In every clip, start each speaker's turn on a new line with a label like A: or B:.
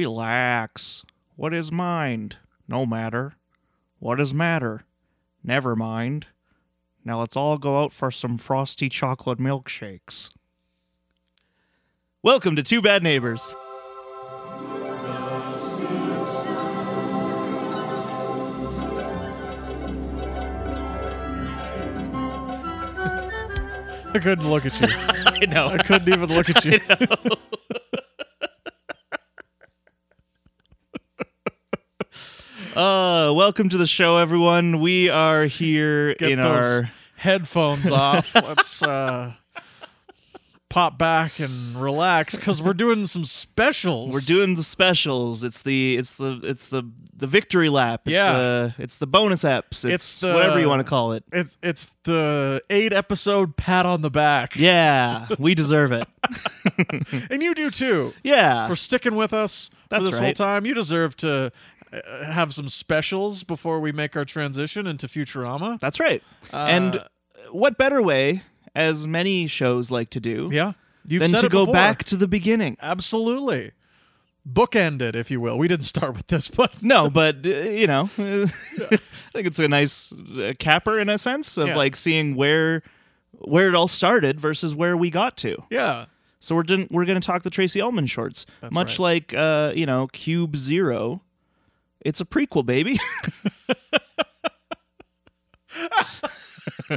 A: Relax. What is mind? No matter. What is matter? Never mind. Now let's all go out for some frosty chocolate milkshakes. Welcome to Two Bad Neighbors.
B: I couldn't look at you.
A: I know.
B: I couldn't even look at you.
A: Uh, welcome to the show, everyone. We are here
B: Get
A: in
B: those
A: our
B: headphones off. Let's uh, pop back and relax because we're doing some specials.
A: We're doing the specials. It's the it's the it's the the victory lap. It's
B: Yeah.
A: the it's the bonus eps. It's,
B: It's the-
A: whatever you want to call it.
B: It's it's the eight episode pat on the back.
A: Yeah, we deserve it.
B: and you do too
A: Yeah.
B: for sticking with us
A: That's
B: for this
A: right.
B: whole time. You deserve to. uh, Have some specials before we make our transition into Futurama.
A: That's right.
B: Uh,
A: and what better way, as many shows like to do,
B: Yeah, you've
A: than
B: said
A: to
B: it
A: go
B: before.
A: back to the beginning?
B: Absolutely, bookended, if you will. We didn't start with this, but
A: No, but uh, you know, I think it's a nice uh, capper in a sense of
B: Yeah.
A: like seeing where where it all started versus where we got to.
B: yeah,
A: So we're didn't, we're going to talk the Tracy Ullman shorts, much like uh, you know Cube Zero. It's a prequel, baby.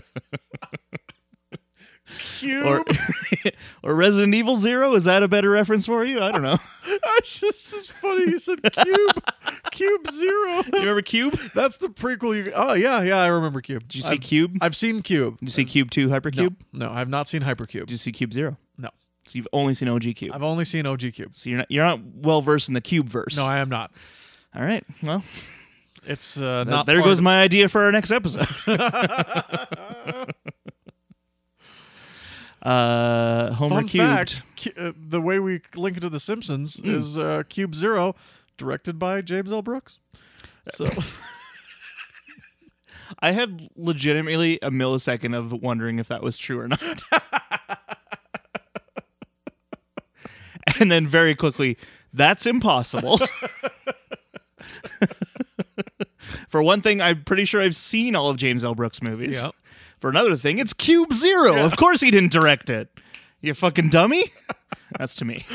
B: cute.
A: or or Resident Evil Zero. Is that a better reference for you? I don't know.
B: That's just as funny. You said cube, cube zero.
A: you remember Cube?
B: That's the prequel. You oh yeah yeah I remember cube.
A: Did you see
B: I've,
A: Cube? Did
B: I've seen cube.
A: you see Cube Two Hypercube?
B: No,
A: Did
B: no, I've not seen hypercube.
A: you see Cube Zero?
B: No,
A: So you've only seen OG Cube.
B: I've only seen OG cube.
A: so you're not you're not well versed in the Cube verse.
B: No, I am not.
A: All right. Well,
B: It's
A: Now,
B: uh, not.
A: there
B: part
A: goes
B: of-
A: my idea for our next episode. uh, Homer
B: fun
A: cubed.
B: fact. Cu- uh, the way we link it to the Simpsons
A: Hmm.
B: is uh, cube zero, directed by James L. Brooks. So
A: I had legitimately a millisecond of wondering if that was true or not. and then very quickly, that's impossible. For one thing, I'm pretty sure I've seen all of James L. Brooks' movies.
B: Yeah.
A: For another thing, it's Cube Zero. Of course he didn't direct it. You fucking dummy. That's to me.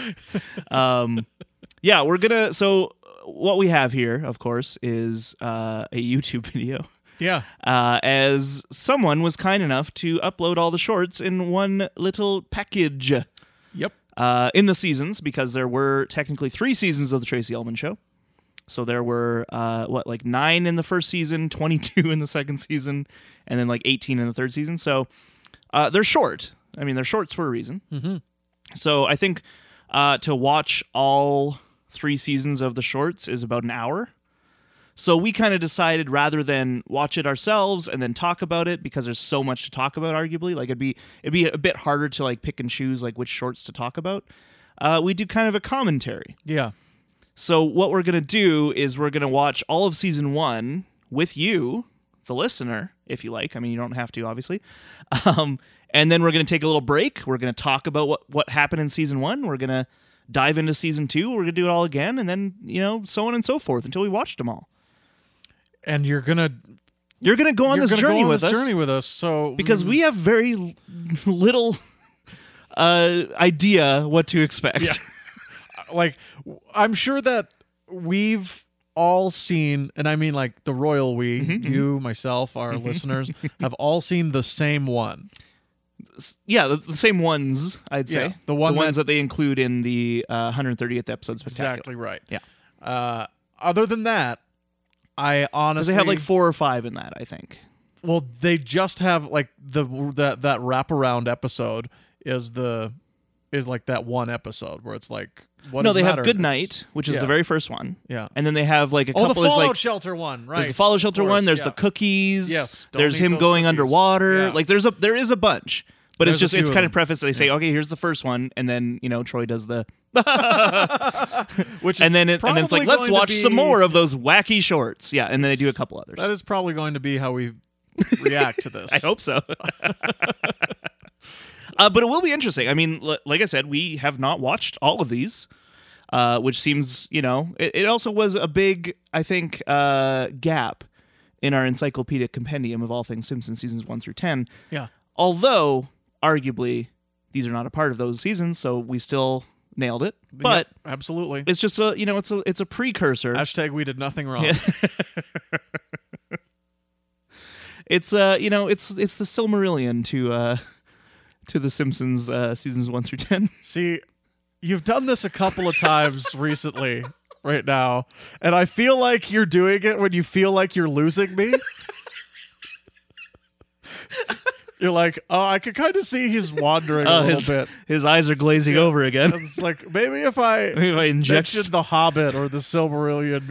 A: Um, yeah, we're gonna. So, what we have here, of course, is uh, a YouTube video
B: yeah,
A: uh, as someone was kind enough to upload all the shorts in one little package
B: yep.
A: uh, in the seasons because there were technically three seasons of the Tracy Ullman Show. So there were uh, what like nine in the first season, twenty-two in the second season, and then like eighteen in the third season. So uh, they're short. I mean, they're shorts for a reason. So I think uh, to watch all three seasons of the shorts is about an hour. So we kind of decided rather than watch it ourselves and then talk about it because there's so much to talk about. Arguably, like it'd be it'd be a bit harder to like pick and choose like which shorts to talk about. Uh, we do kind of a commentary.
B: Yeah,
A: So what we're gonna do is we're gonna watch all of season one with you, the listener, if you like. I mean, you don't have to, obviously. Um, and then we're gonna take a little break. We're gonna talk about what what happened in season one. We're gonna dive into season two. We're gonna do it all again, and then you know so on and so forth until we watched them all.
B: and you're gonna
A: You're gonna go on
B: you're
A: this
B: gonna
A: journey
B: go on
A: with
B: this
A: us
B: journey with us. So
A: because we have very l- little uh, idea what to expect.
B: like w- I'm sure that we've all seen, and I mean like the royal we,
A: Mm-hmm,
B: you, myself, our listeners have all seen the same one.
A: Yeah, the, the same ones I'd say.
B: Yeah, the one
A: ones that they include in the uh, 130th episode spectacular.
B: Exactly right.
A: Yeah.
B: Uh, other than that, I
A: Because
B: honestly
A: they have like four or five in that, I think.
B: well, they just have like the that that wraparound episode is the is like that one episode where it's like what
A: no,
B: does
A: they have
B: matter?
A: Good
B: It's-
A: Night, which is
B: yeah.
A: the very first one.
B: Yeah.
A: And then they have like a
B: Oh, the
A: couple is
B: Fallout
A: like
B: Shelter one, right?
A: there's the follow shelter
B: Of
A: one,
B: course,
A: there's
B: yeah.
A: the cookies,
B: Yes, don't
A: there's
B: eat
A: him
B: those
A: going
B: cookies.
A: underwater.
B: Yeah.
A: Like there's a there is a bunch. But it's
B: There's
A: just
B: a
A: it's
B: few of
A: kind
B: them.
A: of preface. They say, okay, here's the first one, and then you know Troy does the
B: which is
A: and then it, and then it's like
B: probably
A: let's
B: going to
A: watch some
B: be-
A: more of those wacky shorts. Yeah, and then they do a couple others.
B: That is probably going to be how we react to this.
A: I hope so. uh, but it will be interesting. I mean, l- like I said, we have not watched all of these. uh, which seems, you know, it, it also was a big, I think, uh, gap in our encyclopedic compendium of all things Simpson seasons one through 10.
B: Yeah.
A: Although, arguably, these are not a part of those seasons, so we still nailed it. But
B: Yeah, absolutely.
A: it's just a, you know, it's a, it's a precursor.
B: Hashtag we did nothing wrong.
A: It's uh, you know, it's it's the Silmarillion to uh, to the Simpsons uh, seasons one through ten.
B: See, you've done this a couple of times recently, right now, and I feel like you're doing it when you feel like you're losing me. you're like, oh, I could kind of see he's wandering a
A: Oh,
B: little
A: his,
B: bit.
A: his eyes are glazing over again.
B: It's like maybe if I
A: Maybe if I inject,
B: mentioned the Hobbit or the Silmarillion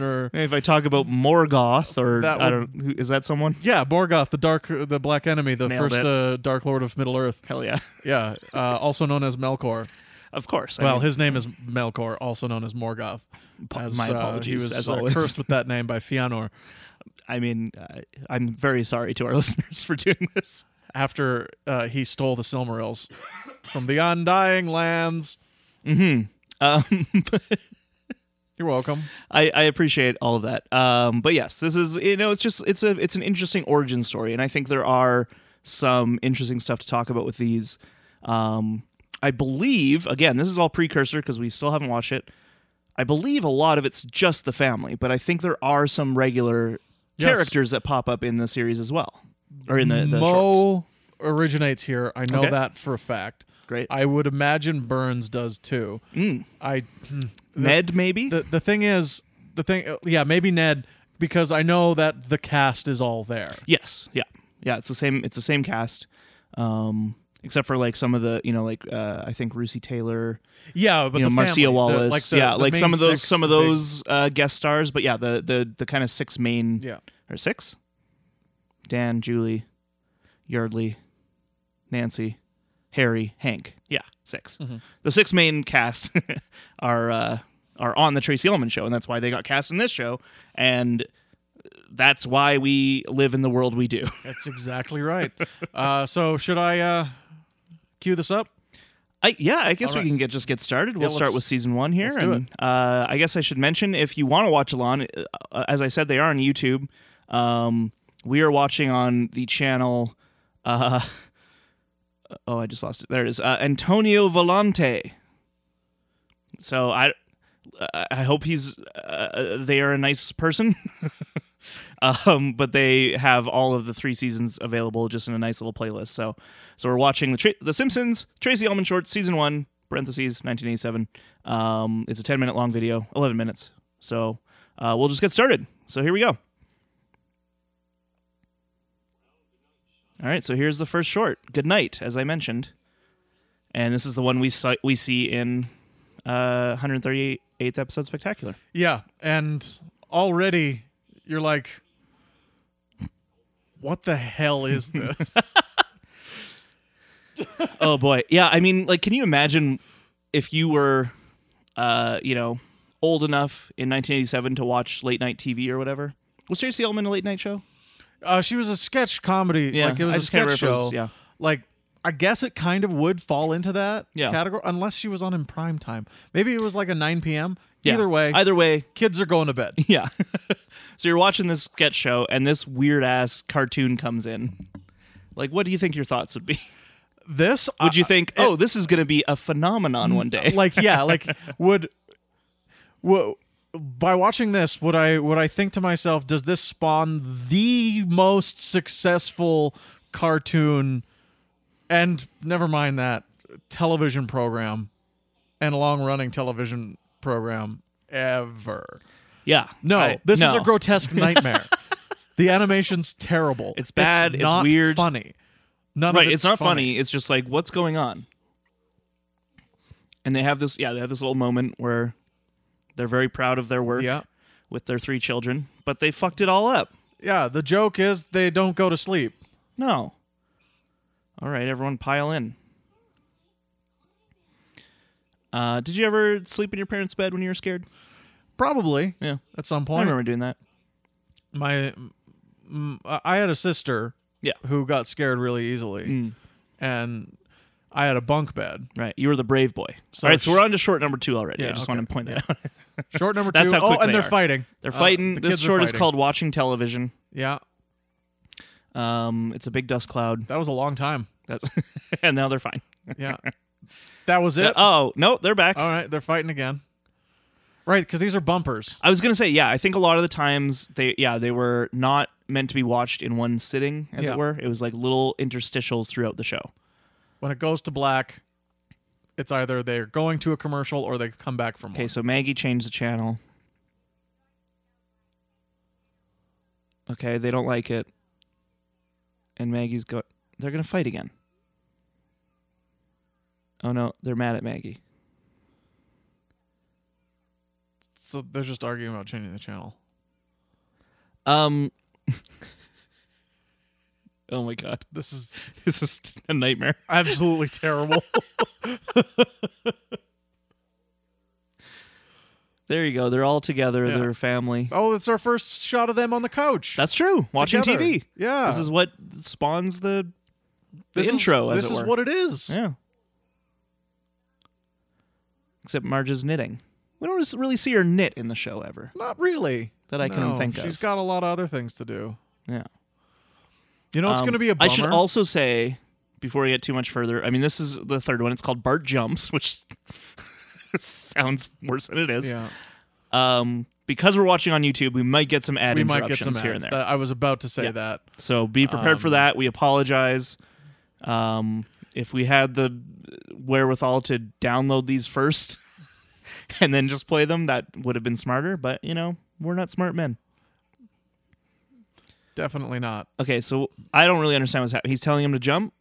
B: or
A: maybe if I talk about Morgoth or
B: That
A: I
B: would-
A: don't, who, is that someone?
B: yeah, Morgoth, the dark, the Black Enemy, the
A: Nailed
B: first
A: it.
B: uh, Dark Lord of Middle Earth.
A: Hell yeah,
B: Yeah, uh, also known as Melkor.
A: of course. I
B: Well,
A: mean,
B: his name is Melkor, also known as Morgoth. As,
A: my
B: uh,
A: apologies,
B: he was
A: as
B: uh,
A: always.
B: cursed with that name by Fëanor.
A: I mean, uh, I'm very sorry to our listeners for doing this.
B: after uh, he stole the Silmarils from the Undying Lands.
A: Um,
B: You're welcome.
A: I, I appreciate all of that. Um, but yes, this is you know it's just it's a it's an interesting origin story, and I think there are some interesting stuff to talk about with these. Um, I believe again, this is all precursor because we still haven't watched it. I believe a lot of it's just the family, but I think there are some regular
B: Yes.
A: characters that pop up in the series as well, or in the, the shorts.
B: Mo originates here. I know
A: Okay.
B: that for a fact.
A: Great,
B: I would imagine Burns does too. I hmm,
A: Ned maybe.
B: the the thing is the thing uh, yeah maybe Ned because I know that the cast is all there.
A: Yes. Yeah. Yeah. It's the same. It's the same cast, um, except for like some of the you know like uh, I think Rusey Taylor,
B: Yeah, but
A: you know
B: the
A: Marcia
B: family, the-
A: Wallace.
B: like the-
A: yeah,
B: the
A: like
B: main
A: some of those
B: six,
A: some of
B: the big-
A: those uh, guest stars. But yeah, the the the kind of six main
B: yeah,
A: or six. Dan, Julie, Yardley, Nancy, Harry, Hank. Yeah, 6
B: Mm-hmm.
A: The six main cast are uh, are on the Tracy Ullman show, and that's why they got cast in this show, and that's why we live in the world we do.
B: that's exactly right. uh, so should I uh, cue this up?
A: I, yeah, I guess
B: All
A: we
B: right.
A: can get just get started. We'll
B: let's-
A: start with season one here.
B: let's do
A: and, Uh, I guess I should mention if you want to watch along, uh, as I said, they are on YouTube. Um, we are watching on the channel. Uh, oh, I just lost it. There it is. Uh, Antonio Volante. So I, I I hope he's. Uh, they are a nice person. um, but they have all of the three seasons available just in a nice little playlist. So, so we're watching the Tra- the Simpsons Tracy Ullman Shorts season one parentheses 1987. Um, it's a 10 minute long video, 11 minutes. So uh, we'll just get started. So here we go. All right, so here's the first short. Good night, as I mentioned, and this is the one we si- we see in uh, 138th episode spectacular.
B: Yeah, and already you're like, what the hell is this?
A: oh boy yeah i mean like can you imagine if you were uh you know old enough in 1987 to watch late night tv or whatever was tracy ullman a late night show
B: uh, she was a sketch comedy.
A: Yeah,
B: like it was
A: I
B: a
A: just can't
B: sketch
A: remember if it
B: show.
A: was- yeah.
B: Like I guess it kind of would fall into that
A: Yeah.
B: category unless she was on in prime time. Maybe it was like a 9 p.m.
A: Yeah.
B: Either way,
A: either way
B: kids are going to bed.
A: yeah so you're watching this sketch show and this weird ass cartoon comes in like what do you think your thoughts would be
B: This
A: would you
B: I-
A: think oh this is gonna be a phenomenon one day
B: like yeah like would wo- by watching this would i would i think to myself does this spawn the most successful cartoon and never mind that television program and long running television program ever
A: yeah
B: no
A: I-
B: this is
A: no.
B: a grotesque nightmare the animation's terrible
A: It's bad, it's
B: not
A: weird.
B: funny None of
A: right it's not funny. it's just like what's going on and they have this yeah they have this little moment where they're very proud of their work
B: yeah
A: with their three children but they fucked it all up
B: yeah the joke is they don't go to sleep
A: no all right everyone pile in uh, did you ever sleep in your parents' bed when you were scared?
B: Probably
A: Yeah,
B: at some
A: I
B: point.
A: remember doing that.
B: My, mm, I had a sister
A: Yeah. Mm.
B: who got scared really easily, and I had a bunk bed.
A: Right. You were the brave boy.
B: So
A: All right, so
B: sh-
A: we're on to short number two already. I
B: Yeah,
A: just
B: okay.
A: want to point that out.
B: Short number
A: That's
B: two.
A: how quick
B: oh, and
A: they
B: they're
A: are.
B: fighting.
A: They're
B: Uh,
A: fighting.
B: the
A: this
B: kids are
A: short is
B: fighting.
A: called Watching Television.
B: Yeah,
A: Um, it's a big dust cloud.
B: that was a long time.
A: That's and now they're fine.
B: Yeah, that was it.
A: Oh, no, they're back.
B: All right, they're fighting again. Right, because these are bumpers.
A: I was gonna say, yeah, I think a lot of the times they yeah, they were not meant to be watched in one sitting, as
B: Yeah.
A: it were. It was like little interstitials throughout the show.
B: When it goes to black, it's either they're going to a commercial or they come back from.
A: Okay,
B: one.
A: so Maggie changed the channel. Okay, they don't like it. And Maggie's go they're gonna fight again. Oh no, they're mad at Maggie.
B: So they're just arguing about changing the channel.
A: Um Oh my god.
B: This is
A: This is a nightmare.
B: absolutely terrible.
A: There you go. They're all together,
B: Yeah.
A: they're a family.
B: Oh, it's our first shot of them on the couch.
A: That's true. Watching
B: together.
A: TV.
B: Yeah.
A: This is what spawns the the
B: This is-
A: intro, as
B: This
A: it
B: is
A: were.
B: what it is.
A: Yeah. Except Marge is knitting. We don't really see her knit in the show ever.
B: Not really.
A: That I can
B: No,
A: think
B: She's
A: of.
B: got a lot of other things to do.
A: Yeah.
B: You know, it's
A: Um,
B: going to be a bummer.
A: I should also say, before we get too much further, I mean, this is the third one. It's called Bart Jumps, which sounds worse than it is.
B: yeah,
A: Um, because we're watching on YouTube, we might get some ad
B: we might get
A: interruptions
B: some
A: here
B: ads.
A: and there.
B: That- I was about to say
A: Yeah.
B: that.
A: So be prepared for
B: Um,
A: that. We apologize. Um, if we had the wherewithal to download these first and then just play them, that would have been smarter. But you know, we're not smart men.
B: Definitely not.
A: Okay, so I don't really understand what's happening. He's telling him to jump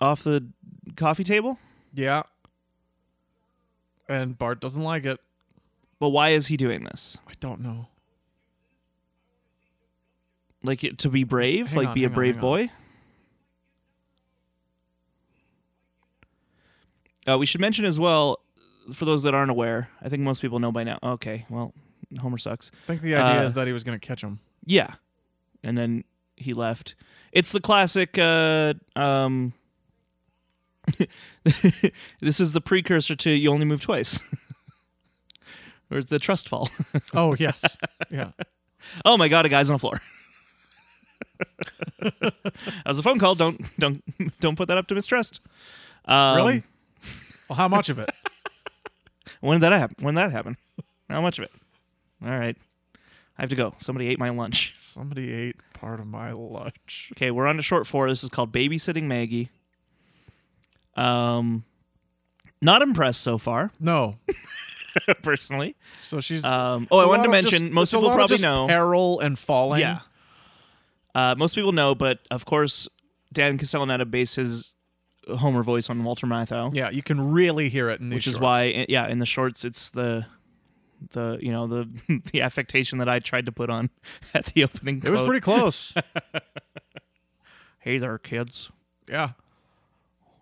A: off the coffee table,
B: Yeah. And Bart doesn't like it.
A: but why is he doing this?
B: I don't know.
A: Like it- to be brave,
B: Hang
A: like
B: on,
A: be a
B: hang on,
A: brave
B: hang
A: boy. Uh, we should mention as well, for those that aren't aware, I think most people know by now. Okay, well, Homer sucks.
B: I think the idea
A: Uh,
B: is that he was going to catch him.
A: Yeah, and then he left. It's the classic. Uh, um, this is the precursor to "You Only Move Twice," or it's the trust fall.
B: Oh yes. yeah.
A: Oh my god, a guy's on the floor. that was a phone call. Don't don't don't put that up to mistrust. Um,
B: Really? well, how much of it?
A: When did that happen? When did that happen? How much of it? All right, I have to go. Somebody ate my lunch.
B: Somebody ate part of my lunch.
A: Okay, we're on to short four. This is called babysitting Maggie. Um, not impressed so far,
B: No.
A: personally.
B: So she's.
A: Um, oh, I
B: It's a
A: wanted to
B: lot of
A: mention
B: just-
A: most
B: it's a
A: people
B: lot of
A: probably
B: just
A: know.
B: peril and falling.
A: Yeah. Uh, most people know, but of course, Dan Castellaneta based his Homer voice on Walter Matthau,
B: Yeah, you can really hear it in these
A: which is
B: shorts.
A: why, eh, yeah, in the shorts, it's the the you know the the affectation that I tried to put on at the opening.
B: it was pretty close.
A: Hey there, kids.
B: yeah.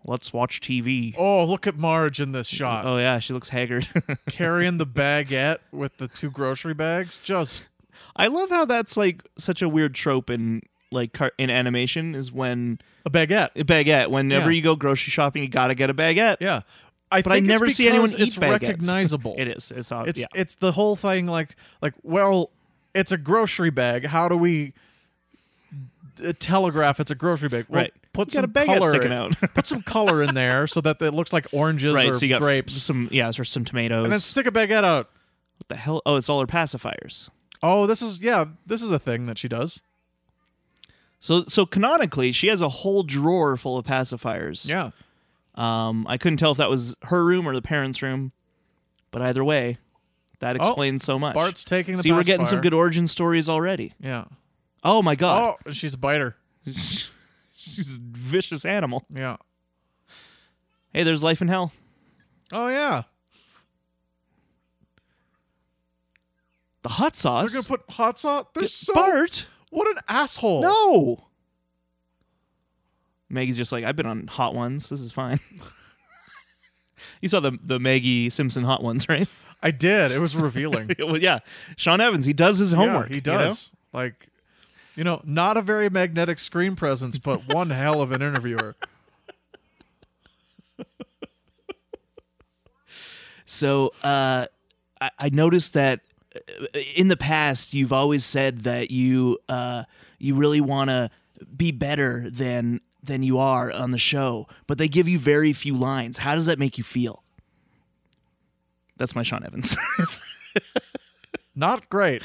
A: Let's watch TV.
B: Oh, look at Marge in this shot
A: oh yeah, she looks haggard.
B: carrying the baguette with the two grocery bags. Just
A: I love how that's like such a weird trope in like car- in animation is when
B: a baguette.
A: a baguette. Whenever
B: Yeah.
A: you go grocery shopping, you gotta get a baguette.
B: Yeah. I
A: But I
B: think it's
A: never see anyone
B: because
A: eat
B: it's
A: baguettes.
B: recognizable.
A: It is. It's all,
B: It's
A: yeah.
B: it's the whole thing like like well, it's a grocery bag. How do we uh, telegraph it's a grocery bag? Well,
A: Right.
B: Put
A: You got
B: some
A: a baguette
B: color
A: sticking
B: in-
A: out.
B: put some color in there so that it looks like oranges
A: Right,
B: or
A: so you got f-
B: grapes.
A: some yeah, or some tomatoes.
B: and then stick a baguette out.
A: what the hell? Oh, it's all her pacifiers.
B: Oh, this is yeah, this is a thing that she does.
A: So so canonically, she has a whole drawer full of pacifiers.
B: Yeah.
A: Um, I couldn't tell if that was her room or the parents' room, but either way, that explains so much.
B: Oh, Bart's taking the
A: See, we're getting some
B: pacifier.
A: good origin stories already.
B: Yeah.
A: Oh my god,
B: Oh, she's a biter.
A: she's a vicious animal.
B: Yeah.
A: Hey, there's life in hell.
B: Oh yeah.
A: The hot sauce.
B: They're gonna put hot sauce. They're so
A: Bart.
B: what an asshole.
A: No. Maggie's just like, I've been on hot ones. This is fine. you saw the the Maggie Simpson hot ones, right?
B: I did. It was revealing.
A: well, yeah. Sean Evans, he does his homework.
B: Yeah, he
A: you
B: does. Like, you know, not a very magnetic screen presence, but one hell of an interviewer.
A: So uh, I, I noticed that uh, in the past you've always said that you uh, you really want to be better than than you are on the show, but they give you very few lines. How does that make you feel? That's my Sean Evans.
B: Not great.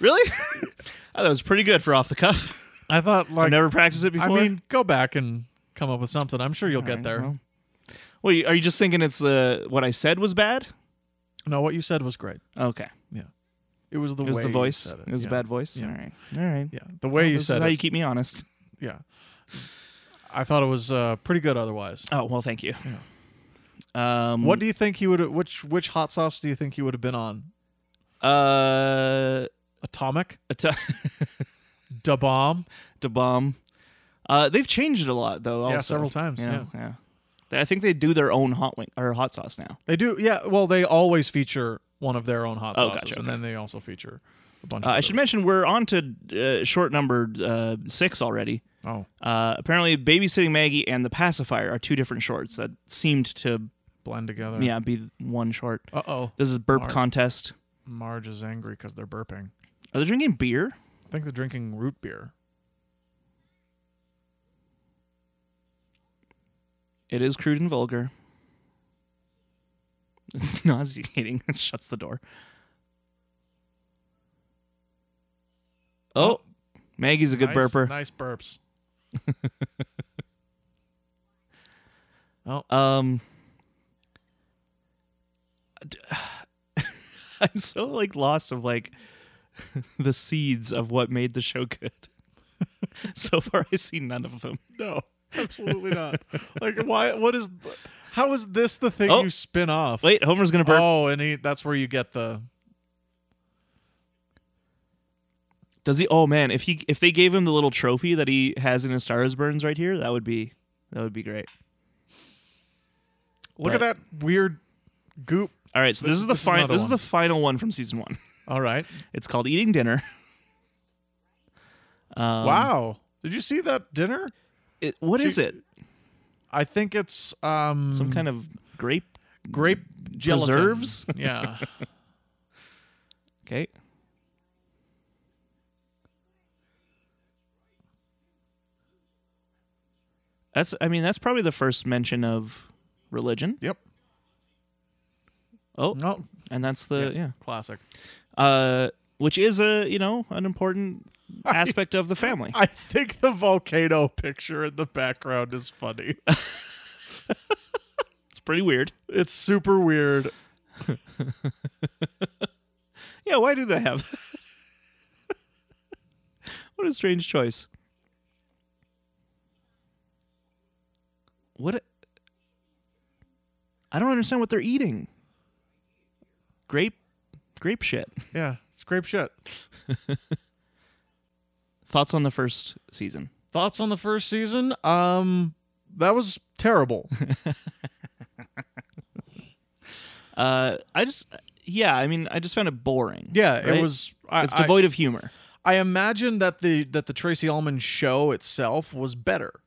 A: really? I thought it was pretty good for off the cuff.
B: I thought like
A: I've never practiced it
B: I
A: before.
B: mean, go back and come up with something. I'm sure you'll get there.
A: Well, well, you- are you just thinking it's the what I said was bad?
B: No, what you said was great.
A: Okay,
B: It was the
A: it was
B: way
A: the
B: you
A: voice.
B: said
A: It was
B: yeah.
A: a bad voice.
B: Yeah.
A: All right, all right.
B: Yeah, the way you
A: this is
B: said
A: how
B: it.
A: you keep me honest.
B: yeah, I thought it was uh, pretty good. Otherwise,
A: Oh well, thank you. Um,
B: what do you think he would? Which which hot sauce do you think he would have been on?
A: uh,
B: Atomic,
A: to,
B: Da Bomb.
A: to bomb? Uh, they've changed it a lot though.
B: Yeah,
A: Also,
B: several times,
A: you know? yeah. They- I think they do their own hot wing or hot sauce now.
B: They do. Yeah. Well, they always feature one of their own hot
A: Oh,
B: sauces,
A: gotcha,
B: and
A: okay.
B: then they also feature a bunch.
A: Uh,
B: of
A: I
B: other-
A: should mention we're on to uh, short number uh, six already.
B: Oh,
A: Uh, apparently, babysitting Maggie and the pacifier are two different shorts that seemed to
B: blend together.
A: yeah be one short.
B: Uh oh.
A: This is burp
B: Alright.
A: contest.
B: Marge is angry because they're burping.
A: Are they drinking beer?
B: I think they're drinking root beer.
A: It is crude and vulgar. It's nauseating. It shuts the door. Oh, Maggie's a good
B: nice,
A: burper.
B: Nice burps.
A: Um, d- I'm so like lost of like the seeds of what made the show good. so far, I see none of them.
B: No, absolutely not. like, why? What is? How is this the thing
A: Oh.
B: you spin off?
A: Wait, Homer's gonna burp.
B: Oh, and he, that's where you get the.
A: Does he? Oh man, if he if they gave him the little trophy that he has in his stars burns right here, that would be that would be great.
B: Look
A: But-
B: at that weird goop.
A: All right, so this,
B: This-
A: is the
B: this is
A: final.
B: another
A: This is
B: one.
A: the final one from season one.
B: All right.
A: It's called Eating Dinner. Um,
B: wow. Did you see that dinner?
A: it- what is it?
B: I think it's um
A: Some kind of grape
B: grape gelatin.
A: preserves?
B: Yeah.
A: Okay. That's I mean that's probably the first mention of religion.
B: yep.
A: Oh,
B: No.
A: and that's the yeah.
B: Classic.
A: Uh which is a, you know, an important aspect of the family.
B: I think the volcano picture in the background is funny.
A: It's pretty weird.
B: it's super weird.
A: Yeah, why do they have that? what a strange choice. What? A, I don't understand what they're eating. Grape, grape shit.
B: Yeah. It's grape shit.
A: Thoughts on the first season?
B: Thoughts on the first season? Um that was terrible.
A: Uh, I just, yeah, I mean, I just found it boring.
B: Yeah, it
A: right?
B: was I,
A: It's
B: I-
A: devoid of humor.
B: I imagine that the that the Tracy Ullman show itself was better.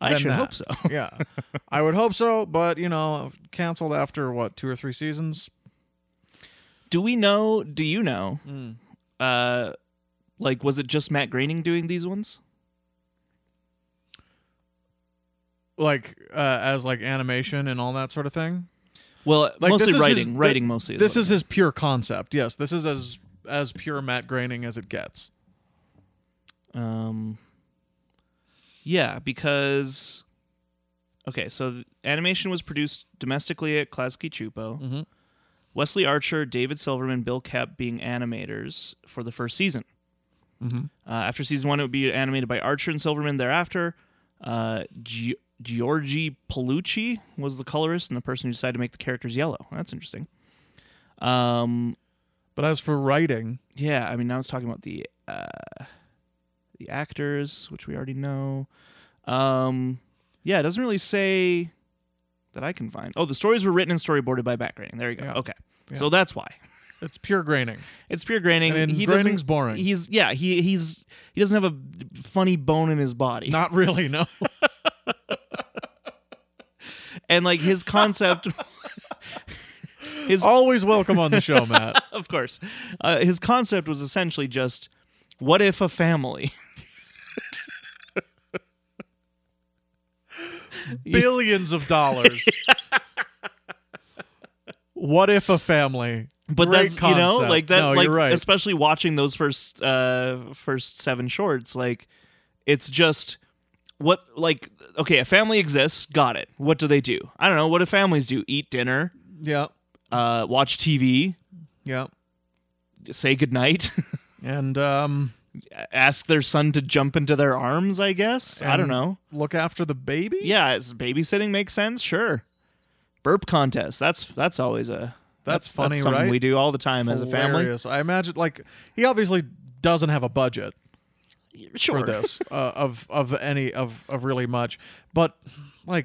A: I
B: than
A: should
B: that.
A: hope so.
B: yeah, I would hope so, but you know, canceled after what two or three seasons.
A: Do we know? Do you know?
B: Mm.
A: Uh, like, was it just Matt Groening doing these ones?
B: Like uh, as like animation and all that sort of thing.
A: Well,
B: Like
A: mostly
B: this is
A: writing,
B: his-
A: writing
B: th-
A: mostly.
B: This
A: what
B: is his pure concept. Yes, this is as as pure Matt Groening as it gets.
A: Um, yeah, because okay, so the animation was produced domestically at Klasky Chupo.
B: Mhm.
A: Wesley Archer, David Silverman, Bill Kep being animators for the first season.
B: Mhm.
A: Uh, after season one, it would be animated by Archer and Silverman. Thereafter, uh, G- Giorgi Palucci was the colorist and the person who decided to make the characters yellow. That's interesting. Um,
B: But as for writing,
A: yeah, I mean, now it's talking about the uh, the actors, which we already know. Um, yeah, it doesn't really say that I can find. Oh, the stories were written and storyboarded by Matt Groening. There you go.
B: Yeah.
A: Okay,
B: Yeah.
A: so that's why
B: it's pure Groening.
A: it's pure Groening.
B: And
A: he
B: Groening's
A: doesn't-
B: boring.
A: He's yeah. He he's he doesn't have a funny bone in his body.
B: Not really, no.
A: and like his concept his
B: Always welcome on the show, Matt.
A: of course uh, his concept was essentially just what if a family
B: Billions of dollars. what if a family?
A: but
B: Great
A: that's you know
B: concept.
A: like that
B: No,
A: like
B: you're right.
A: especially watching those first uh first seven shorts like it's just what like okay a family exists got it what do they do i don't know what do families do eat dinner
B: Yeah.
A: uh watch tv
B: Yeah.
A: say goodnight
B: And um
A: ask their son to jump into their arms i guess i don't
B: And-
A: know
B: look after the baby?
A: yeah is babysitting makes sense sure burp contest that's that's always a
B: That's funny,
A: something
B: right?
A: we do all the time as a family
B: Hilarious. I imagine like he obviously doesn't have a budget
A: sure
B: for this uh, of of any of of really much, but like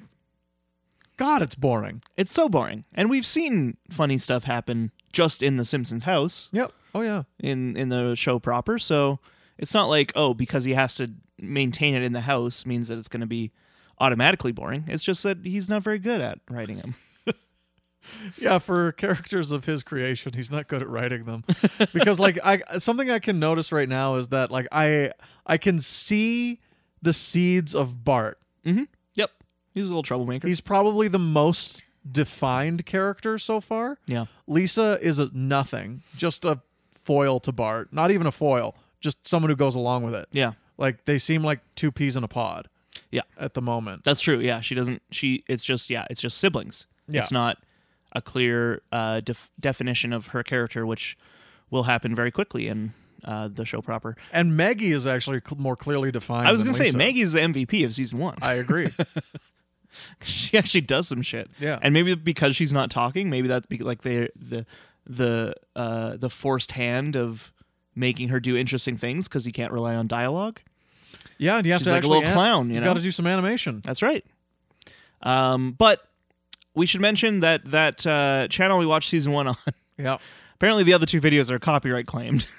B: God, it's boring.
A: It's so boring. And we've seen funny stuff happen just in the Simpsons house
B: Yep. Oh yeah.
A: in in the show proper. So it's not like oh because he has to maintain it in the house means that it's going to be automatically boring. It's just that he's not very good at writing them.
B: Yeah, for characters of his creation, he's not good at writing them. Because like I something I can notice right now is that like I I can see the seeds of Bart.
A: Yep. He's a little troublemaker.
B: He's probably the most defined character so far.
A: yeah.
B: Lisa is a nothing, just a foil to Bart. Not even a foil, just someone who goes along with it.
A: Yeah.
B: Like they seem like two peas in a pod.
A: Yeah.
B: At the moment.
A: That's true. Yeah, she doesn't she it's just yeah, it's just siblings.
B: Yeah.
A: It's not a clear uh, def- definition of her character which will happen very quickly in uh, the show proper.
B: And Maggie is actually cl- more clearly defined.
A: I was
B: than
A: going to say
B: Lisa.
A: Maggie's the MVP of season 1.
B: I agree.
A: she actually does some shit.
B: Yeah.
A: and maybe because she's not talking, maybe that's be- like they the the uh the forced hand of making her do interesting things because you can't rely on dialogue.
B: Yeah, and you have
A: She's
B: to
A: like a
B: actually
A: little
B: an-
A: clown, you know?
B: got to do some animation.
A: That's right. Um, but we should mention that that uh, channel we watched season one on.
B: Yeah.
A: Apparently, the other two videos are copyright claimed.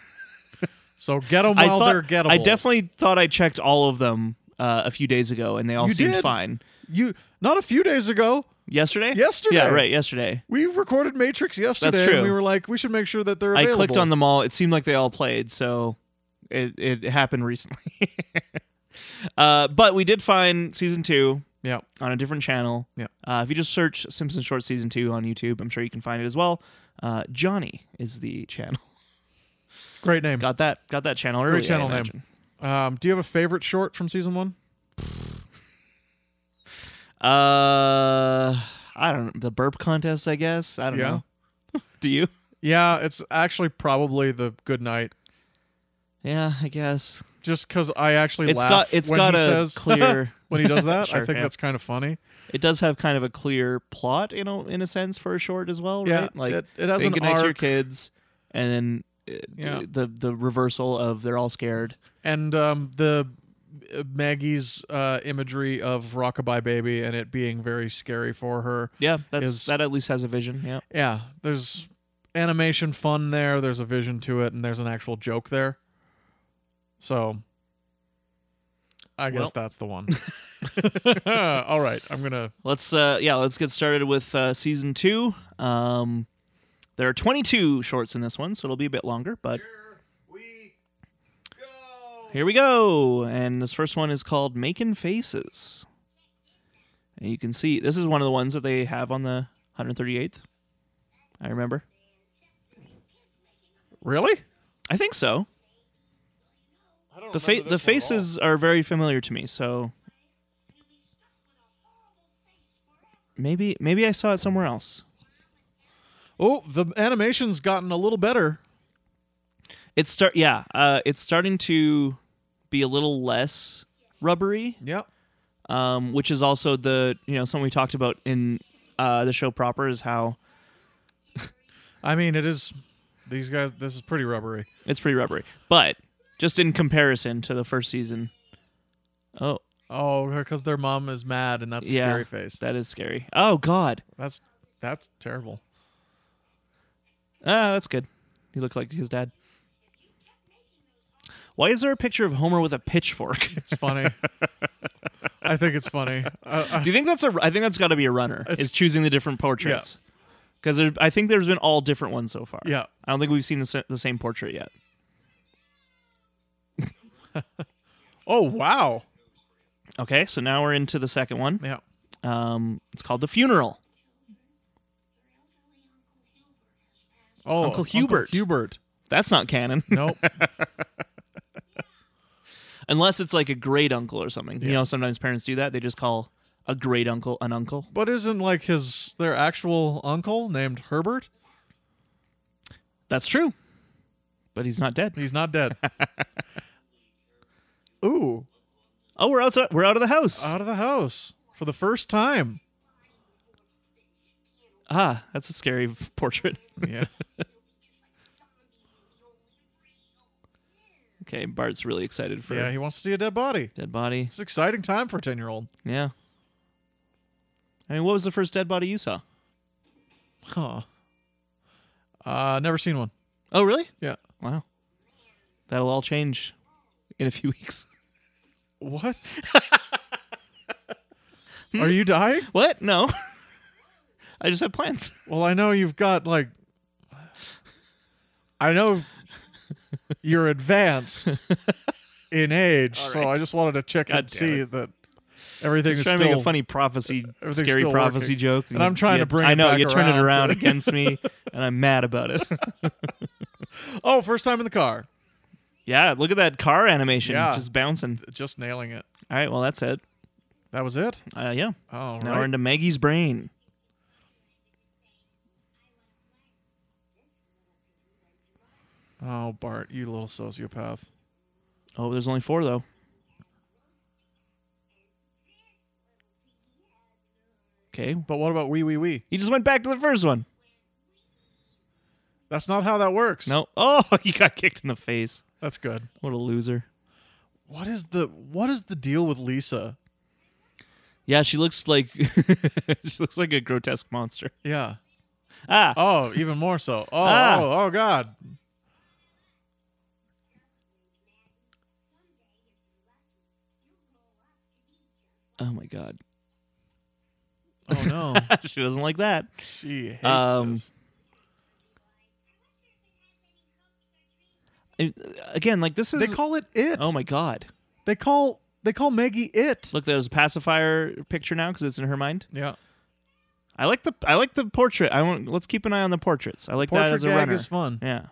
B: So get them
A: I
B: while
A: thought
B: they're gettable.
A: I definitely thought I checked all of them uh, a few days ago, and they all
B: You
A: seemed
B: did?
A: fine.
B: you not a few days ago.
A: Yesterday,
B: Yesterday.
A: yeah, right, yesterday.
B: We recorded Matrix yesterday.
A: true.
B: And we were like, we should make sure that they're.
A: I
B: Available.
A: clicked on them all. It seemed like they all played, so it, it happened recently. uh, but we did find season two
B: Yeah.
A: on a different channel.
B: Yeah.
A: Uh, if you just search Simpson Short season two on YouTube, I'm sure you can find it as well. Uh, Johnny is the channel.
B: Great name.
A: Got that? Got that channel early? I
B: channel name.
A: imagine.
B: Um, do you have a favorite short from season one?
A: Uh, I don't. The burp contest, I guess. I don't
B: Yeah.
A: know. Do you?
B: Yeah, it's actually probably the good night.
A: Yeah, I guess.
B: Just because I actually
A: It's
B: laugh
A: got- it's
B: when
A: got
B: he
A: a
B: says,
A: clear-
B: when he does that.
A: Sure,
B: I think
A: yeah.
B: that's kind of funny.
A: It does have kind of a clear plot, you know, in a sense for a short as well,
B: Yeah,
A: right? Like
B: it- it has
A: saying
B: an
A: goodnight to your
B: arc.
A: kids, and then uh,
B: Yeah.
A: the the reversal of they're all scared.
B: And um, the uh, Maggie's uh, imagery of Rockabye Baby and it being very scary for her.
A: Yeah, that's
B: Is-
A: that at least has a vision. Yeah,
B: Yeah, there's animation fun there. There's a vision to it, and there's an actual joke there. So, I guess
A: Well.
B: that's the one. All right, I'm gonna.
A: let's uh yeah let's get started with uh, season two. Um, there are 22 shorts in this one, so it'll be a bit longer, but here we go. And this first one is called Making Faces, and you can see this is one of the ones that they have on the 138th. I remember.
B: Really?
A: I think so. The fa- the faces are very familiar to me, so maybe maybe I saw it somewhere else.
B: Oh, the animation's gotten a little better.
A: It's start yeah, uh, it's starting to be a little less rubbery,
B: Yeah.
A: um, which is also the you know something we talked about in uh, the show proper is how
B: I mean, it is. These guys. This is pretty rubbery.
A: it's pretty rubbery, but just in comparison to the first season. Oh
B: Oh, because their mom is mad, and that's a
A: yeah,
B: scary face.
A: that is scary. Oh God,
B: That's that's terrible.
A: Ah, that's good. He looked like his dad. Why is there a picture of Homer with a pitchfork?
B: It's funny. I think it's funny. Uh,
A: Do you think that's a? I think that's got to be a runner. is choosing the different portraits because I think there's been all different ones so far.
B: Yeah.
A: I don't think we've seen the, sa- the same portrait yet.
B: oh wow.
A: Okay, so now we're into the second one.
B: Yeah.
A: Um, it's called the funeral.
B: Oh,
A: Uncle Hubert.
B: Hubert.
A: That's not canon,
B: Nope.
A: unless it's like a great uncle or something. You know, sometimes parents do that. They just call a great uncle an uncle.
B: but isn't like his their actual uncle named Herbert?
A: That's true, but he's not dead.
B: He's not dead. Ooh, Uh.
A: Oh, we're outside. We're out of the house.
B: out of the house for the first time.
A: ah, that's a scary portrait.
B: Yeah.
A: Okay, Bart's really excited for
B: yeah, he wants to see a dead body.
A: dead body.
B: It's an exciting time for a 10-year-old.
A: Yeah. I mean, what was the first dead body you saw?
B: Huh. Uh, never seen one.
A: Oh, really?
B: Yeah.
A: Wow. That'll all change in a few weeks.
B: What? Are you dying?
A: What? No. I just have plans.
B: Well, I know you've got like I know you're advanced in age, so I just wanted to check
A: God
B: and
A: damn
B: see
A: it.
B: that everything is
A: trying
B: still
A: to make a funny prophecy,
B: everything's
A: scary
B: still
A: prophecy
B: working.
A: joke,
B: And I'm trying
A: you-
B: to bring
A: I
B: it
A: know
B: back
A: you turn it
B: around
A: around
B: to-
A: against me, and I'm mad about it.
B: Oh, first time in the car.
A: yeah, look at that car animation,
B: Yeah.
A: just bouncing.
B: Just nailing it.
A: All right, well that's it.
B: That was it?
A: Uh, yeah,
B: Oh,
A: now we're into Maggie's brain.
B: Oh, Bart, you little sociopath.
A: Oh, there's only four though. Okay,
B: But what about wee wee wee?
A: he just went back to the first one.
B: That's not how that works.
A: No, oh, he got kicked in the face.
B: That's good.
A: What a loser.
B: What is the what is the deal with Lisa?
A: Yeah, she looks like she looks like a grotesque monster.
B: Yeah.
A: Ah,
B: Oh, even more so. Oh,
A: Ah.
B: oh, oh god.
A: oh my god,
B: Oh no.
A: she doesn't like that.
B: she hates
A: Um,
B: this.
A: And, uh, again, like this is.
B: They call it it.
A: oh my god!
B: They call they call Maggie it.
A: Look, there's a pacifier picture now because it's in her mind.
B: Yeah.
A: I like the I like the portrait. I want let's keep an eye on the portraits. I like
B: Portrait
A: that as a
B: gag
A: runner.
B: is fun.
A: yeah.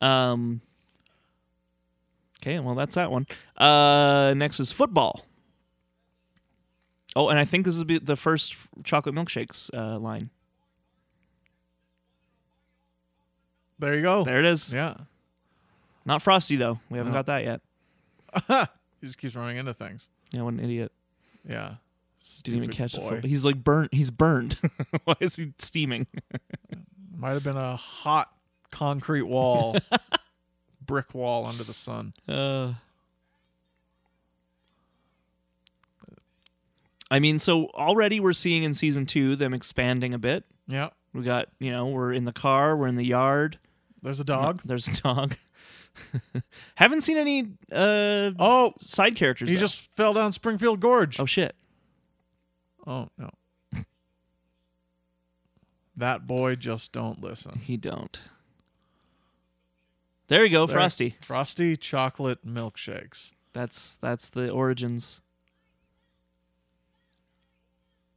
A: Um. Okay, well that's that one. Uh, next is football. Oh, and I think this is be- the first chocolate milkshakes uh, line.
B: There you go.
A: There it is.
B: Yeah.
A: Not frosty though. We haven't got that yet.
B: He just keeps running into things.
A: Yeah, what an idiot.
B: Yeah.
A: Didn't even
B: Stupid
A: catch the
B: boy.
A: foot. He's like burnt. He's burned. Why is he steaming?
B: Might have been a hot concrete wall. brick wall under the sun.
A: Uh, I mean, so already we're seeing in season two them expanding a bit.
B: Yeah.
A: We got, you know, we're in the car, we're in the yard.
B: There's a
A: It's not-
B: dog.
A: There's a dog. Haven't seen any uh,
B: Oh,
A: side characters.
B: he
A: though.
B: just fell down Springfield Gorge.
A: oh shit.
B: Oh no. That boy just don't listen.
A: He don't. There you go,
B: There.
A: Frosty.
B: Frosty chocolate milkshakes.
A: That's that's the origins.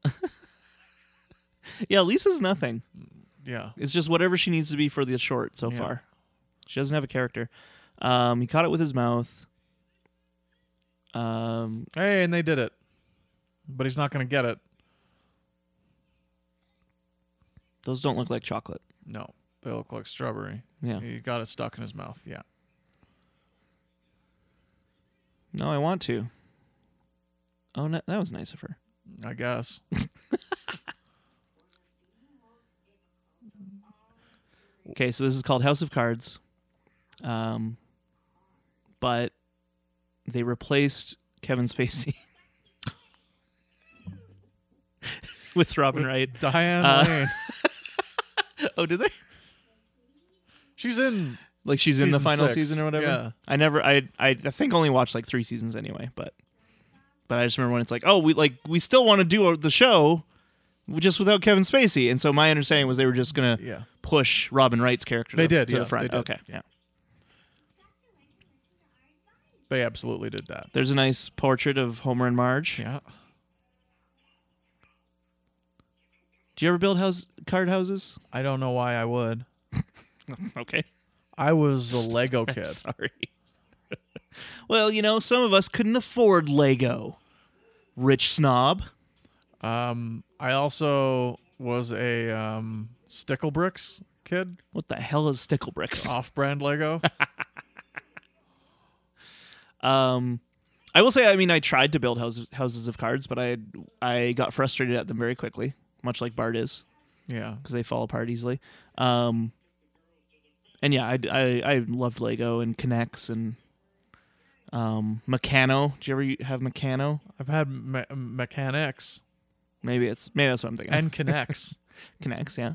A: yeah, Lisa's nothing.
B: Yeah.
A: It's just whatever she needs to be for the short so
B: Yeah.
A: far. She doesn't have a character. Um, he caught it with his mouth. Um,
B: Hey, and they did it. But he's not gonna get it.
A: those don't look like chocolate.
B: No. They look like strawberry.
A: Yeah.
B: He got it stuck in his mouth. Yeah.
A: No, I want to. Oh, no, that was nice of her.
B: I guess.
A: Uh. Okay, so this is called House of Cards. Um, but they replaced Kevin Spacey with Robin Wright.
B: Diane
A: Uh,
B: Lane.
A: Oh, did they?
B: She's in
A: Like she's in the
B: Season
A: final
B: six,
A: season or whatever.
B: yeah.
A: I never. I, I I think only watched like three seasons anyway. But But I just remember when it's like, oh, we like we still want to do the show, just without Kevin Spacey. And so my understanding was they were just gonna
B: Yeah.
A: push Robin Wright's character.
B: They
A: to,
B: did,
A: to
B: yeah,
A: the front.
B: they did.
A: Okay, yeah.
B: They absolutely did that.
A: There's a nice portrait of Homer and Marge.
B: Yeah.
A: Do you ever build house card houses?
B: I don't know why I would.
A: Okay,
B: I was a Lego kid.
A: sorry. well, you know, some of us couldn't afford Lego. Rich snob.
B: Um, I also was a um, Stickle Bricks kid,
A: What the hell is stickle bricks?
B: off-brand Lego.
A: Um, I will say, I mean, I tried to build houses houses of cards, but I I got frustrated at them very quickly, much like Bart is,
B: yeah.
A: because they fall apart easily. Um, and yeah, I, I I loved Lego and Connects and um Meccano. Did you ever have Meccano?
B: I've had me- mechanics
A: Maybe it's maybe that's what I'm thinking. of.
B: and connects.
A: Connects, yeah.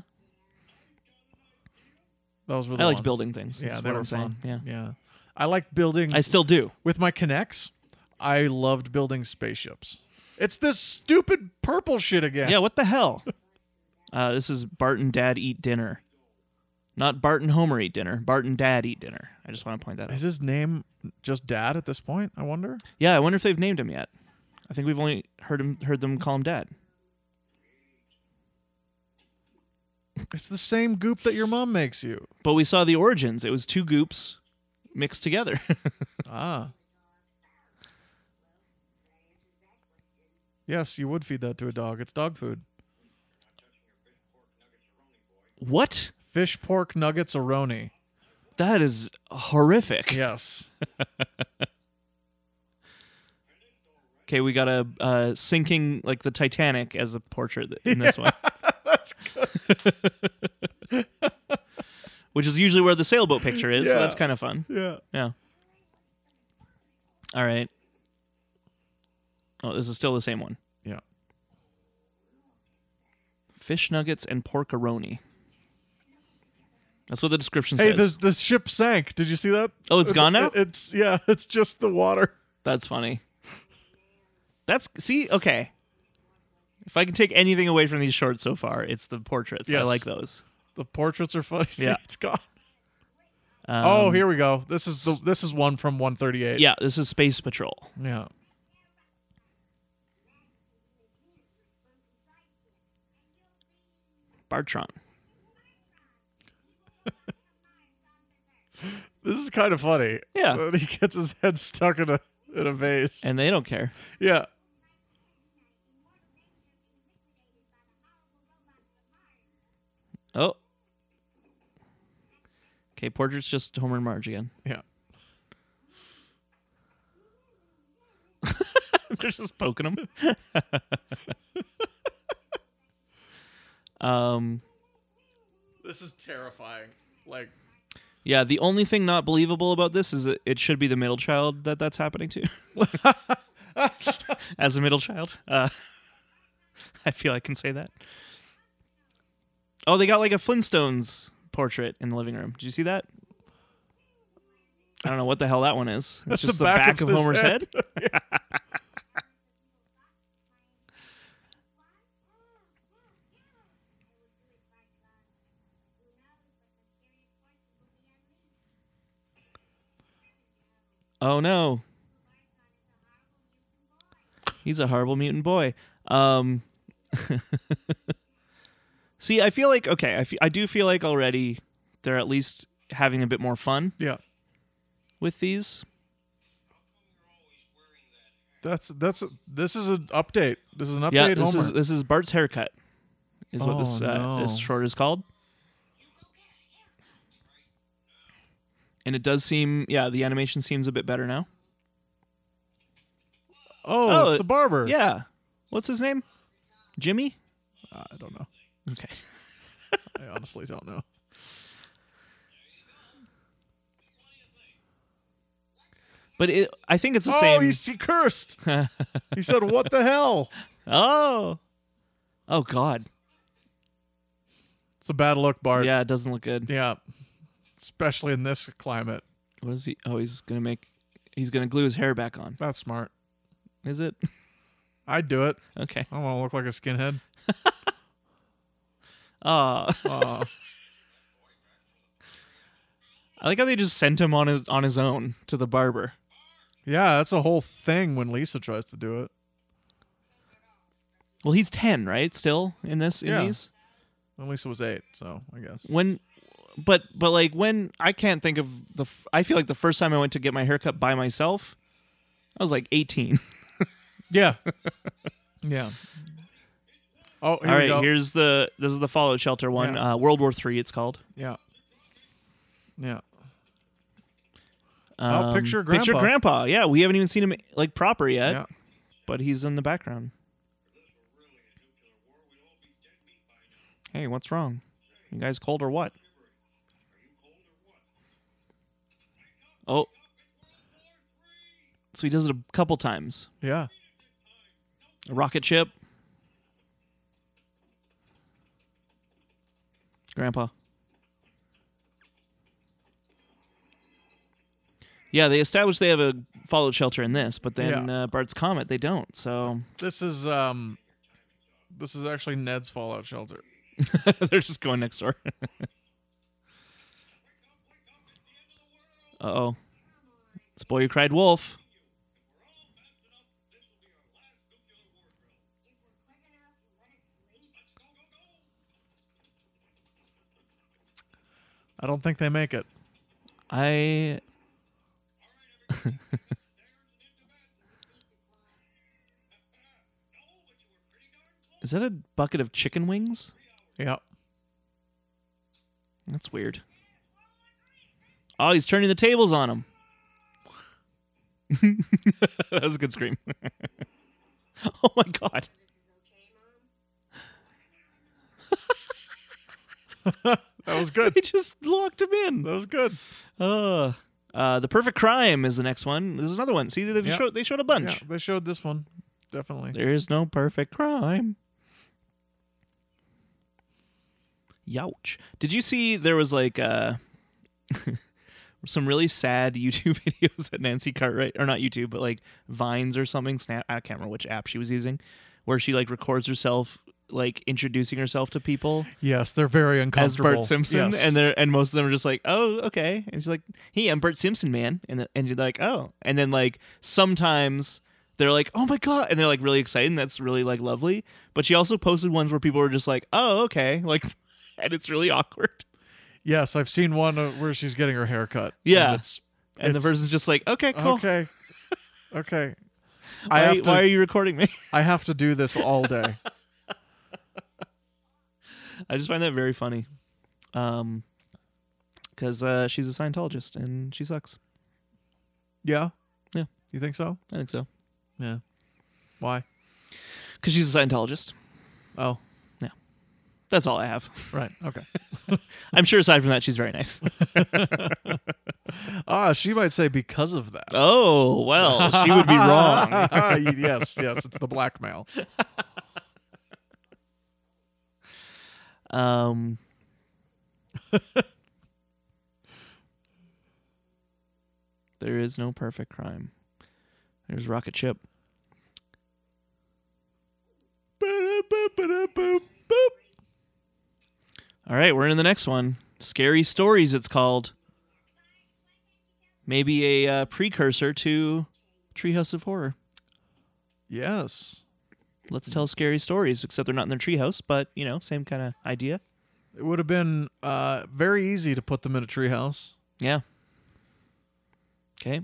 B: Those were the
A: I liked
B: ones.
A: building things.
B: Yeah,
A: that's
B: they
A: what
B: were
A: I'm saying.
B: fun.
A: Yeah,
B: Yeah. I liked building
A: I still do.
B: with my connects. I loved building spaceships. It's this stupid purple shit again.
A: Yeah, what the hell? Uh, this is Bart and Dad eat dinner. Not Bart and Homer eat dinner. Bart and Dad eat dinner. I just want to point that out.
B: Is his name just Dad at this point? I wonder.
A: Yeah, I wonder if they've named him yet. I think we've only heard him heard them call him dad.
B: It's the same goop that your mom makes you.
A: But we saw the origins. It was two goops mixed together.
B: Ah. Yes, you would feed that to a dog. It's dog food.
A: what?
B: Fish, pork, nuggets, aroni.
A: That is horrific.
B: Yes.
A: Okay, we got a uh, sinking like the Titanic as a portrait in this one.
B: That's good.
A: Which is usually where the sailboat picture is, so
B: Yeah.
A: that's kind of fun.
B: Yeah.
A: Yeah. All right. Oh, this is still the same one.
B: Yeah.
A: Fish nuggets and porkeroni. That's what the description
B: Hey,
A: says.
B: this the ship sank. Did you see that?
A: Oh, it's gone now?
B: It- it's yeah, it's just the water.
A: That's funny. That's see, okay. If I can take anything away from these shorts so far, it's the portraits. I
B: Yes.
A: like those.
B: The portraits are funny. See,
A: Yeah.
B: it's gone.
A: Um,
B: oh, here we go. This is the this is one from 138.
A: Yeah, this is Space Patrol.
B: Yeah.
A: Bartron.
B: This is kind of funny.
A: Yeah.
B: That he gets his head stuck in a in a vase.
A: And they don't care.
B: Yeah.
A: Oh. Okay, portraits just Homer and Marge again.
B: Yeah.
A: They're just poking them. um
B: This is terrifying. Like
A: yeah, the only thing not believable about this is it, it should be the middle child that that's happening to. As a middle child, uh, I feel I can say that. Oh, they got like a Flintstones portrait in the living room. Did you see that? I don't know what the hell that one is. It's
B: That's
A: just
B: the
A: the
B: back
A: back,
B: of
A: of,
B: his
A: Homer's
B: head.
A: head. Oh no. He's a horrible mutant boy. Um See, I feel like okay, I fe- I do feel like already they're at least having a bit more fun
B: Yeah.
A: with these.
B: That's that's this is an update. This is an update
A: Yeah, this
B: Homer.
A: is this is Bart's haircut. Is what this
B: Oh,
A: uh, this
B: no.
A: short is called. And it does seem yeah, the animation seems a bit better now.
B: oh,
A: Oh,
B: it's
A: it-
B: the barber.
A: Yeah. What's his name? Jimmy?
B: I don't know.
A: Okay.
B: I honestly don't know.
A: But it, I think it's the
B: Oh,
A: same.
B: he's, he cursed. he said, "What the hell?"
A: Oh. Oh God.
B: It's a bad look, Bart.
A: Yeah, it doesn't look good.
B: Yeah. Especially in this climate.
A: What is he? Oh, he's gonna make. He's gonna glue his hair back on.
B: That's smart.
A: Is it?
B: I'd do it.
A: Okay.
B: I don't want to look like a skinhead.
A: Uh,
B: Uh,
A: I like how they just sent him on his on his own to the barber.
B: yeah, that's a whole thing when Lisa tries to do it.
A: Well, he's ten, right? Still in this in
B: Yeah.
A: these.
B: And Lisa was eight, so I guess.
A: When, but but like when I can't think of the. f- I feel like the first time I went to get my haircut by myself, I was like eighteen.
B: Yeah. yeah. Oh,
A: All
B: here we
A: right,
B: go.
A: here's the this is the Fallout Shelter one.
B: Yeah.
A: Uh, World War Three, it's called.
B: yeah. Yeah.
A: Um,
B: Oh, picture
A: Picture
B: Grandpa.
A: Grandpa. Yeah, we haven't even seen him like proper yet,
B: Yeah.
A: but he's in the background. Hey, what's wrong? You guys cold or what? Oh. So he does it a couple times.
B: Yeah.
A: A rocket ship. Grandpa. Yeah, they established they have a fallout shelter in this, but then
B: Yeah.
A: uh, Bart's Comet, they don't. So
B: This is um this is actually Ned's fallout shelter.
A: they're just going next door. uh oh. It's Boy Who Cried Wolf.
B: I don't think they make it.
A: I. Is that a bucket of chicken wings?
B: Yeah.
A: That's weird. Oh, he's turning the tables on him. that was a good scream. oh my god.
B: That was good.
A: He just locked him
B: that
A: in.
B: was good.
A: Ugh. Uh, the perfect crime is the next one. This is another one. See, they
B: Yeah.
A: showed they showed a
B: Yeah,
A: bunch.
B: they showed this one. Definitely.
A: There is no perfect crime. Youch. Did you see there was like uh some really sad YouTube videos that Nancy Cartwright or not YouTube, but like Vines or something, Snap I can't remember which app she was using, where she like records herself like introducing herself to people
B: Yes, they're very
A: as
B: uncomfortable.
A: Bart Simpson
B: Yes.
A: and they're and most of them are just like, Oh, okay. And she's like, Hey, I'm Bart Simpson, man and the- and you're like, Oh and then like sometimes they're like, Oh my god and they're like really excited and that's really like lovely. But she also posted ones where people were just like, Oh, okay like and it's really awkward.
B: yes, I've seen one uh, where she's getting her hair cut.
A: Yeah.
B: and it's
A: And
B: It's-
A: the person's just like, Okay, cool.
B: okay. okay.
A: Why,
B: I
A: are
B: have
A: you-
B: to
A: why are you recording me?
B: I have to do this all day.
A: I just find that very funny. Um because uh, she's a Scientologist and she sucks.
B: yeah.
A: Yeah.
B: You think so?
A: I think so.
B: Yeah. Why?
A: Because she's a Scientologist.
B: Oh,
A: That's all I have.
B: right. Okay.
A: I'm sure aside from that, she's very nice.
B: ah, she might say because of that. Ah,
A: Oh, well, she would be wrong.
B: yes, yes, it's the blackmail.
A: Um, there is no perfect crime. There's Rocket Ship. All right, we're in the next one. Scary Stories, it's called. Maybe a uh, precursor to Treehouse of Horror.
B: Yes.
A: Let's tell scary stories, except they're not in their treehouse, but, you know, same kind of idea.
B: It would have been uh, very easy to put them in a treehouse.
A: Yeah. Okay.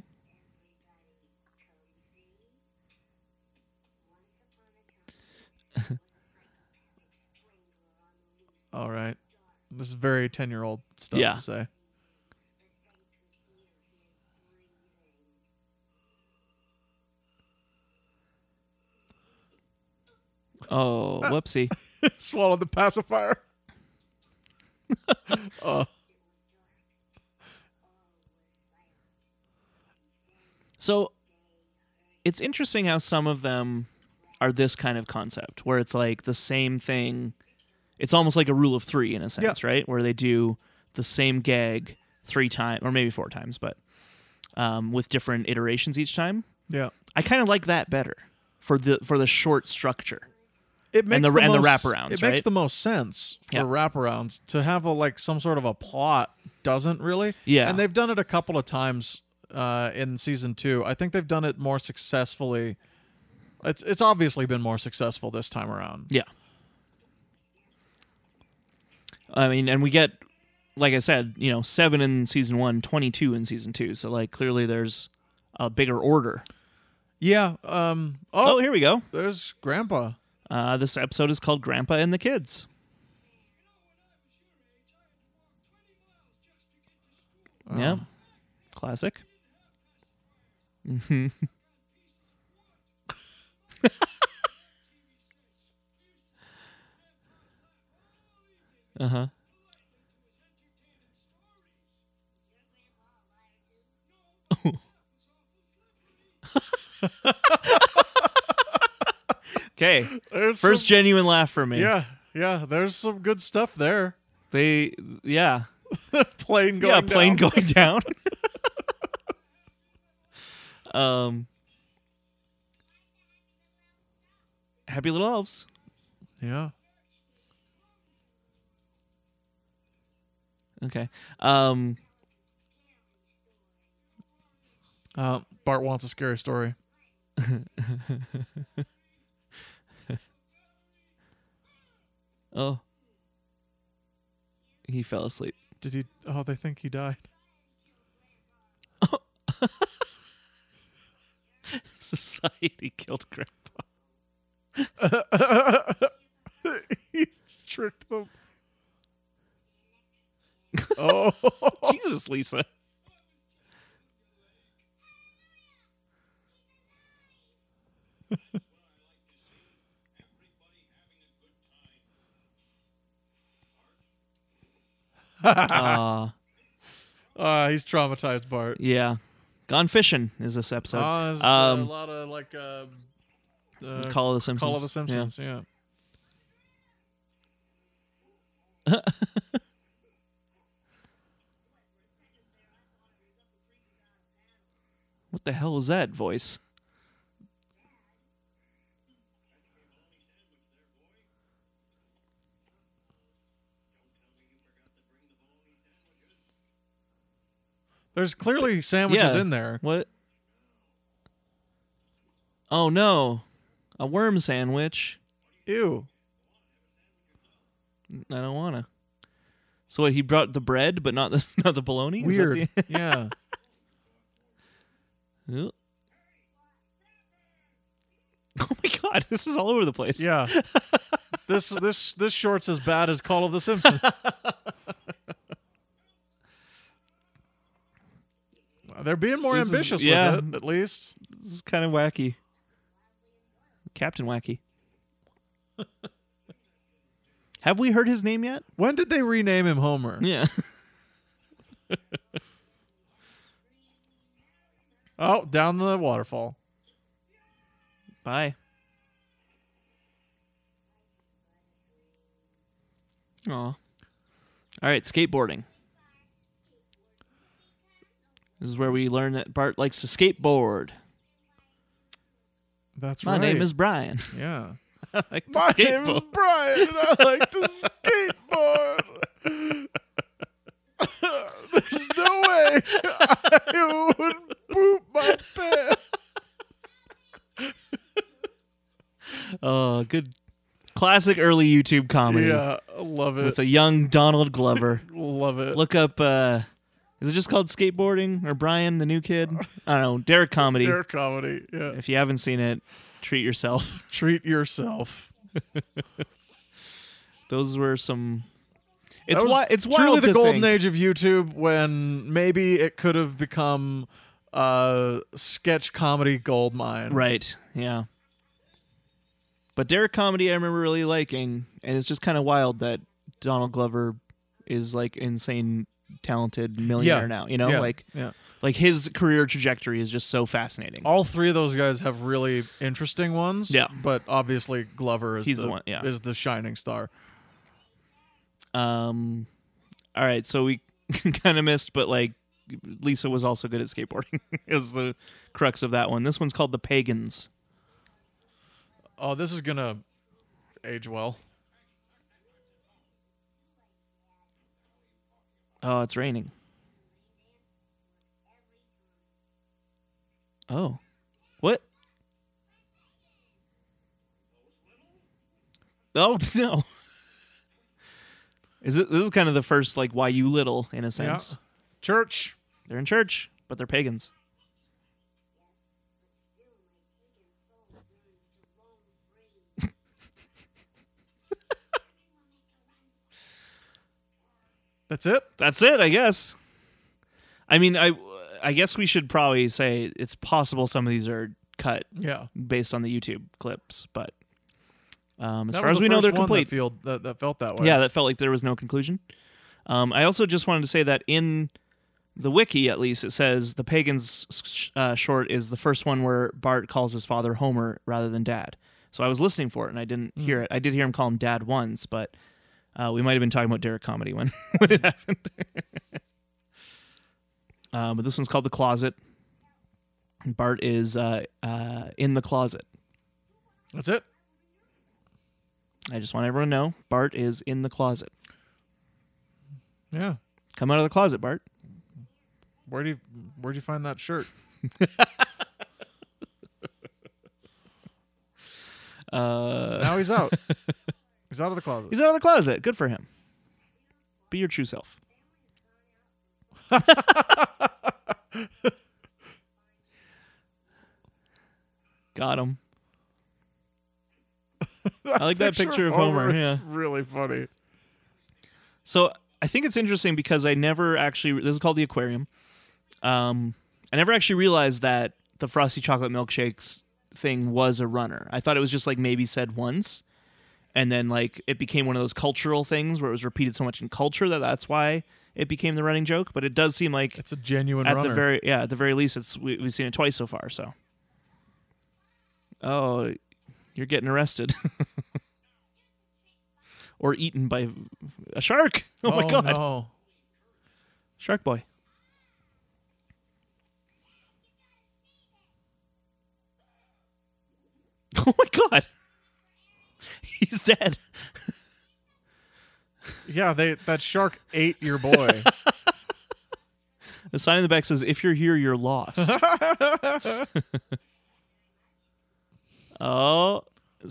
B: All right. This is very 10 year old stuff
A: Yeah.
B: to say.
A: Oh, whoopsie.
B: Swallowed the pacifier. oh,
A: So it's interesting how some of them are this kind of concept where it's like the same thing. It's almost like a rule of three in a sense, right? Where they do the same gag three times or maybe four times, but um, with different iterations each time.
B: yeah.
A: I kind of like that better for the for the short structure.
B: It makes
A: the-
B: the,
A: and the
B: most,
A: wraparounds,
B: It makes
A: right?
B: the most sense for
A: Yeah.
B: wraparounds to have a like some sort of a plot doesn't really.
A: Yeah.
B: and they've done it a couple of times uh, in season two. I think they've done it more successfully. It's it's obviously been more successful this time around.
A: Yeah. I mean, and we get, like I said, you know, seven in season one, 22 in season two. So, like, clearly there's a bigger order.
B: Yeah. Um.
A: Oh,
B: Oh,
A: here we go.
B: there's Grandpa.
A: Uh, this episode is called Grandpa and the Kids. Yeah. Classic. uh huh. Okay.
B: There's
A: First
B: some-
A: genuine laugh for me.
B: yeah, yeah. There's some good stuff there.
A: They yeah.
B: plane going.
A: yeah, plane
B: down.
A: going down. um Happy Little Elves.
B: Yeah.
A: Okay. Um
B: Uh, Bart wants a scary story.
A: oh. He fell asleep.
B: Did he? Oh, they think he died.
A: Society killed grandpa.
B: He's tricked them. oh,
A: Jesus, Lisa. uh,
B: uh, he's traumatized, Bart.
A: yeah. Gone fishing is this episode.
B: Ah, there's, uh, a
A: um,
B: lot of like uh, uh,
A: Call of the Simpsons.
B: Call of the
A: Yeah.
B: Simpsons. Yeah.
A: What the hell is that voice?
B: There's clearly sandwiches
A: Yeah.
B: in there.
A: What? Oh no, a worm sandwich.
B: Ew.
A: I don't wanna. So what? He brought the bread, but not the not the bologna. Is that
B: Weird. yeah.
A: the- oh my god, this is all over the place.
B: Yeah. this this this short's as bad as Call of the Simpsons. They're being more
A: This is-
B: ambitious
A: yeah.
B: with it, at least.
A: this is kind of wacky. Captain Wacky. Have we heard his name yet?
B: When did they rename him Homer?
A: Yeah.
B: Oh, down the waterfall.
A: Bye. Aw. All right, skateboarding. This is where we learn that Bart likes to skateboard.
B: That's
A: My
B: right.
A: name is Brian.
B: yeah.
A: I like to
B: My name is
A: skateboard.
B: Brian. And I like to skateboard. There's no way I would poop my pants.
A: Oh, good classic early YouTube comedy
B: Yeah, I love it.
A: with a young Donald Glover.
B: love it.
A: Look up uh is it just called skateboarding or Brian the new kid? I don't know. Derek comedy.
B: Dare comedy. Yeah.
A: If you haven't seen it, treat yourself.
B: Treat yourself.
A: those were some. It's
B: That was
A: wi- it's
B: truly
A: wild
B: the
A: to
B: golden
A: think.
B: age of YouTube when maybe it could have become a sketch comedy gold mine.
A: right? Yeah. But Derek comedy, I remember really liking, and it's just kind of wild that Donald Glover is like insane, talented millionaire
B: Yeah.
A: now. You know,
B: yeah.
A: like
B: yeah.
A: like his career trajectory is just so fascinating.
B: All three of those guys have really interesting ones.
A: Yeah.
B: But obviously Glover is
A: He's the one, yeah.
B: is the shining star.
A: Um, all right, so we kind of missed, but like Lisa was also good at skateboarding. is the crux of that one. This one's called the Pagans.
B: Oh, this is gonna age well.
A: Oh, it's raining. Oh. What? Oh no. Is it this is kind of the first like why you little in a sense.
B: Church.
A: They're in church, but they're pagans.
B: That's it.
A: That's it, I guess. I mean, I I guess we should probably say it's possible some of these are cut
B: Yeah.
A: based on the YouTube clips, but um, as
B: That
A: far
B: was
A: as
B: the
A: we know,
B: first
A: they're
B: one
A: complete.
B: That, field, that, that felt that way.
A: yeah, that felt like there was no conclusion. Um, I also just wanted to say that in the wiki, at least, it says the pagans sh- uh, short is the first one where Bart calls his father Homer rather than Dad. So I was listening for it and I didn't hear it. I did hear him call him Dad once, but uh, we might have been talking about Derek comedy when when it happened. uh, but this one's called the closet. Bart is uh, uh, in the closet.
B: That's it.
A: I just want everyone to know Bart is in the closet.
B: Yeah.
A: Come out of the closet, Bart.
B: Where do you where'd you find that shirt?
A: Uh,
B: Now he's out. he's out of the closet.
A: He's out of the closet. Good for him. Be your true self. Got him. I like that picture of Homer,
B: is
A: yeah.
B: really funny.
A: So I think it's interesting because I never actually this is called the aquarium. Um, I never actually realized that the frosty chocolate milkshakes thing was a runner. I thought it was just like maybe said once, and then like it became one of those cultural things where it was repeated so much in culture that that's why it became the running joke. But it does seem like
B: It's a genuine
A: at
B: runner.
A: the very yeah at the very least it's we, we've seen it twice so far. So oh, you're getting arrested. Or eaten by a shark. Oh, my god.
B: no.
A: Shark Boy. Oh my god. He's dead.
B: Yeah, they that shark ate your boy.
A: The sign in the back says, if you're here, you're lost. oh.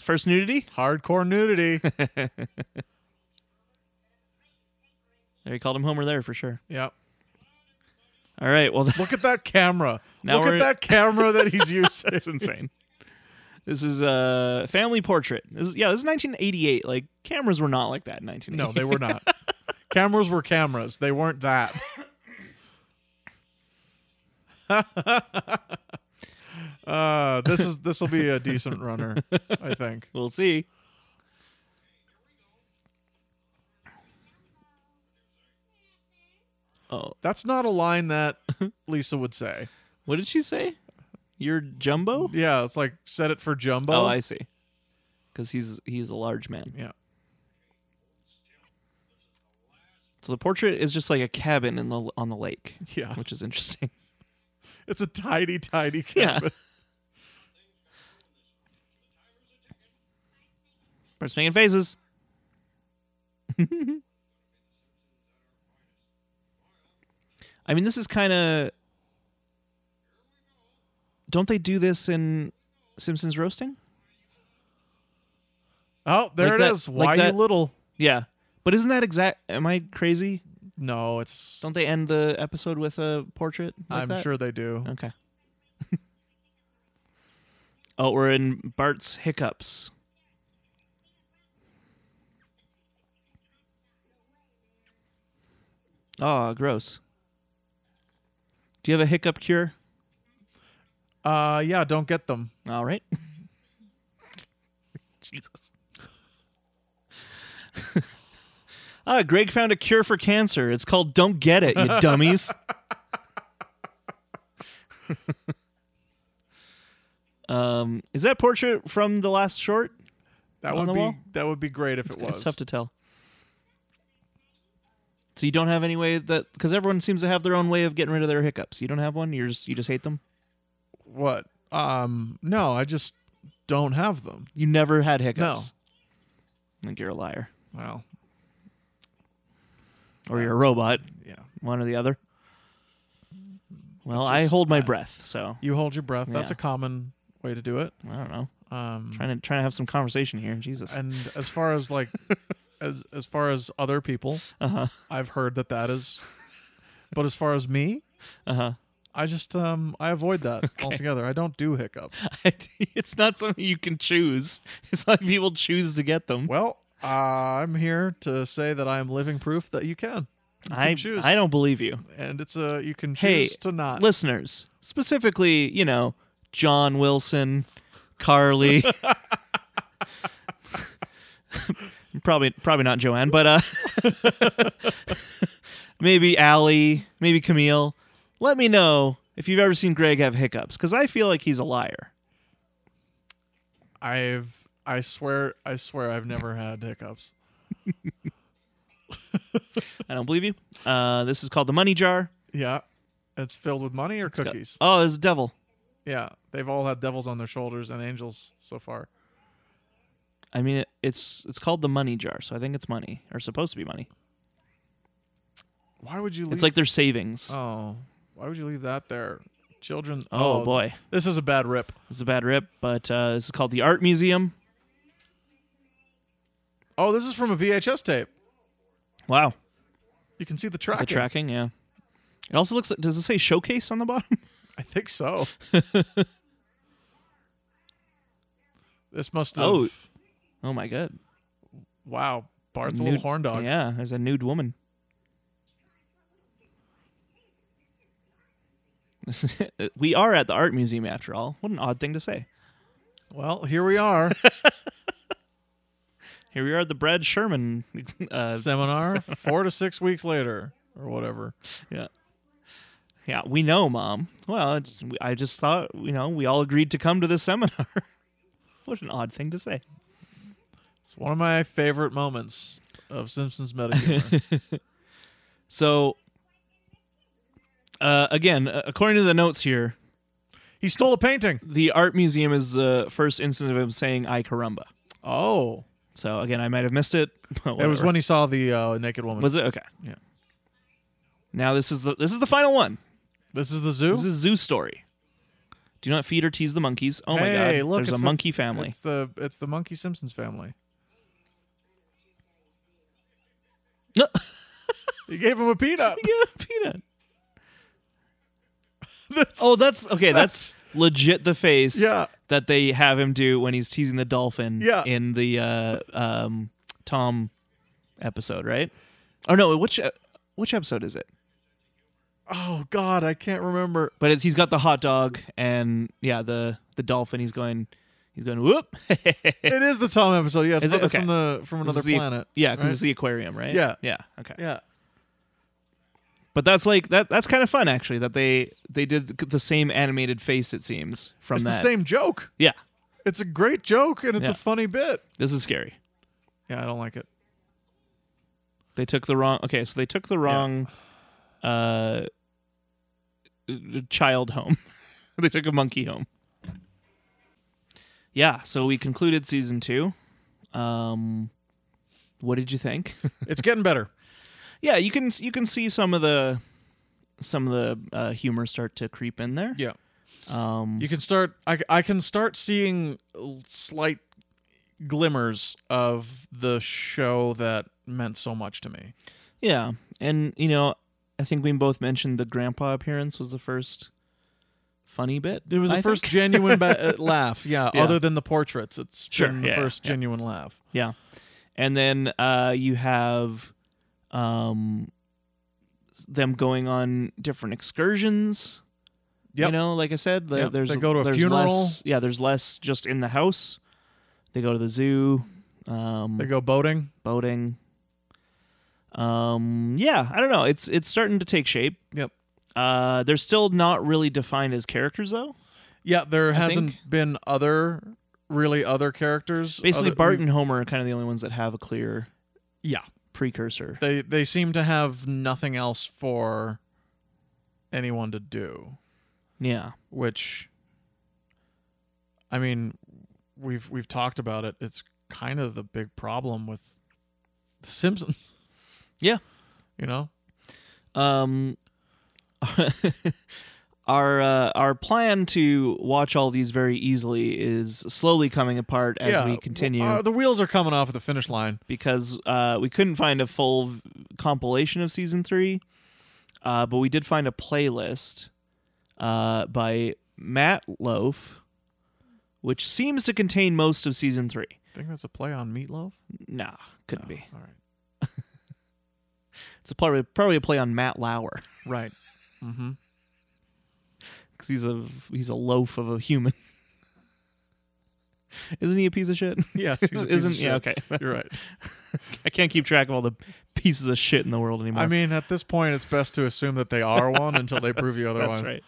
A: First nudity.
B: Hardcore nudity.
A: There, he called him Homer there for sure.
B: Yep.
A: All right. Well,
B: Look at that camera.
A: Now
B: Look at
A: we're-
B: that camera that he's using.
A: that's insane. This is a family portrait. This is, yeah, this is 1988. Like, cameras were not like that in 1988.
B: no, they were not. cameras were cameras. They weren't that. uh, this is this will be a decent runner, I think.
A: We'll see. Oh,
B: That's not a line that Lisa would say.
A: what did she say? You're jumbo?
B: Yeah, it's like set it for jumbo.
A: Oh, I see. Because he's he's a large man.
B: yeah.
A: So the portrait is just like a cabin in the on the lake.
B: Yeah.
A: which is interesting.
B: It's a tidy, tidy
A: Yeah.
B: cabin.
A: Starts making faces. I mean, this is kind of. Don't they do this in Simpsons roasting?
B: Oh, there
A: Like
B: it is.
A: that- like
B: Why
A: that-
B: you little?
A: Yeah, but isn't that exact? Am I crazy?
B: No, it's.
A: Don't they end the episode with a portrait? like
B: I'm
A: that?
B: sure they do.
A: Okay. oh, we're in Bart's hiccups. Oh, gross. Do you have a hiccup cure?
B: Uh, yeah, don't get them.
A: All right. Jesus. ah, Greg found a cure for cancer. It's called Don't Get It, you dummies. um, is that portrait from the last short?
B: That
A: On
B: would
A: the
B: be
A: wall?
B: that would be great if it was.
A: It's tough to tell. So you don't have any way that because everyone seems to have their own way of getting rid of their hiccups. You don't have one. You're just you just hate them.
B: what? Um, no, I just don't have them.
A: You never had hiccups. I think you're a liar.
B: Well,
A: Or you're a robot.
B: yeah.
A: One or the other. Well,
B: Which
A: I
B: is-
A: hold my
B: I-
A: breath, so
B: You hold your breath. That's
A: Yeah.
B: a common way to do it.
A: I don't know.
B: Um,
A: Trying to trying to have some conversation here. Jesus.
B: and as far as like, as as far as other people,
A: Uh-huh.
B: I've heard that that is. But as far as me,
A: Uh-huh.
B: I just um I avoid that altogether. I don't do hiccups.
A: it's not something you can choose. It's like people choose to get them.
B: Well, uh, I'm here to say that I am living proof that you can. You
A: I
B: can choose,
A: I don't believe you.
B: and it's a you can
A: Hey,
B: choose to not.
A: Listeners, Uh, specifically, you know, John Wilson, Carly. probably probably not Joanne, but uh maybe Allie, maybe Camille. Let me know if you've ever seen Greg have hiccups cuz I feel like he's a liar.
B: I've I swear I swear I've never had hiccups.
A: I don't believe you. Uh this is called the money jar.
B: Yeah. It's filled with money or cookies.
A: Oh, it's a devil.
B: Yeah. They've all had devils on their shoulders and angels so far.
A: I mean, it, it's it's called the money jar, so I think it's money or supposed to be money.
B: Why would you leave
A: It's like their savings. Oh,
B: Oh. Why would you leave that there? Children Oh,
A: boy,
B: This is a bad rip.
A: it's a bad rip, but uh, this is called the art museum.
B: Oh, this is from a VHS tape.
A: Wow,
B: You can see the tracking.
A: the tracking, yeah. It also looks. like Does it say showcase on the bottom?
B: I think so. this must have
A: Oh. oh my god,
B: wow. Bart's a little
A: Nude-
B: horn dog.
A: Yeah, there's a nude woman. This is- we are at the art museum after all. What an odd thing to say.
B: Well, here we are.
A: Here we are at the Brad Sherman. Uh,
B: Seminar four to six weeks later or whatever.
A: Yeah. Yeah, we know, Mom. Well, it's- we- I just thought, you know, we all agreed to come to this seminar. what an odd thing to say.
B: It's one of my favorite moments of Simpsons meta humor.
A: So, uh, again, uh, according to the notes here,
B: he stole a painting.
A: the art museum is the first instance of him saying "I caramba."
B: Oh,
A: So again, I might have missed it. but
B: it was
A: whatever.
B: when he saw the uh, naked woman.
A: Was it okay?
B: Yeah.
A: Now this is the this is the final one.
B: this is the zoo.
A: This is Zoo Story. Do not feed or tease the monkeys. Oh my
B: Hey,
A: God!
B: look,
A: There's
B: it's
A: a
B: the-
A: monkey family.
B: it's the it's the monkey Simpsons family. He gave him a peanut.
A: Yeah, peanut.
B: That's-
A: Oh, that's okay. That's, legit the face
B: Yeah.
A: that they have him do when he's teasing the dolphin
B: Yeah.
A: in the uh, um, Tom episode, right? Or no, which uh, which episode is it?
B: oh God, I can't remember.
A: But it's he's got the hot dog and yeah, the the dolphin. He's going, he's going whoop.
B: It is the Tom episode. Yes,
A: Is it?
B: from
A: Okay.
B: the from another
A: This is the-
B: planet.
A: yeah, because
B: right?
A: it's the aquarium, right?
B: Yeah.
A: yeah, okay.
B: yeah.
A: But that's like that. That's kind of fun actually. That they they did the same animated face. It seems from
B: It's
A: that.
B: the same joke.
A: Yeah,
B: It's a great joke and it's
A: Yeah.
B: a funny bit.
A: this is scary.
B: Yeah, I don't like it.
A: They took the wrong. Okay, so they took the wrong uh uh, child home. they took a monkey home. Yeah, so we concluded season 2. Um what did you think?
B: It's getting better.
A: yeah, you can you can see some of the some of the uh, humor start to creep in there.
B: Yeah.
A: Um
B: you can start I, I can start seeing l- slight glimmers of the show that meant so much to me
A: yeah, and you know, I think we both mentioned the grandpa appearance was the first funny bit.
B: it was the
A: I
B: first
A: think.
B: genuine ba- uh, laugh yeah,
A: Yeah.
B: other than the portraits it's
A: Sure,
B: been the
A: yeah,
B: first
A: yeah.
B: genuine laugh
A: Yeah. And then uh, you have um, them going on different excursions.
B: Yep.
A: You know, like I said, the,
B: Yep.
A: there's
B: They go to a
A: there's
B: funeral.
A: Less, yeah, there's less just in the house. They go to the zoo, um,
B: they go boating
A: boating. Um, yeah, I don't know. It's it's starting to take shape.
B: yep
A: Uh, they're still not really defined as characters though.
B: yeah there hasn't
A: think-
B: been other really other characters
A: Basically,
B: other- mm
A: Bart and Homer are kind of the only ones that have a clear
B: yeah
A: precursor.
B: they they seem to have nothing else for anyone to do
A: Yeah.
B: which I mean we've we've talked about it. It's kind of the big problem with The Simpsons.
A: Yeah.
B: You know,
A: Um, our uh, our plan to watch all these very easily is slowly coming apart as
B: Yeah,
A: we continue
B: uh, the wheels are coming off at the finish line.
A: because uh, we couldn't find a full v- compilation of season three, uh, but we did find a playlist uh, by Matt Loaf, which seems to contain most of season three.
B: I think that's a play on Meatloaf.
A: Nah, couldn't be.
B: All right.
A: It's a probably probably a play on Matt Lauer
B: Right. mm-hmm.
A: because he's a he's a loaf of a human. Isn't he a piece of shit?
B: Yes. he's a piece of
A: Isn't yeah
B: shit.
A: okay.
B: You're right.
A: I can't keep track of all the pieces of shit in the world anymore.
B: I mean, at this point, it's best to assume that they are one until they prove you otherwise.
A: That's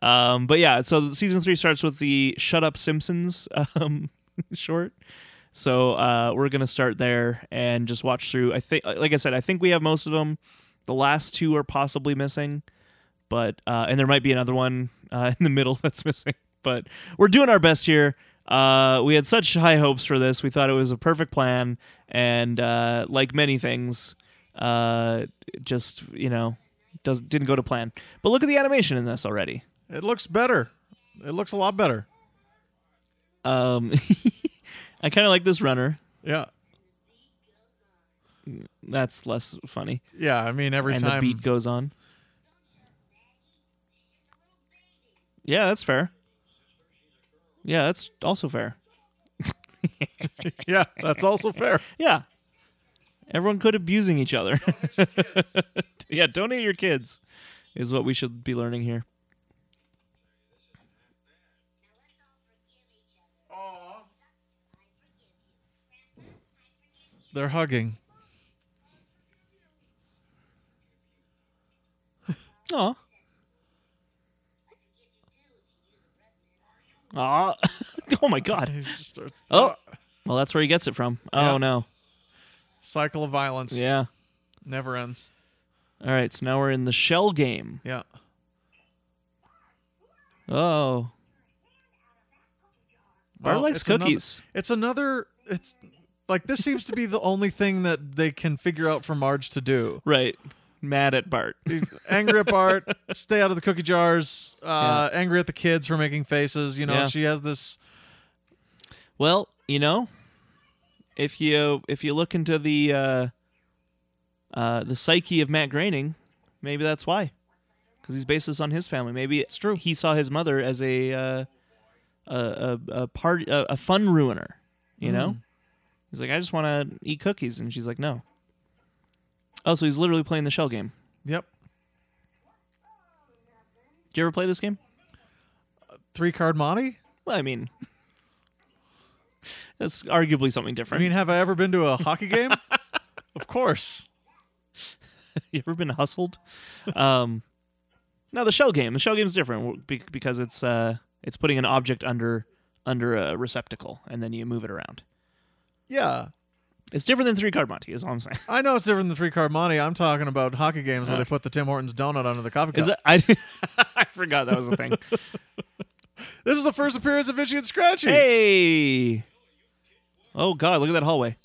A: right. Um, but yeah, so season three starts with the "Shut Up Simpsons" um, short. So uh, we're gonna start there and just watch through. I think, like I said, I think we have most of them. The last two are possibly missing, but uh, and there might be another one uh, in the middle that's missing. But we're doing our best here. Uh, we had such high hopes for this. We thought it was a perfect plan, and uh, like many things, uh, it just you know, does didn't go to plan. But look at the animation in this already.
B: It looks better. It looks a lot better.
A: Um, I kind of like this runner.
B: Yeah.
A: That's less funny.
B: Yeah. I mean, every
A: and
B: time.
A: the beat goes on. Yeah, that's fair. Yeah, that's also fair.
B: Yeah. That's also fair.
A: Yeah. Everyone could abusing each other. yeah, donate your kids is what we should be learning here.
B: They're hugging.
A: Aw. Aw. oh my god.
B: He just starts.
A: Oh. Well, that's where he gets it from. Oh
B: Yeah.
A: no.
B: Cycle of violence.
A: Yeah.
B: Never ends.
A: All right, so now we're in the shell game.
B: Yeah.
A: Oh. Bart
B: Well,
A: likes
B: it's another-
A: cookies.
B: it's another. It's like this seems to be the only thing that they can figure out for Marge to do.
A: Right. Mad at Bart.
B: He's angry at Bart. stay out of the cookie jars. Uh, Angry at the kids for making faces. You know,
A: Yeah.
B: she has this.
A: Well, you know, if you if you look into the uh, uh, the psyche of Matt Groening, maybe that's why, because he's based this on his family. Maybe it's
B: true.
A: He saw his mother as a uh, a a, a party a, a fun ruiner. You know, he's like, I just want to eat cookies, and she's like, No. Oh, so he's literally playing the shell game.
B: Yep.
A: Do you ever play this game?
B: Three card Monty.
A: Well, I mean, that's arguably something
B: I
A: different.
B: mean, have I ever been to a hockey game? of course.
A: you ever been hustled? um, no, the shell game. The shell game's different be- because it's uh, it's putting an object under under a receptacle and then you move it around.
B: Yeah.
A: It's different than three card Monty. Is all I'm saying.
B: I know it's different than three card Monty. I'm talking about hockey games where
A: Uh.
B: they put the Tim Hortons donut under the coffee cup.
A: Is that, I I forgot that was a thing.
B: this is the first appearance of Itchy and Scratchy.
A: hey. Oh God! Look at that hallway.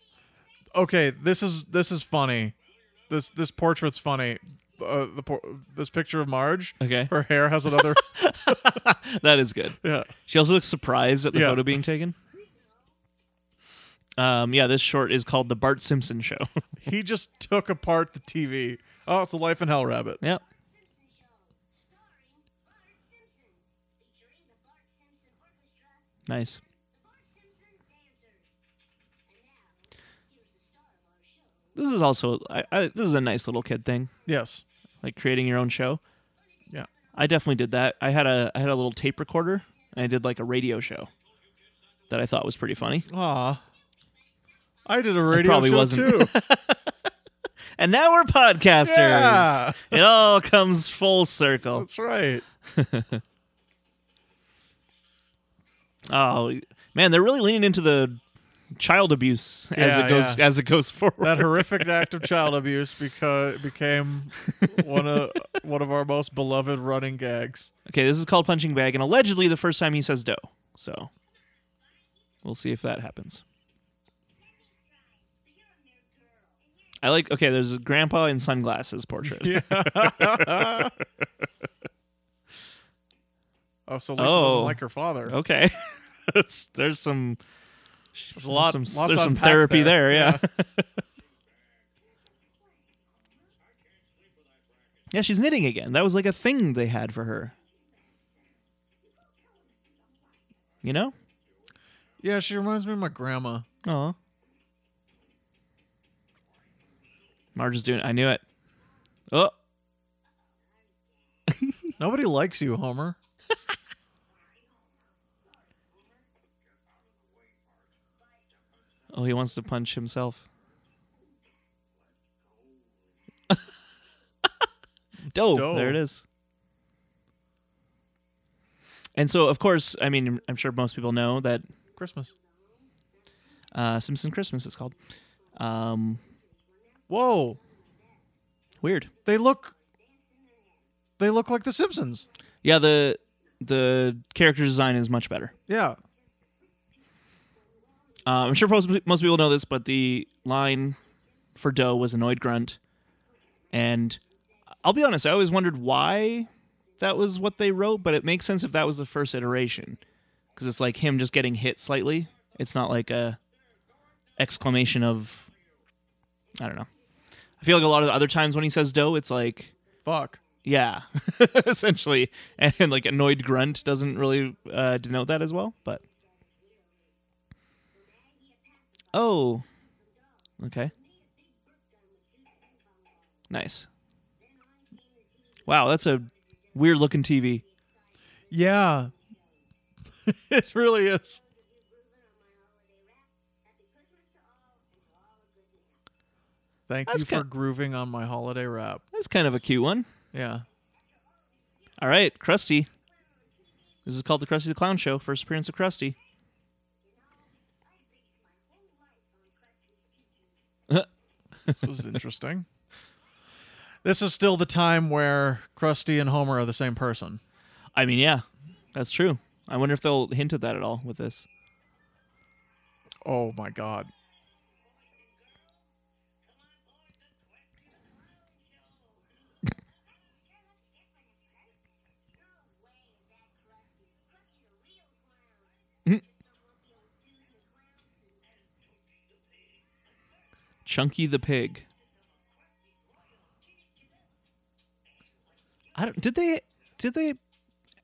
B: Okay, this is this is funny. This this portrait's funny. Uh, the por- this picture of Marge.
A: Okay,
B: Her hair has another.
A: that is good.
B: yeah.
A: She also looks surprised at the
B: Yeah.
A: photo being taken. Um, yeah, this short is called "The Bart Simpson Show."
B: He just took apart the TV. Oh, it's a Life in Hell rabbit.
A: yep. Nice. This is also I, I, this is a nice little kid thing,
B: Yes.
A: like creating your own show.
B: Yeah.
A: I definitely did that. I had a I had a little tape recorder and I did like a radio show that I thought was pretty funny.
B: Aw. I did a radio
A: probably
B: show
A: wasn't.
B: too.
A: And now we're podcasters.
B: Yeah.
A: It all comes full circle.
B: That's right.
A: Oh man, they're really leaning into the child abuse as
B: Yeah,
A: it goes
B: yeah.
A: as it goes forward.
B: that horrific act of child abuse beca- became one of one of our most beloved running gags.
A: Okay, this is called punching bag, and allegedly the first time he says dough. So We'll see if that happens. I like okay. There's a grandpa in sunglasses portrait.
B: Oh, so Lisa
A: Oh.
B: doesn't like her father.
A: Okay, That's- there's some
B: There's a
A: there's
B: lot,
A: some,
B: lot to
A: there's some
B: unpack
A: therapy there. yeah. yeah, she's knitting again. That was like a thing they had for her. You know?
B: Yeah, she reminds me of my grandma.
A: Oh. Marge is doing. I knew it. Oh,
B: Nobody likes you, Homer.
A: oh, he wants to punch himself. Dope.
B: Dope.
A: There it is. And so, of course, I mean, I'm sure most people know that
B: Christmas.
A: uh, Simpson Christmas is called. Um,
B: Whoa,
A: weird.
B: they look. They look like the Simpsons.
A: Yeah, the the character design is much better.
B: Yeah.
A: Uh, I'm sure most, most people know this, but the line for Doe was annoyed grunt. And I'll be honest, I always wondered why that was what they wrote, but it makes sense if that was the first iteration. Because it's like him just getting hit slightly. It's not like a exclamation of, I don't know. I feel like a lot of the other times when he says Doe, it's like,
B: Fuck.
A: yeah, essentially. And like annoyed grunt doesn't really uh, denote that as well, but. Oh. Okay. Nice. Wow, that's a weird looking TV.
B: Yeah. it really is. Thank
A: That's
B: you for
A: ki-
B: grooving on my holiday rap.
A: That's kind of a cute one.
B: Yeah.
A: All right, Krusty. This is called the Krusty the Clown Show. First appearance of Krusty.
B: This is interesting. this is still the time where Krusty and Homer are the same person.
A: I mean, yeah, that's true. I wonder if they'll hint at that at all with this.
B: Oh my god.
A: Chunky the Pig. I don't. Did they? Did they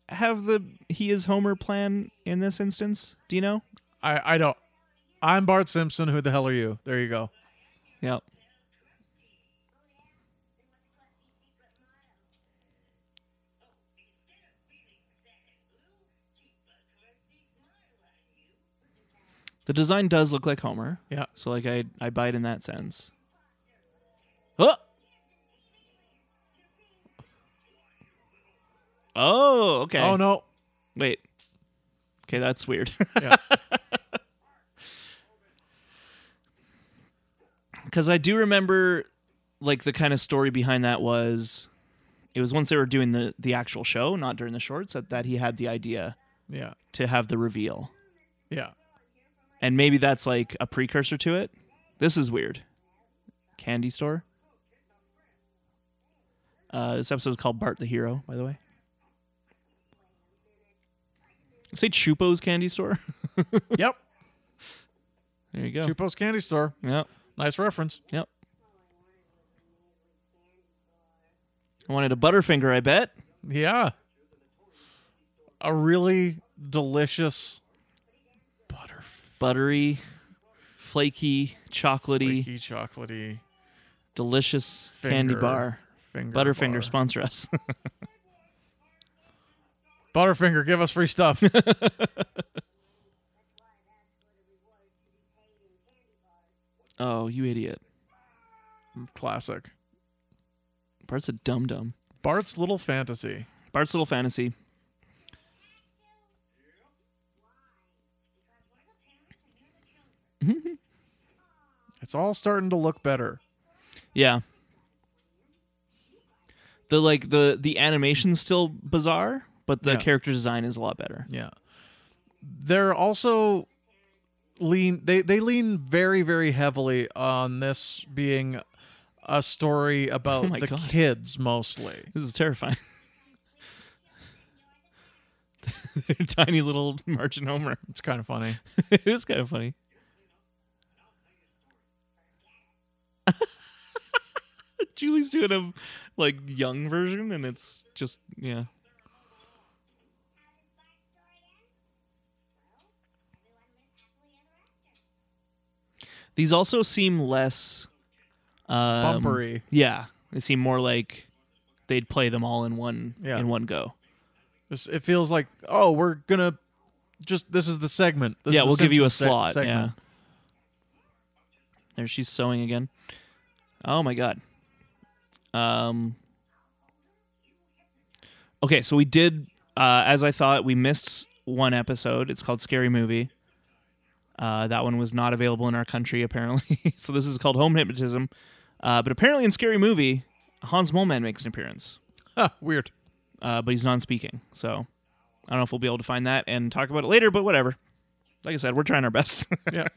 A: have the he is Homer plan in this instance? Do you know?
B: I I don't I'm Bart Simpson, who the hell are you? There you go.
A: Yep. The design does look like Homer.
B: Yeah.
A: So like I I buy it in that sense. Oh. Oh, okay.
B: Oh no.
A: Wait. Okay, that's weird.
B: Yeah.
A: Cuz I do remember like the kind of story behind that was it was once they were doing the the actual show, not during the shorts, that, that he had the idea
B: Yeah.
A: to have the reveal.
B: Yeah.
A: And maybe that's like a precursor to it. This is weird. Candy store. Uh, this episode is called Bart the Hero, by the way. Say Chupo's candy store.
B: yep.
A: There you go.
B: Chupo's candy store.
A: Yep.
B: Nice reference.
A: Yep. I wanted a Butterfinger, I bet.
B: Yeah. A really delicious butter
A: Buttery, flaky, chocolatey,
B: flaky chocolatey
A: delicious
B: finger,
A: candy bar.
B: Finger
A: Butterfinger,
B: bar.
A: sponsor us.
B: Butterfinger, give us free stuff.
A: oh, you idiot.
B: Classic.
A: Bart's a dum dum.
B: Bart's Little Fantasy.
A: Bart's Little Fantasy.
B: It's all starting to look better.
A: Yeah. The like the the animation's still bizarre, but the
B: Yeah.
A: character design is a lot better.
B: Yeah. They're also lean they they lean very very heavily on this being a story about
A: Oh my
B: the
A: God.
B: kids mostly.
A: This is terrifying. They're tiny little Margin Homer.
B: It's kind of funny.
A: it is kind of funny. Julie's doing a like young version, and it's just yeah. These also seem less um,
B: Bumpery.
A: Yeah, they seem more like they'd play them all in one
B: Yeah.
A: in one go.
B: This- It feels like oh, we're gonna just this is the segment. This
A: yeah,
B: is the
A: we'll give you a
B: Simpsons se-
A: slot. yeah.
B: segment.
A: There she's sewing again. Oh my god. Um Okay, so we did uh as I thought, we missed one episode. It's called Scary Movie. Uh, that one was not available in our country apparently. so this is called Home Hypnotism. Uh, but apparently in Scary Movie, Hans Moleman makes an appearance
B: Huh, weird.
A: uh, but he's non-speaking. So I don't know if we'll be able to find that and talk about it later, but whatever. Like I said, we're trying our best.
B: yeah.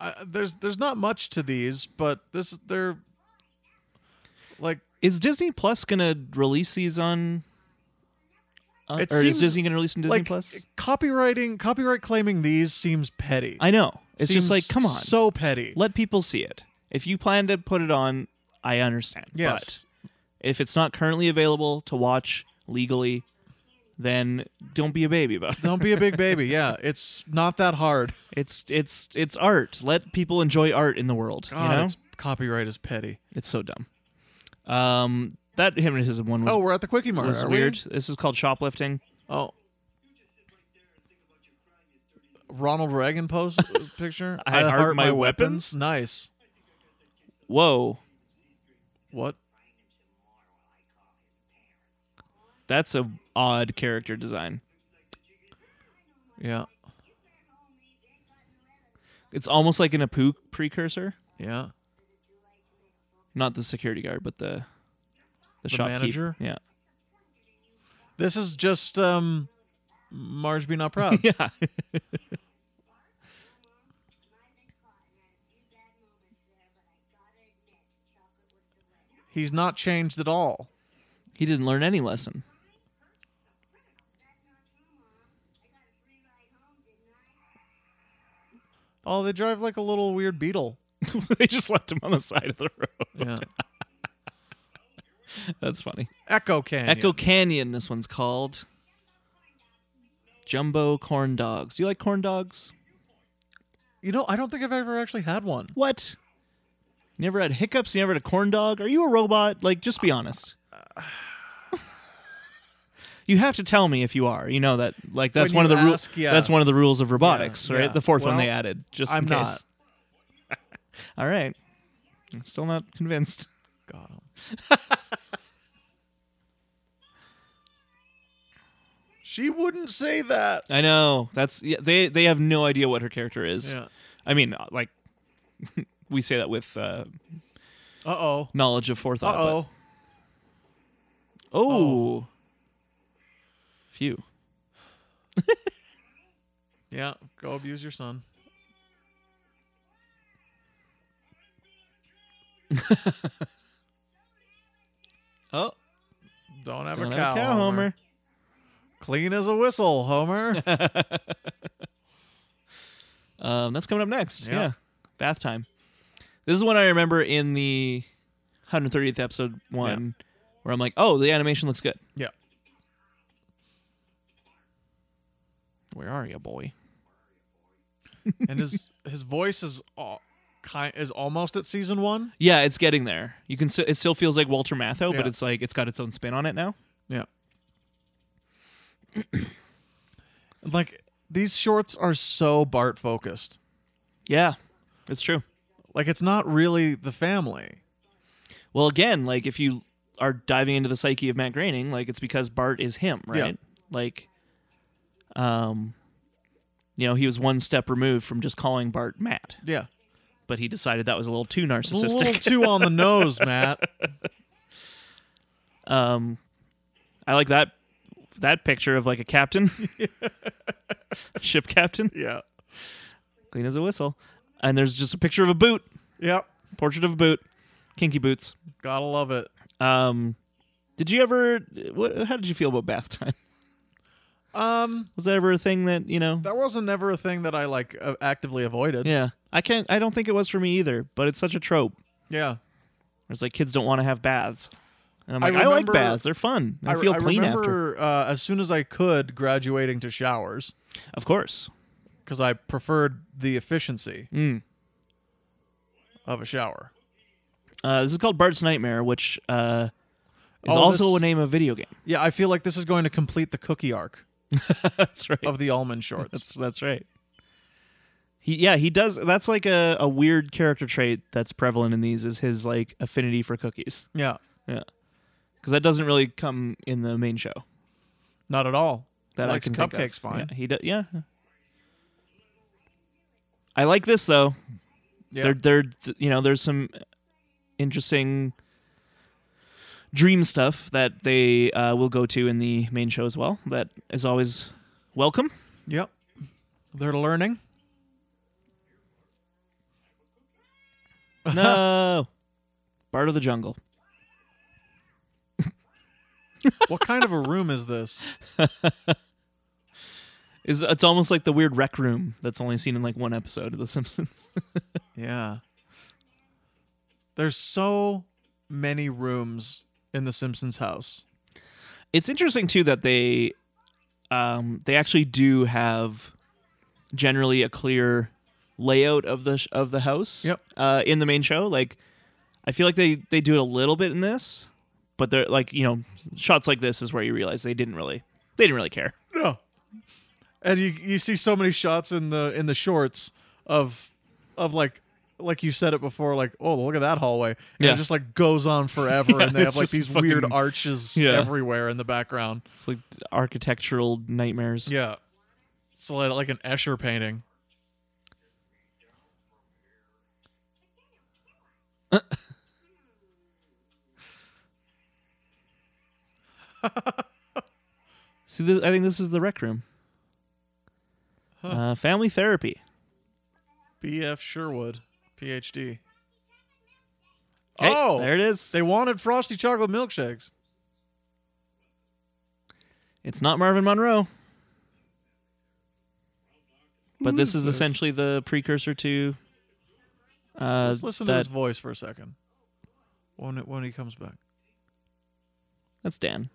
B: I, there's there's not much to these, but this they're like
A: is Disney Plus gonna release these on? on-
B: It
A: or is
B: seems
A: Disney gonna release them Disney
B: like
A: Plus?
B: copywriting copyright claiming these seems petty.
A: I know. It's just
B: Seems
A: like, come on,
B: so petty.
A: let people see it. If you plan to put it on, I understand.
B: Yes.
A: But if it's not currently available to watch legally, then don't be a baby about it.
B: Don't be a big baby. Yeah, it's not that hard.
A: It's it's it's art. Let people enjoy art in the world.
B: God,
A: you know,
B: it's, copyright is petty.
A: It's so dumb. Um, that hypnotism one was,
B: Oh, we're at the quickie mart.
A: was
B: are we?
A: weird. This is called shoplifting.
B: Oh. Ronald Reagan post picture.
A: I heart my weapons?
B: Nice.
A: Whoa,
B: What?
A: that's a odd character design.
B: Yeah.
A: It's almost like an Apu precursor,
B: Yeah.
A: not the security guard, but the the, shopkeep.
B: manager?
A: Yeah,
B: This is just um Marge be not proud.
A: yeah.
B: He's not changed at all.
A: he didn't learn any lesson.
B: Oh, they drive like a little weird beetle.
A: they just left him on the side of the road.
B: Yeah.
A: That's funny.
B: Echo Canyon.
A: Echo Canyon. This one's called Jumbo Corn Dogs. Do you like corn dogs?
B: You know, I don't think I've ever actually had one.
A: What? You never had hiccups? You never had a corn dog? Are you a robot? Like, just be honest. you have to tell me if you are. You know that, like, that's
B: When
A: one of
B: you
A: the rules.
B: ask, yeah.
A: That's one of the rules of robotics,
B: Yeah,
A: right?
B: yeah.
A: The fourth one
B: Well,
A: they added, just
B: I'm
A: in
B: not.
A: case. All right. I'm still not convinced.
B: Got him. she wouldn't say that.
A: I know that's yeah, they. They have no idea what her character is.
B: Yeah.
A: I mean, uh, like, we say that with uh,
B: Uh oh.
A: knowledge of forethought.
B: Uh
A: but-
B: oh.
A: Oh. Phew.
B: Yeah. Go abuse your son.
A: Oh.
B: Don't have
A: Don't
B: a
A: have
B: cow, Homer. Clean as a whistle, Homer.
A: Um, that's coming up next.
B: Yeah.
A: Yeah. Bath time. This is one I remember in the 130th episode one where I'm like, oh, the animation looks good.
B: yeah.
A: Where are you, boy?
B: And his his voice is all, kind is almost at season one.
A: Yeah, it's getting there. You can. St- it still feels like Walter Matthau,
B: Yeah.
A: but it's like it's got its own spin on it now.
B: Yeah. like these shorts are so Bart focused.
A: Yeah, it's true.
B: Like it's not really the family.
A: Well, again, like if you are diving into the psyche of Matt Groening, like it's because Bart is him, right? Like, um, you know, he was one step removed from just calling Bart Matt,
B: Yeah.
A: but he decided that was a little too
B: It's a
A: narcissistic.
B: little too on the nose, Matt.
A: Um, I like that that picture of like a captain, ship captain,
B: Yeah.
A: clean as a whistle, and there's just a picture of a boot,
B: Yep.
A: portrait of a boot, kinky boots.
B: Gotta love it.
A: Um, did you ever? What, how did you feel about bath time?
B: Um,
A: Was that ever a thing that you know?
B: that wasn't ever a thing that I like uh, actively avoided.
A: Yeah, I can't. I don't think it was for me either. But it's such a trope.
B: Yeah.
A: It's like kids don't want to have baths, and I'm
B: I
A: like, I, like
B: remember-
A: baths. They're fun. I,
B: re-
A: feel clean after.
B: remember Uh, as soon as I could graduating to showers
A: Of course.
B: because I preferred the efficiency
A: Mm.
B: of a shower.
A: Uh, this is called Bart's Nightmare, which uh, is
B: Oh,
A: also
B: this-
A: a name of a video game.
B: Yeah, I feel like this is going to complete the cookie arc
A: that's right.
B: of the almond shorts.
A: That's that's right. He yeah he does. That's like a, a weird character trait that's prevalent in these is his like affinity for cookies.
B: yeah,
A: Yeah, because that doesn't really come in the main show.
B: not at all.
A: That
B: Likes
A: I can think
B: cupcakes
A: of.
B: fine.
A: Yeah, he does. Yeah. I like this though.
B: Yeah.
A: There, there, th- you know, there's some interesting dream stuff that they uh, will go to in the main show as well. That is always welcome.
B: Yep. They're learning.
A: No, Bart of the Jungle.
B: what kind of a room is this?
A: Is it's almost like the weird rec room that's only seen in like one episode of The Simpsons.
B: Yeah. There's so many rooms in the Simpsons house.
A: It's interesting too that they, um, they actually do have generally a clear layout of the sh- of the house.
B: Yep.
A: Uh, in the main show, like I feel like they they do it a little bit in this, but they're like you know shots like this is where you realize they didn't really they didn't really care.
B: No. And you you see so many shots in the in the shorts of of like like you said it before, like, oh look at that hallway. And
A: Yeah.
B: it just like goes on forever
A: Yeah,
B: and they have
A: it's
B: like
A: just
B: these
A: fucking-
B: weird arches
A: Yeah.
B: everywhere in the background.
A: It's like architectural nightmares.
B: Yeah. It's like, like an Escher painting.
A: See, this, I think this is the rec room. Uh, family therapy.
B: BF Sherwood, PhD.
A: Hey,
B: oh,
A: there it is.
B: they wanted frosty chocolate milkshakes.
A: It's not Marvin Monroe. But this is essentially the precursor to. Uh,
B: Let's listen to
A: that-
B: his voice for a second. When it, when he comes back.
A: That's Dan.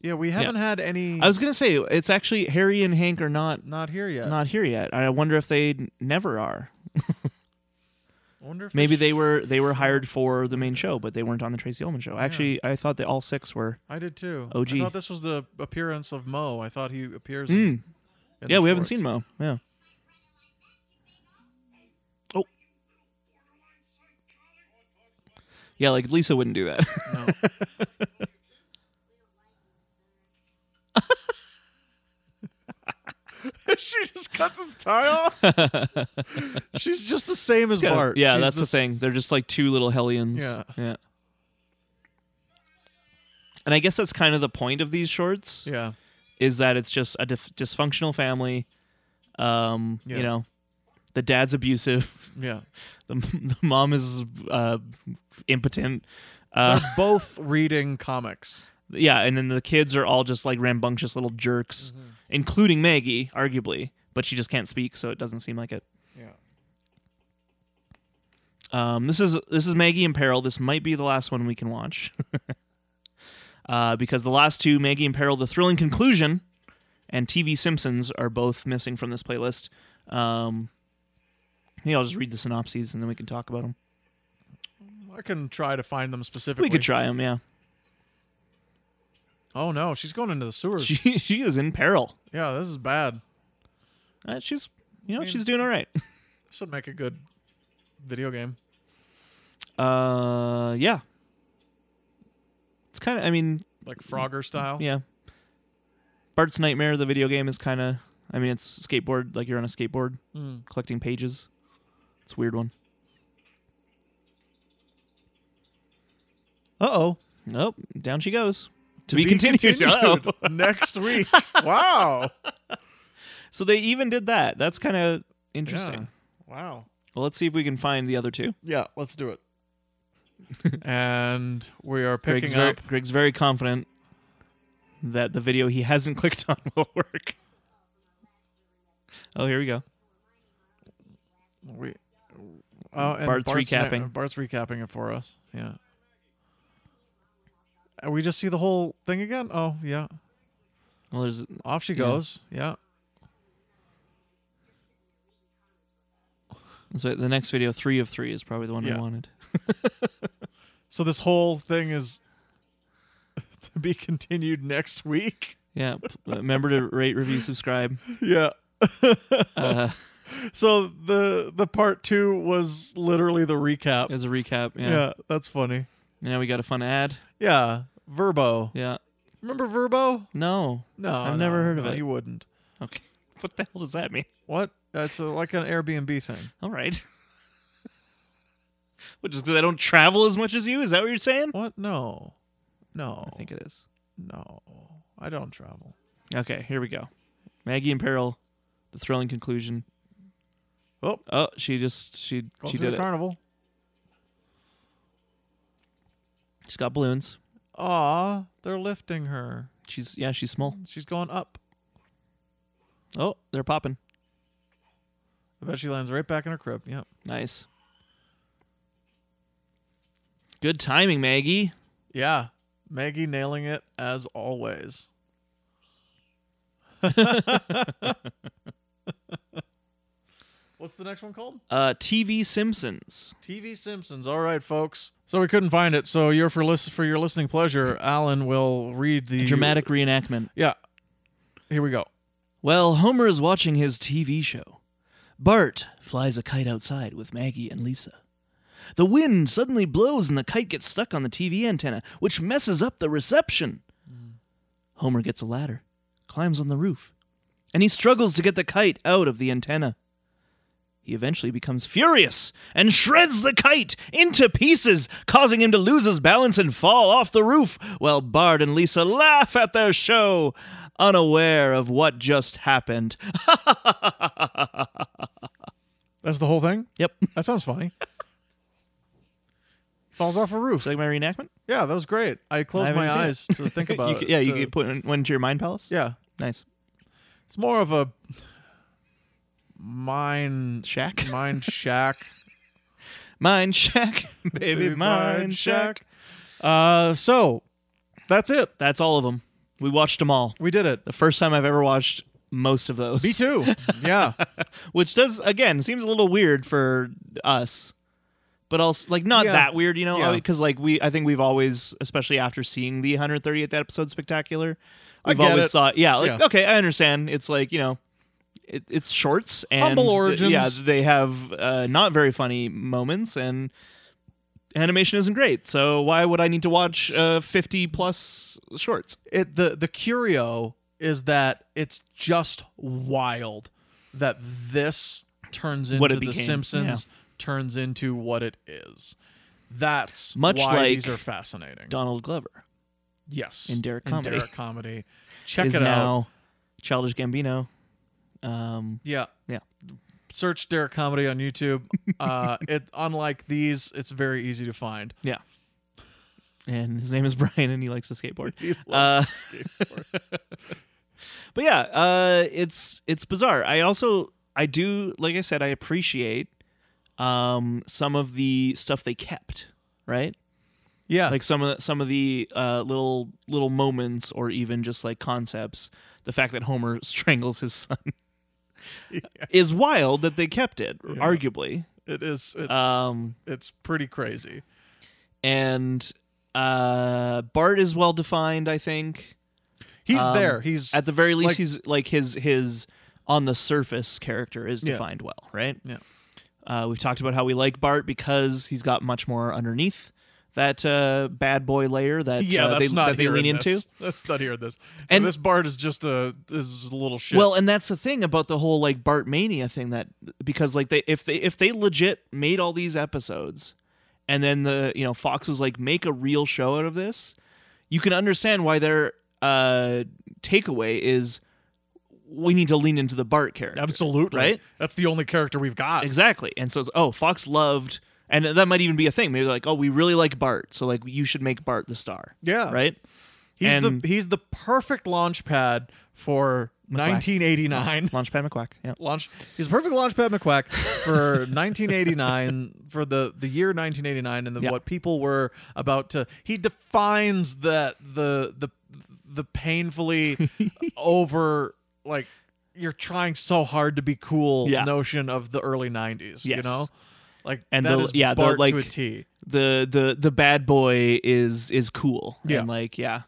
B: Yeah, we haven't had any.
A: I was gonna say it's actually Harry and Hank are not
B: not here yet.
A: not here yet. I wonder if they n- never are.
B: I wonder if
A: Maybe they were they were hired for the main show, but they weren't on the Tracy Ullman show. Actually, I thought that all six were.
B: I did too. I
A: OG.
B: thought this was the appearance of Mo. I thought he appears. In,
A: Mm.
B: in
A: Yeah,
B: the
A: we haven't
B: shorts.
A: seen Mo. Yeah. Oh. Yeah, like Lisa wouldn't do that.
B: No. she just cuts his tie off. She's just the same as Bart.
A: yeah,
B: She's
A: that's the,
B: s-
A: thing. They're just like two little hellions.
B: Yeah.
A: Yeah. And I guess that's kind of the point of these shorts
B: Yeah,
A: is that it's just a dif- dysfunctional family. Um,
B: Yeah.
A: you know, the dad's abusive,
B: yeah.
A: the, the mom is uh impotent. Uh
B: They're both reading comics.
A: yeah, and then the kids are all just like rambunctious little jerks,
B: Mm-hmm.
A: including Maggie, arguably, but she just can't speak, so it doesn't seem like it.
B: Yeah.
A: Um, this is this is Maggie in Peril. This might be the last one we can watch, uh, because the last two, Maggie in Peril, The Thrilling Conclusion, and TV Simpsons, are both missing from this playlist. Um, maybe I'll just read the synopses and then we can talk about them.
B: I can try to find them specifically.
A: We could try them. Yeah,
B: Oh no, she's going into the sewers.
A: she she is in peril.
B: yeah, this is bad.
A: Uh, she's you know she's doing all right.
B: This would make a good video game.
A: Uh, yeah. It's kind of. I mean,
B: Like Frogger style.
A: yeah. Bart's Nightmare, the video game, is kind of.
B: Hmm.
A: I mean, it's skateboard. Like you're on a skateboard collecting pages. It's a weird one.
B: Uh oh.
A: Nope, down she goes. Oh. To, be, continued. Uh-oh.
B: next week. Wow.
A: So they even did that. That's kind of interesting.
B: Yeah. Wow.
A: Well, let's see if we can find the other two.
B: Yeah, let's do it. and we are
A: Greg's
B: picking
A: very,
B: up.
A: Greg's very confident that the video he hasn't clicked on will work. Oh, here we go.
B: We, oh, and
A: Bart's
B: na-
A: recapping.
B: Bart's recapping it for us. Yeah. And we just see the whole thing again. Oh yeah.
A: Well, there's
B: Off she
A: Yeah.
B: goes. Yeah.
A: so the next video, three of three, is probably the one
B: Yeah.
A: we wanted.
B: So this whole thing is to be continued next week.
A: Yeah. p- uh, Remember to rate, review, subscribe.
B: Yeah.
A: Uh,
B: So the the part two was literally the recap.
A: as a recap. Yeah.
B: yeah. that's funny.
A: And now we got a fun ad.
B: Yeah. Verbo.
A: Yeah.
B: Remember Verbo?
A: No.
B: No,
A: I've
B: no,
A: never heard of
B: no,
A: it.
B: You wouldn't.
A: Okay. What the hell does that mean?
B: What? That's uh like an Airbnb thing.
A: All right. What, just because I don't travel as much as you? Is that what you're saying?
B: What? No, no,
A: I think it is.
B: no. I don't travel.
A: Okay, here we go. Maggie in peril. The thrilling conclusion.
B: Oh.
A: oh, she just she
B: Go
A: she
B: to the
A: did it.
B: carnival.
A: She's got balloons.
B: Aw, they're lifting her.
A: She's yeah, she's small.
B: She's going up.
A: Oh, they're popping.
B: I bet she lands right back in her crib. Yep.
A: Nice. Good timing, Maggie.
B: Yeah. Maggie nailing it as always. What's the next one called?
A: Uh, TV Simpsons.
B: TV Simpsons. All right, folks. So we couldn't find it. So you're for list for your listening pleasure. Alan will read the
A: Dramatic reenactment.
B: Yeah. Here we go.
A: While Homer is watching his TV show, Bart flies a kite outside with Maggie and Lisa. The wind suddenly blows and the kite gets stuck on the TV antenna, which messes up the reception. Homer gets a ladder, climbs on the roof, and he struggles to get the kite out of the antenna. He eventually becomes furious and shreds the kite into pieces, causing him to lose his balance and fall off the roof, while Bart and Lisa laugh at their show, unaware of what just happened.
B: That's the whole thing.
A: Yep.
B: That sounds funny. Falls off a roof.
A: Like my reenactment?
B: Yeah, that was great. I
A: I
B: closed
A: haven't
B: my
A: seen it.
B: eyes to think about
A: You
B: it.
A: c- yeah, you
B: to-
A: could put in- one into your mind palace?
B: yeah.
A: Nice.
B: It's more of a mine
A: Shack?
B: mine shack,
A: Mine shack. Baby, mine shack.
B: Uh, so that's it.
A: That's all of them. We watched them all.
B: We did it.
A: The first time I've ever watched most of those.
B: Me too. Yeah.
A: which does again seems a little weird for us but also like not
B: Yeah.
A: that weird you know
B: Yeah.
A: because like we i think we've always especially after seeing the 138th episode spectacular we've
B: get
A: always
B: it.
A: thought yeah like
B: Yeah.
A: okay i understand it's like you know it, it's shorts and
B: Humble
A: th-
B: origins.
A: yeah they have uh, not very funny moments and animation isn't great so why would i need to watch uh, 50 plus shorts
B: It the the curio is that it's just wild that this turns into
A: What it
B: the
A: became,
B: Simpsons turns into what it is. That's
A: Much
B: why
A: like
B: these are fascinating.
A: donald glover
B: yes,
A: in Derek Comedy.
B: Derek comedy. Check
A: is
B: it out.
A: now childish gambino um
B: Yeah.
A: Yeah.
B: Search Derek Comedy on YouTube. Uh, it unlike these, it's very easy to find.
A: Yeah. And his name is Brian, and he likes to skateboard. Uh, but yeah, uh, it's it's bizarre. I also I do like I said I appreciate um, some of the stuff they kept, right?
B: Yeah,
A: Like some of the, some of the uh, little little moments or even just like concepts. The fact that Homer strangles his son is wild that they kept it, arguably.
B: it is. It's,
A: Um,
B: it's pretty crazy.
A: and uh, Bart is well defined, I think.
B: He's
A: Um,
B: there. He's
A: at the very least
B: like-
A: he's like his his on the surface character is
B: Yeah.
A: defined well right
B: Yeah.
A: uh, we've talked about how we like bart because he's got much more underneath that uh, bad boy layer that
B: yeah.
A: uh,
B: that's
A: they,
B: not
A: that they
B: here
A: lean
B: in
A: into
B: This. That's not here. in This and
A: And-
B: this Bart is just a is just a little shit.
A: well and that's the thing about the whole like bart mania thing that because like they if they if they legit made all these episodes and then the you know Fox was like, make a real show out of this. You can understand why their uh, takeaway is we need to lean into the Bart character.
B: Absolutely.
A: Right?
B: That's the only character we've got.
A: Exactly. And so it's oh, Fox loved and that might even be a thing. Maybe like, oh, we really like Bart, so like you should make Bart the star.
B: Yeah.
A: Right?
B: He's
A: And-
B: the he's the perfect launch pad for 1989.
A: Launchpad McQuack. Yeah.
B: Launch. He's the perfect launchpad McQuack for 1989 for the the year 1989 and the,
A: Yeah.
B: what people were about to. He defines that the the the painfully over like you're trying so hard to be cool
A: Yeah.
B: notion of the early 90s. You
A: Yes.
B: know, like
A: And
B: that
A: the-
B: is
A: yeah, the,
B: Bart
A: like-
B: to a T.
A: The the the bad boy is is cool.
B: Yeah.
A: And like, yeah.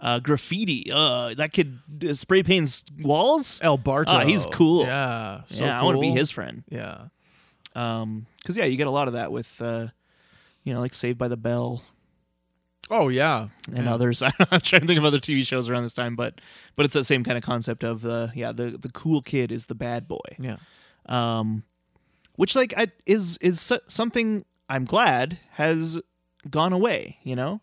A: Uh, graffiti. Uh, that kid uh, spray paints walls.
B: El Barto.
A: Ah, he's cool.
B: Yeah, so
A: yeah, I want to be
B: cool.
A: his friend.
B: Yeah.
A: Um, because yeah, you get a lot of that with, uh, you know, like Saved by the Bell
B: Oh yeah.
A: and others. I'm trying to think of other TV shows around this time, but but it's that same kind of concept of uh, yeah, the the cool kid is the bad boy.
B: Yeah.
A: Um, which like I, is is so- something I'm glad has gone away. You know,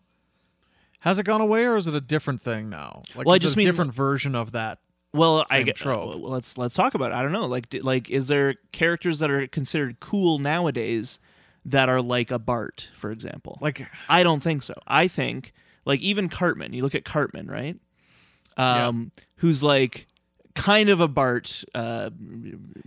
B: Has it gone away, or is it a different thing now? Like,
A: Well, I
B: is it
A: just
B: a
A: mean-
B: different version of that.
A: Well, I
B: Same
A: get,
B: trope.
A: uh, well, let's let's talk about it. I don't know. Like d- like is there characters that are considered cool nowadays that are like a Bart, for example?
B: Like,
A: I don't think so. I think like even Cartman. You look at Cartman, right? Um, who's like kind of a Bart uh,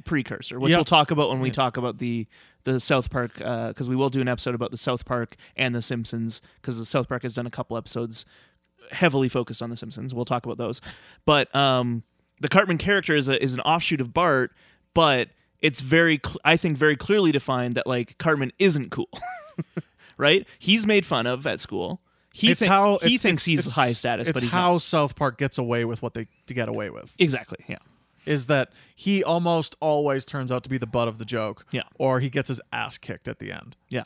A: precursor, which
B: Yeah.
A: we'll talk about when we talk about the the South Park, because we will do an episode about the South Park and the Simpsons, because the South Park has done a couple episodes heavily focused on the Simpsons. We'll talk about those, but um, the Cartman character is a, is an offshoot of Bart, but it's very cl- I think very clearly defined that like Cartman isn't cool, right? He's made fun of at school. He
B: it's
A: thi-
B: how
A: he
B: it's-
A: thinks
B: it's-
A: he's
B: it's-
A: high status,
B: It's
A: but he's not.
B: how South Park gets away with what they to get away with
A: exactly yeah.
B: is that he almost always turns out to be the butt of the joke.
A: Yeah.
B: or he gets his ass kicked at the end,
A: Yeah.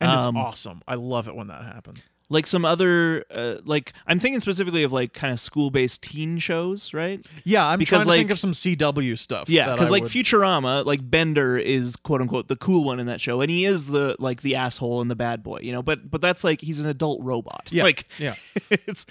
B: and it's
A: Um,
B: awesome. I love it when that happens.
A: Like some other, uh, like I'm thinking specifically of like kind of school-based teen shows, right?
B: Yeah, I'm
A: because,
B: trying to think
A: like-
B: of some CW stuff.
A: Yeah,
B: that
A: because
B: I
A: like
B: would-
A: Futurama, like Bender is quote unquote the cool one in that show, and he is the like the asshole and the bad boy, you know. But but that's like he's an adult robot.
B: Yeah,
A: like
B: yeah.
A: it's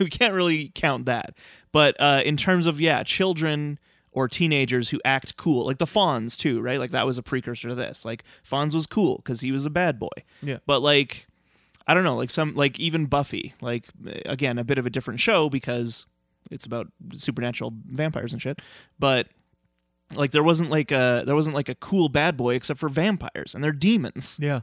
A: we can't really count that. But uh, in terms of yeah, children or teenagers who act cool, like the Fonz too, right? Like that was a precursor to this. Like Fonz was cool because he was a bad boy.
B: Yeah.
A: but like I don't know, like some like even Buffy, like again a bit of a different show because it's about supernatural vampires and shit, but like there wasn't like a there wasn't like a cool bad boy except for vampires and they're demons.
B: yeah,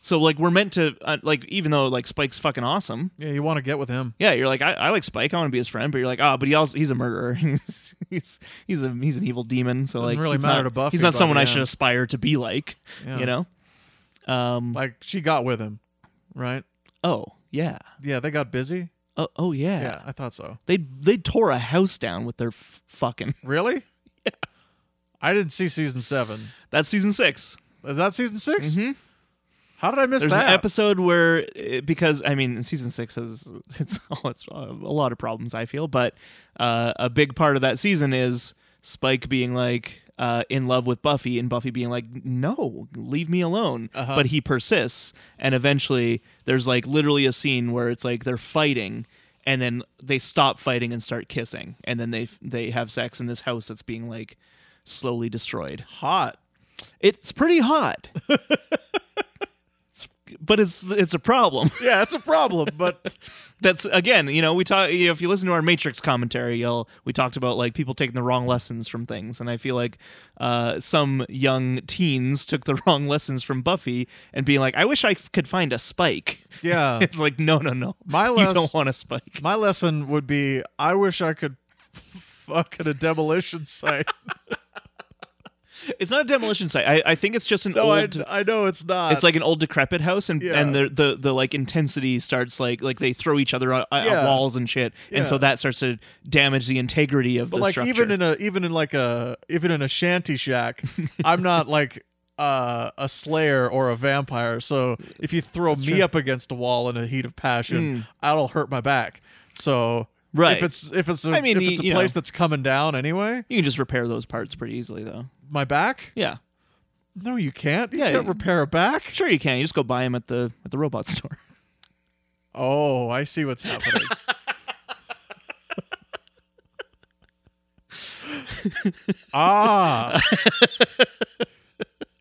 A: So like we're meant to uh, like even though like Spike's fucking awesome,
B: yeah, you want to get with him.
A: yeah, you're like I, I like Spike, I want to be his friend, but you're like oh, but he also he's a murderer, he's he's he's, a, he's an evil demon, so like
B: really
A: he's
B: matter
A: not,
B: to Buffy,
A: He's not
B: but
A: someone I
B: yeah.
A: should aspire to be like,
B: Yeah.
A: you know. Um.
B: Like she got with him, right?
A: Oh yeah.
B: Yeah, they got busy.
A: Oh, oh yeah.
B: Yeah, I thought so.
A: They they tore a house down with their f- fucking.
B: Really? yeah. I didn't see season seven.
A: That's season six.
B: Is that season 6 How did I miss
A: Mm-hmm. There's
B: that?
A: an episode where uh, because I mean season six has it's all it's a lot of problems I feel, but uh, a big part of that season is Spike being like uh, in love with Buffy and Buffy being like no leave me alone,
B: Uh-huh.
A: but he persists and eventually there's like literally a scene where it's like they're fighting. And then they stop fighting and start kissing, and then they f- they have sex in this house that's being like slowly destroyed.
B: Hot.
A: It's pretty hot. It's- but it's it's a problem.
B: Yeah, it's a problem, but
A: That's again, you know, we talk you know, if you listen to our Matrix commentary, you'll we talked about like people taking the wrong lessons from things and I feel like uh some young teens took the wrong lessons from Buffy and being like I wish I f- could find a spike.
B: yeah.
A: It's like no, no, no.
B: My
A: you
B: less-
A: don't want a spike.
B: My lesson would be I wish I could fuck at a demolition site.
A: It's not a demolition site. I, I think it's just an
B: No, I,
A: old
B: I know it's not.
A: it's like an old decrepit house and
B: Yeah.
A: and the, the the like intensity starts like like they throw each other at, at
B: Yeah.
A: walls and shit
B: Yeah.
A: and so that starts to damage the integrity of
B: but
A: the
B: like
A: structure
B: even in a even in like a even in a shanty shack, I'm not like uh, a slayer or a vampire. So if you throw me up against a wall in a heat of passion, that'll hurt my back. So
A: Hmm. Right.
B: if it's if it's a,
A: I mean,
B: if it's a
A: you know.
B: place that's coming down anyway,
A: you can just repair those parts pretty easily though
B: my back.
A: yeah
B: No, you can't. You
A: Yeah,
B: can't
A: you-
B: repair it back.
A: Sure, you can. You just go buy them at the at the robot store.
B: Oh, I see what's happening. ah.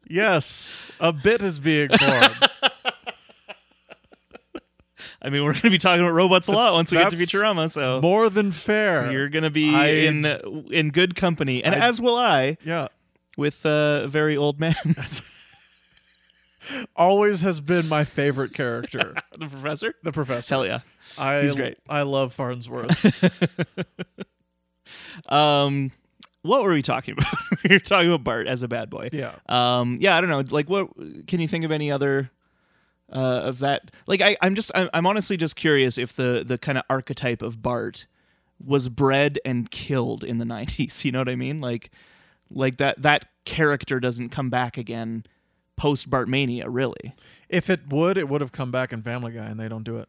B: yes, a bit is being born.
A: I mean, we're going to be talking about robots a lot
B: That's-
A: once we get to
B: that's
A: Futurama, so
B: More than fair.
A: you're going to be
B: I-
A: in in good company, and
B: I-
A: as will I
B: yeah.
A: with a uh, very old man,
B: Always has been my favorite character,
A: the professor.
B: the professor.
A: Hell yeah.
B: I,
A: he's great.
B: I love Farnsworth.
A: Um, what were we talking about? we were talking about Bart as a bad boy.
B: yeah.
A: Um, yeah, I don't know. Like, what can you think of any other uh, of that? Like, I, I'm just, I'm, I'm honestly just curious if the the kind of archetype of Bart was bred and killed in the '90s. You know what I mean? Like, like that that character doesn't come back again post Bartmania, really.
B: If it would, it would have come back in Family Guy, and they don't do it.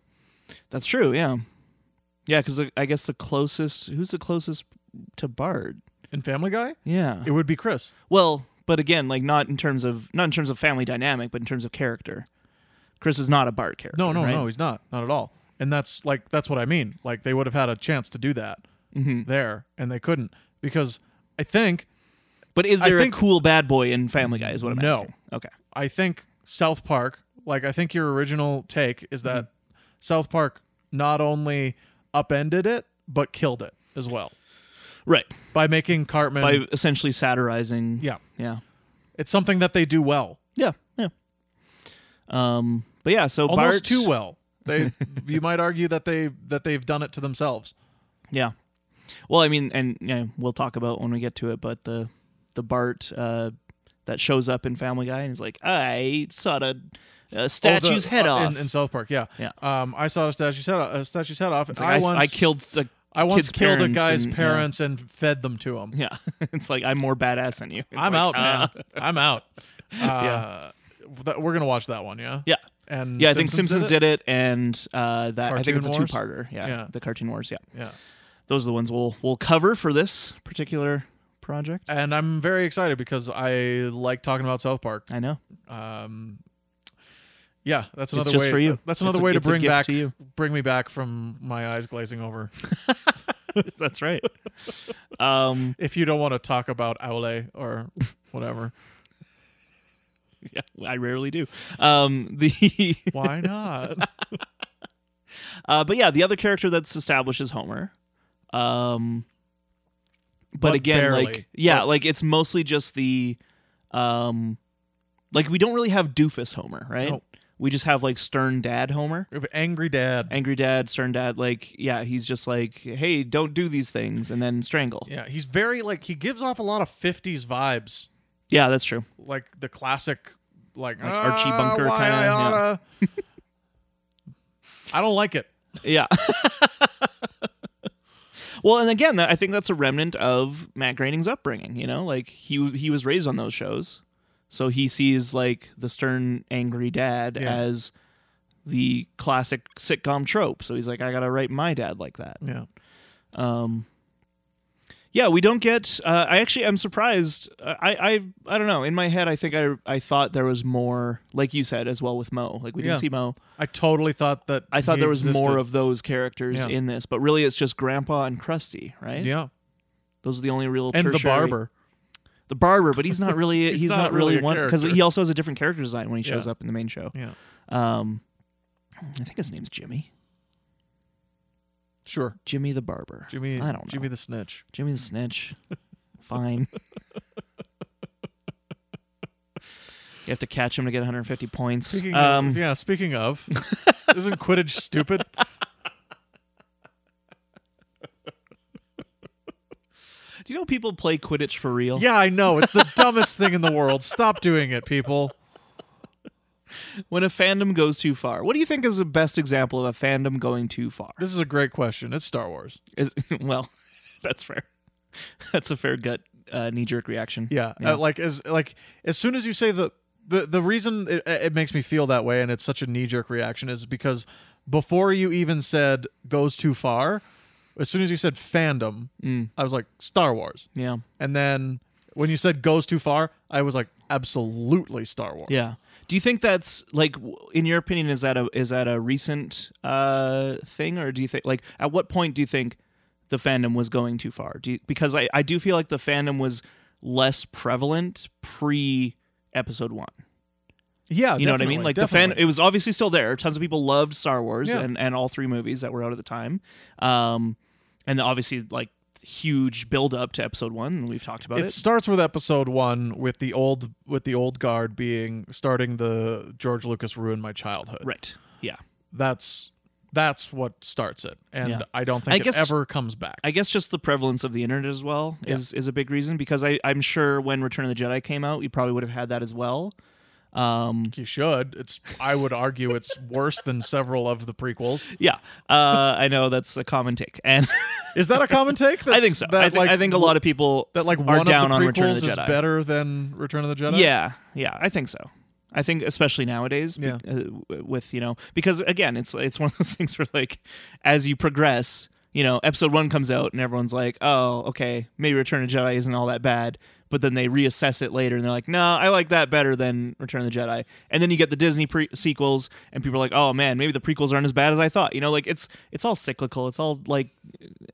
A: That's true. Yeah, yeah. Because I guess the closest, who's the closest to Bart?
B: In Family Guy,
A: Yeah.
B: it would be Chris.
A: Well, but again, like not in terms of not in terms of family dynamic, but in terms of character. Chris is not a Bart character.
B: No, no,
A: right?
B: no, he's not. Not at all. And that's like that's what I mean. Like they would have had a chance to do that
A: Mm-hmm.
B: there, and they couldn't because I think
A: But is
B: I
A: there
B: think-
A: a cool bad boy in Family Guy? Is what I'm
B: No.
A: asking. Okay.
B: I think South Park. Like I think your original take is
A: Mm-hmm.
B: that South Park not only upended it but killed it as well
A: Right.
B: by making Cartman.
A: By essentially satirizing.
B: Mm-hmm. yeah,
A: Yeah.
B: it's something that they do well,
A: Yeah. Yeah. Um. But yeah. So Bart
B: almost too well. They, you might argue that they that they've done it to themselves.
A: Yeah. Well, I mean, and you know, we'll talk about when we get to it, but the the Bart uh, that shows up in Family Guy and is like, I sawed a, a
B: Oh, the-
A: statue's head
B: uh,
A: off.
B: in, in South Park. Yeah,
A: Yeah.
B: Um, I saw a statue's head, off, a statue's head off.
A: It's like, I,
B: I,
A: f-
B: once
A: I killed the
B: I
A: kid's
B: once killed a
A: parents
B: guy's
A: and- yeah.
B: parents and fed them to him.
A: Yeah, it's like I'm more badass than you. It's
B: I'm
A: like,
B: out,
A: uh,
B: man. I'm out. Uh, that- we're gonna watch that one. Yeah.
A: Yeah,
B: And
A: yeah. I think Simpsons
B: it.
A: did it, and uh, that I think
B: Cartoon
A: it's a
B: Wars?
A: two-parter. Yeah,
B: Yeah.
A: the Cartoon Wars. Yeah,
B: Yeah.
A: those are the ones we'll we'll cover for this particular project.
B: And I'm very excited because I like talking about South Park.
A: I know
B: Um, yeah, that's another
A: it's just
B: way.
A: for you.
B: That's another
A: It's a-
B: way to
A: it's a
B: bring
A: gift
B: back
A: to you.
B: bring me back from my eyes glazing over.
A: That's right. um,
B: if you don't want to talk about Aule or whatever,
A: yeah, I rarely do. Um, the
B: why not?
A: uh, but yeah, the other character that's established is Homer. Um, but,
B: But
A: again,
B: barely.
A: like yeah,
B: But-
A: like it's mostly just the, um, like we don't really have doofus Homer, right?
B: No.
A: We just have like stern dad Homer,
B: We have angry dad.
A: angry dad, stern dad. Like yeah, he's just like, hey, don't do these things, and then strangle.
B: Yeah, he's very like he gives off a lot of '50s vibes,
A: Yeah, that's true.
B: like the classic, like,
A: Like Archie
B: "Ah,
A: Bunker
B: why
A: kinda,
B: I
A: yeah.
B: oughta." I don't like it.
A: Yeah. well, and again, that, I think that's a remnant of Matt Groening's upbringing. You know, like he he was raised on those shows, so he sees like the stern, angry dad
B: Yeah.
A: as the classic sitcom trope. So he's like, I gotta write my dad like that.
B: Yeah,
A: Um, yeah, we don't get. Uh, I actually am surprised. I, I I don't know. In my head, I think I I thought there was more, like you said as well with Mo. Like we
B: Yeah.
A: didn't see Mo.
B: I totally thought that.
A: I thought
B: he
A: there was
B: existed.
A: more of those characters
B: Yeah.
A: in this, but really it's just Grandpa and Krusty, right?
B: yeah,
A: Those are the only real.
B: and the
A: tertiary-
B: barber.
A: the barber, but he's not really
B: He's
A: he's,
B: not
A: not, really,
B: really a
A: one because
B: character.
A: he also has a different character design when he shows
B: Yeah.
A: up in the main show.
B: Yeah,
A: Um, I think his name's Jimmy.
B: sure.
A: Jimmy the barber.
B: Jimmy,
A: I don't know.
B: Jimmy the snitch.
A: Jimmy the snitch. Fine. you have to catch him to get 150 points.
B: Speaking
A: um,
B: of, yeah, speaking of, isn't Quidditch stupid?
A: Do you know people play Quidditch for real?
B: Yeah, I know. It's the dumbest thing in the world. Stop doing it, people.
A: When a fandom goes too far, what do you think is the best example of a fandom going too far?
B: This is a great question. It's Star Wars.
A: Is well, that's fair. That's a fair gut uh, knee jerk reaction.
B: Yeah, Uh, like as like as soon as you say the the the reason it, it makes me feel that way and it's such a knee jerk reaction is because before you even said goes too
A: Mm.
B: far, as soon as you said fandom, I was like Star Wars,
A: yeah,
B: and then When you said goes too far, I was like, absolutely Star Wars.
A: Yeah. Do you think that's like, w- in your opinion, is that a is that a recent uh, thing, or do you think like at what point do you think the fandom was going too far? Do you, because I I do feel like the fandom was less prevalent pre episode one.
B: Yeah,
A: You know what I mean?
B: definitely,
A: Like the fan,
B: definitely.
A: it was obviously still there. Tons of people loved Star Wars
B: Yeah.
A: and and all three movies that were out at the time. Um, and obviously like huge build up to episode one. And we've talked about
B: it starts with episode one with the old with the old guard being starting the George Lucas ruined my childhood.
A: it. Right. Yeah.
B: That's that's what starts it, and
A: Yeah.
B: I don't think
A: I
B: it
A: guess-
B: ever comes back.
A: I guess just the prevalence of the internet as well is is a big reason because I I'm sure when Return of the Jedi came out, you probably would have had that as well. Um,
B: you should. It's I would argue it's worse than several of the prequels.
A: yeah, uh, I know that's a common take, and
B: Is that a common take? That's,
A: I think so. I, think, I think a lot of people
B: that like
A: are
B: one
A: down
B: of
A: on
B: the
A: Return
B: prequels
A: of the
B: is
A: Jedi.
B: better than Return of the Jedi.
A: Yeah, yeah, I think so. I think especially nowadays, be-
B: Yeah.
A: uh, w- with you know, because again, it's it's one of those things where like, as you progress, you know, episode one comes out and everyone's like, oh, okay, maybe Return of the Jedi isn't all that bad, but then they reassess it later and they're like, no, I like that better than Return of the Jedi, and then you get the Disney pre- sequels and people are like, oh man, maybe the prequels aren't as bad as I thought, you know, like it's it's all cyclical, it's all like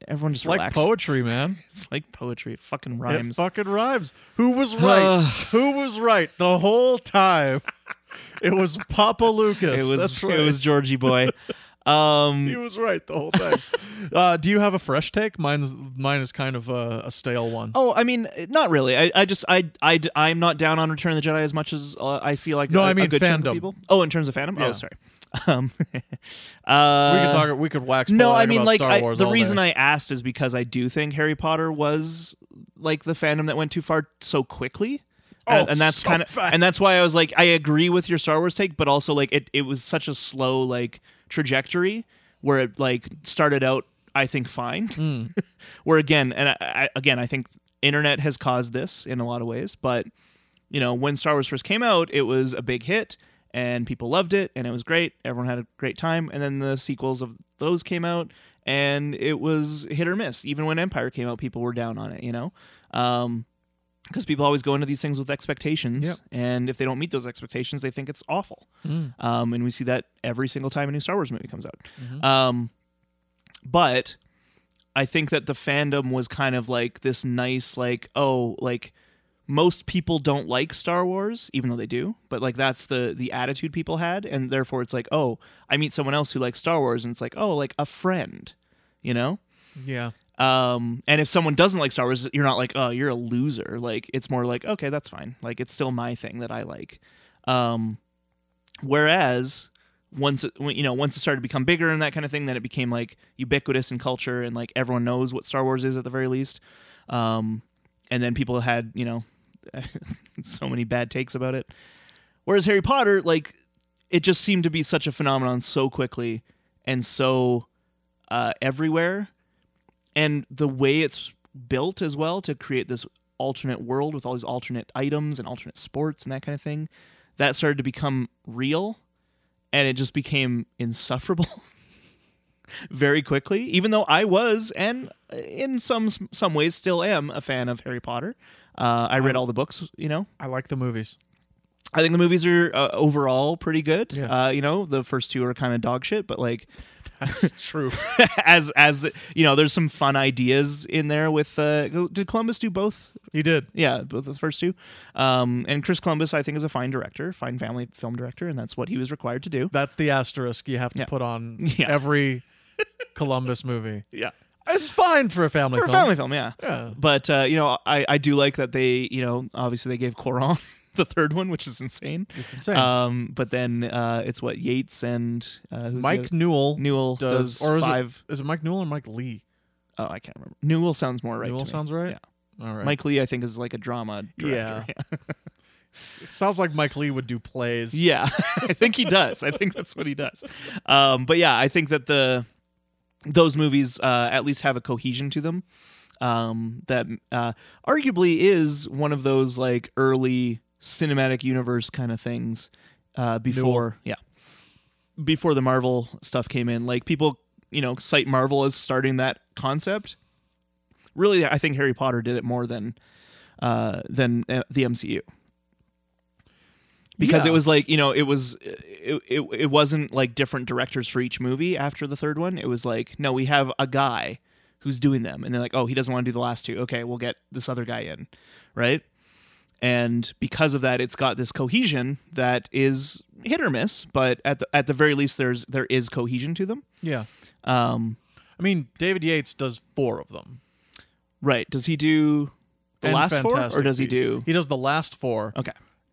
A: everyone just
B: It's like
A: relax.
B: poetry, man.
A: It's like poetry, it fucking rhymes.
B: It fucking rhymes. Who was right? Who was right the whole time? It was Papa Lucas.
A: it was
B: That's right.
A: it was Georgie boy. Um,
B: he was right the whole time. uh, do you have a fresh take? Mine's mine is kind of a, a stale one.
A: Oh, I mean, not really. I, I just, I, I, I'm not down on Return of the Jedi as much as uh, I feel like.
B: No,
A: a-
B: I
A: a
B: mean
A: good chunk
B: fandom.
A: of people. Oh, in terms of fandom.
B: Yeah.
A: Oh, sorry. Um, uh,
B: we could talk. We could wax.
A: No, I
B: poetic
A: mean,
B: about
A: like
B: Star
A: I,
B: Wars
A: the
B: all
A: reason
B: day.
A: I asked is because I do think Harry Potter was like the fandom that went too far so quickly.
B: Oh,
A: and, and that's
B: so
A: kind of,
B: fast.
A: and that's why I was like, I agree with your Star Wars take, but also like it, it was such a slow like trajectory where it like started out, I think, fine.
B: Hmm.
A: where again, and I, I, again, I think internet has caused this in a lot of ways, but you know, when Star Wars first came out, it was a big hit and people loved it and it was great. Everyone had a great time. And then the sequels of those came out and it was hit or miss. Even when Empire came out, people were down on it, you know? Um, because people always go into these things with expectations,
B: Yep.
A: and if they don't meet those expectations, they think it's awful. Um, and we see that every single time a new Star Wars movie comes out. Um, but I think that the fandom was kind of like this nice, like, oh, like most people don't like Star Wars, even though they do, but like that's the the attitude people had, and therefore it's like, oh, I meet someone else who likes Star Wars, and it's like, oh, like a friend, you know?
B: yeah.
A: Um, and if someone doesn't like Star Wars, you're not like, oh, you're a loser. Like, it's more like, okay, that's fine. Like, it's still my thing that I like. Um, whereas once it, when- you know, once it started to become bigger and that kind of thing, then it became like ubiquitous in culture and like everyone knows what Star Wars is at the very least. Um, and then people had you know so many bad takes about it. Whereas Harry Potter, like, it just seemed to be such a phenomenon so quickly and so uh, everywhere and the way it's built as well to create this alternate world with all these alternate items and alternate sports and that kind of thing that started to become real and it just became insufferable very quickly even though i was and in some some ways still am a fan of harry potter uh, i read all the books you know
B: I like the movies.
A: I think the movies are uh, overall pretty good.
B: Yeah.
A: Uh, you know, the first two are kind of dog shit, but like,
B: That's true.
A: as as you know, there's some fun ideas in there. With uh, did Columbus do both?
B: He did.
A: Yeah, both the first two. Um, and Chris Columbus, I think, is a fine director, fine family film director, and that's what he was required to do.
B: That's the asterisk you have to
A: Yeah.
B: put on
A: Yeah.
B: every Columbus movie.
A: Yeah,
B: It's fine for a family
A: for a
B: film.
A: family film, yeah.
B: Yeah.
A: But uh, you know, I I do like that they you know obviously they gave Coron the third one, which is insane.
B: It's insane.
A: Um, but then uh, it's what Yates and uh, who's the
B: Mike
A: other-
B: Newell
A: Newell does,
B: or is
A: five.
B: It, is it Mike Newell or Mike Lee?
A: Oh, I can't remember. Newell sounds more right.
B: Newell
A: to me.
B: sounds right.
A: Yeah.
B: All right.
A: Mike Lee, I think, is like a drama director. Yeah.
B: It sounds like Mike Lee would do plays.
A: Yeah, I think he does. I think that's what he does. Um, but yeah, I think that the those movies uh, at least have a cohesion to them um, that uh, arguably is one of those like early cinematic universe kind of things uh, before yeah before the Marvel stuff came in. Like people, you know, cite Marvel as starting that concept. Really, I think Harry Potter did it more than uh, than uh, the MCU because
B: Yeah.
A: it was like you know it was it, it it wasn't like different directors for each movie after the third one. It was like no, we have a guy who's doing them, and they're like, oh, he doesn't want to do the last two. Okay, we'll get this other guy in, right? And because of that, it's got this cohesion that is hit or miss, but at the at the very least, there's there is cohesion to them.
B: Yeah.
A: Um,
B: I mean, David Yates does four of them.
A: right? Does he do the
B: And
A: last four, or
B: Fantastic
A: does he
B: Beasts.
A: do?
B: He does the last four
A: Okay,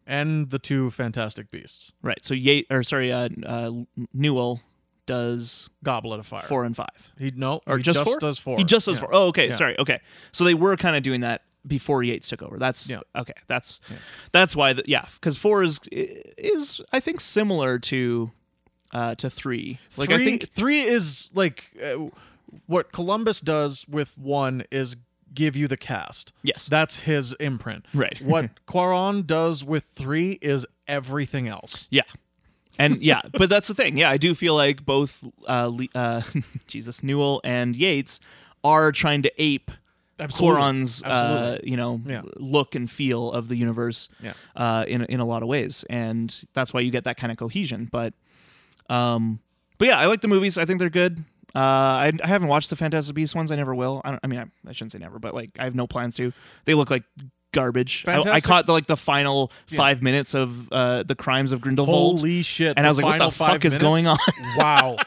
B: and the two Fantastic Beasts,
A: right. So Yate or sorry, uh, uh, Newell does
B: Goblet of Fire.
A: four and five.
B: He no,
A: or
B: he
A: just, four?
B: does four.
A: He just does
B: Yeah.
A: four. Oh, okay.
B: Yeah.
A: Sorry. Okay. So they were kind of doing that before Yates took over. That's
B: Yeah.
A: okay. That's that's why. The, yeah, because four is is I think similar to uh to three. Like
B: three,
A: I think
B: three is like uh, what Columbus does with one is give you the cast.
A: Yes.
B: that's his imprint.
A: Right.
B: What Quaron does with three is everything else.
A: yeah. And yeah, but that's the thing. Yeah, I do feel like both uh, Le- uh Jesus Newell and Yates are trying to ape
B: Absolutely.
A: Coron's, uh,
B: Absolutely.
A: you know,
B: Yeah.
A: look and feel of the universe
B: Yeah.
A: uh, in in a lot of ways, and that's why you get that kind of cohesion. But, um, but yeah, I like the movies. I think they're good. Uh, I, I haven't watched the Fantastic Beasts ones. I never will. I, don't, I mean, I, I shouldn't say never, but like I have no plans to. They look like garbage. I, I
B: Fantastic-
A: caught the, like the final five minutes of uh, the Crimes of Grindelwald,
B: Holy shit!
A: and I was like, what
B: final
A: the fuck
B: five
A: is
B: minutes?
A: going on?
B: wow.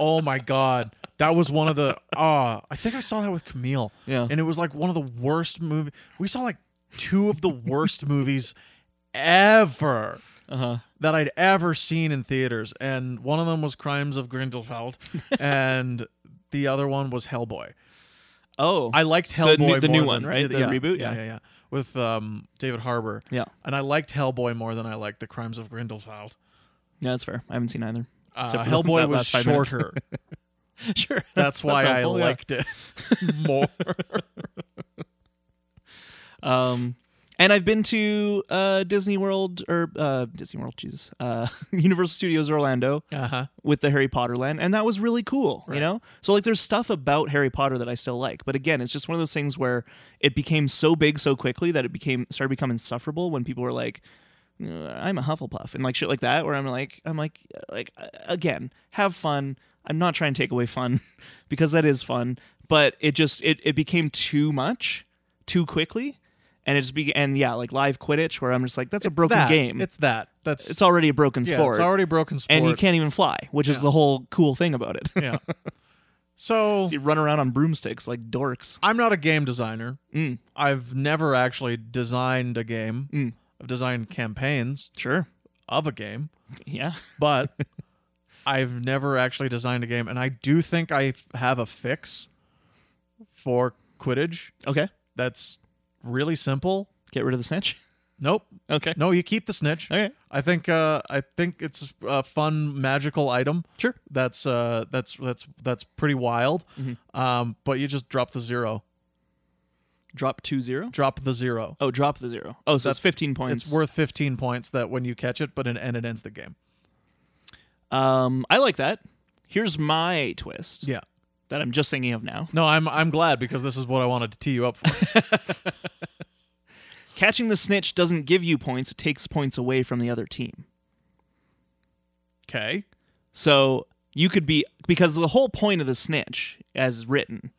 B: Oh my god. That was one of the ah. I think I saw that with Camille.
A: Yeah.
B: And it was like one of the worst movie. We saw like two of the worst movies ever
A: Uh-huh.
B: that I'd ever seen in theaters, and one of them was Crimes of Grindelwald, and the other one was Hellboy.
A: Oh,
B: I liked
A: new-
B: Hellboy. more
A: the new
B: than-
A: one, right? The
B: yeah,
A: reboot?
B: Yeah,
A: Yeah.
B: yeah, yeah. With um, David Harbour.
A: yeah,
B: And I liked Hellboy more than I liked the Crimes of Grindelwald.
A: yeah, that's fair. I haven't seen either.
B: Uh,
A: Except for the-
B: Hellboy
A: that last
B: was
A: five minutes.
B: shorter.
A: sure,
B: That's why I
A: helpful, yeah.
B: liked it more.
A: Um, and I've been to uh, Disney World or uh, Disney World, Jesus, uh, Universal Studios Orlando
B: Uh huh.
A: with the Harry Potter land, and that was really cool. You know, so like there's stuff about Harry Potter that I still like, but again, it's just one of those things where it became so big so quickly that it became started becoming insufferable when people were like. "Uh, I'm a Hufflepuff and like shit like that where I'm like I'm like like uh, again have fun I'm not trying to take away fun because that is fun but it just it, it became too much too quickly and it just be and yeah like live Quidditch where I'm just like that's a broken
B: that.
A: game it's,
B: It's that. That's it's,
A: already a broken
B: yeah,
A: sport
B: it's already a broken sport.
A: and you can't even fly, which is the whole cool thing about it.
B: Yeah. So
A: you run around on broomsticks like dorks.
B: I'm not a game designer.
A: Mm.
B: I've never actually designed a game.
A: Mm.
B: I've designed campaigns
A: Sure.
B: of a game,
A: Yeah.
B: but I've never actually designed a game. And I do think I f- have a fix for Quidditch
A: Okay.
B: that's really simple.
A: Get rid of the snitch.
B: Nope.
A: Okay.
B: No, you keep the snitch.
A: Okay.
B: I think uh, I think it's a fun magical item.
A: Sure.
B: That's uh, that's that's that's pretty wild.
A: Mm-hmm.
B: Um, but you just drop the zero.
A: Drop two zero.
B: Drop the zero.
A: Oh, drop the zero. Oh, so it's fifteen points.
B: It's worth 15 points that when you catch it, but it, and it ends the game.
A: um, I like that. Here's my twist
B: Yeah.
A: that I'm just thinking of now.
B: No, I'm I'm glad because this is what I wanted to tee you up for.
A: Catching the snitch doesn't give you points; it takes points away from the other team.
B: okay.
A: So you could be because the whole point of the snitch, as written,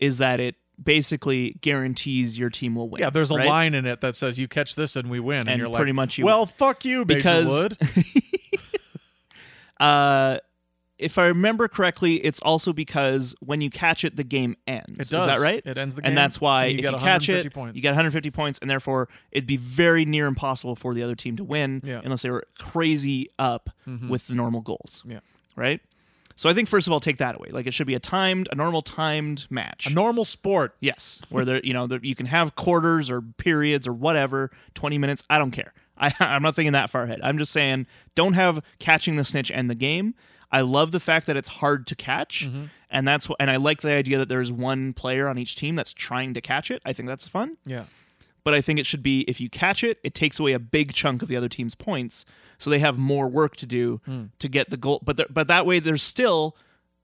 A: is that it basically guarantees your team will win.
B: Yeah, there's a
A: right?
B: line in it that says you catch this and we win, and,
A: And
B: you're
A: pretty
B: like,
A: much you
B: well, fuck you, Major
A: Because-
B: Wood.
A: Uh, if I remember correctly, it's also because when you catch it, the game ends.
B: It does.
A: Is that right?
B: It ends the game,
A: And that's why
B: and you
A: if
B: get
A: you catch
B: 150
A: it,
B: points.
A: you get 150 points, and therefore it'd be very near impossible for the other team to win
B: Yeah. Mm-hmm.
A: unless they were crazy up with the normal goals.
B: Yeah.
A: Right? So I think, first of all, take that away. Like it should be a timed, a normal timed match.
B: A normal sport.
A: Yes, where there, you know, there, you can have quarters or periods or whatever, twenty minutes. I don't care. I, I'm not thinking that far ahead. I'm just saying, don't have catching the snitch end the game. I love the fact that it's hard to catch, and that's what, and I like the idea that there's one player on each team that's trying to catch it. I think that's fun,
B: Yeah.
A: but I think it should be if you catch it, it takes away a big chunk of the other team's points, so they have more work to do to get the goal. But there, but that way, there's still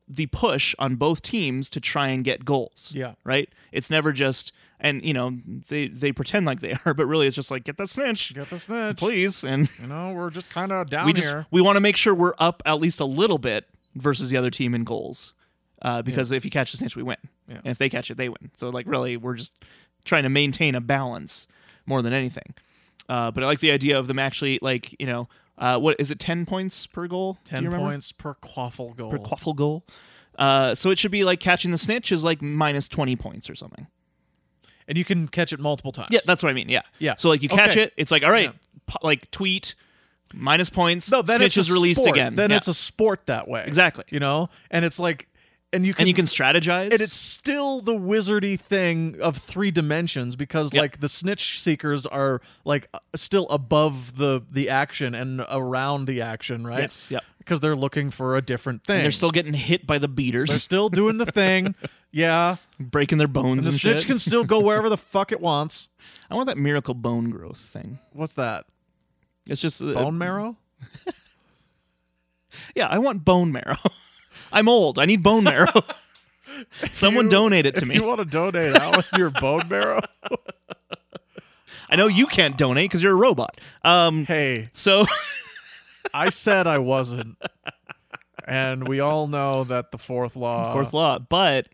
A: the push on both teams to try and get goals
B: Yeah.
A: right? It's never just and you know they they pretend like they are, but really it's just like get that snitch,
B: Get the snitch.
A: please, and
B: You know, we're just kind of down
A: we just
B: here.
A: we want to make sure we're up at least a little bit versus the other team in goals, uh, because if you catch the snitch, we win,
B: Yeah.
A: and if they catch it, they win. So like really, we're just trying to maintain a balance more than anything. Uh, but I like the idea of them actually like you know uh, what is it ten points per goal? Do you
B: Ten
A: remember?
B: points per quaffle goal.
A: per quaffle goal. Uh, so it should be like catching the snitch is like minus twenty points or something.
B: and you can catch it multiple times.
A: Yeah, that's what I mean. Yeah,
B: Yeah.
A: So like you catch
B: Okay.
A: it, it's like all right,
B: Yeah.
A: po- like tweet minus points.
B: No, oh, then
A: snitch
B: it's
A: is
B: a
A: released
B: sport.
A: again.
B: Then
A: Yeah.
B: it's a sport that way.
A: Exactly.
B: You know, and it's like, and you can,
A: and you can strategize.
B: and it's still the wizardy thing of three dimensions because
A: Yep.
B: like the snitch seekers are like uh, still above the the action and around the action, right?
A: Yes, yep.
B: Because they're looking for a different thing.
A: they're still getting hit by the
B: They're
A: beaters,
B: still doing the thing. Yeah.
A: breaking their bones
B: The
A: and
B: snitch
A: shit.
B: can still go wherever the fuck it wants.
A: I want that miracle bone growth thing.
B: What's that?
A: It's just uh,
B: Bone marrow?
A: Yeah, I want bone marrow. I'm old. I need bone marrow. Someone
B: You-
A: donate it to
B: if
A: me.
B: You want to donate out with your bone marrow?
A: I know you can't donate because you're a robot. Um,
B: Hey,
A: so
B: I said I wasn't. And we all know that the fourth law.
A: fourth law, but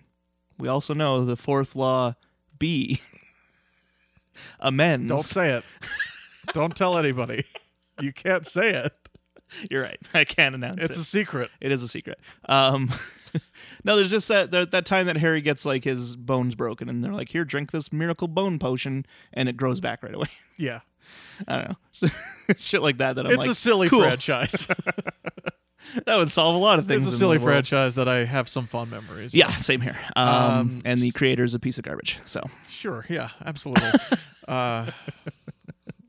A: we also know the fourth law B amends.
B: Don't say it. don't tell anybody. You can't say it.
A: You're right. I can't announce
B: It's
A: it.
B: a secret.
A: it is a secret. Um, no, there's just that, that that time that Harry gets like his bones broken, and they're like, "Here, drink this miracle bone potion," and it grows back right away.
B: Yeah.
A: I don't know, shit like that. That I'm
B: it's
A: like,
B: a silly
A: cool.
B: franchise.
A: That would solve a lot of things.
B: it's a
A: in
B: silly
A: the world.
B: franchise that I have some fond memories.
A: Yeah, same here. Um,
B: Um,
A: and the creator's a piece of garbage. So
B: Sure. Yeah. Absolutely. uh,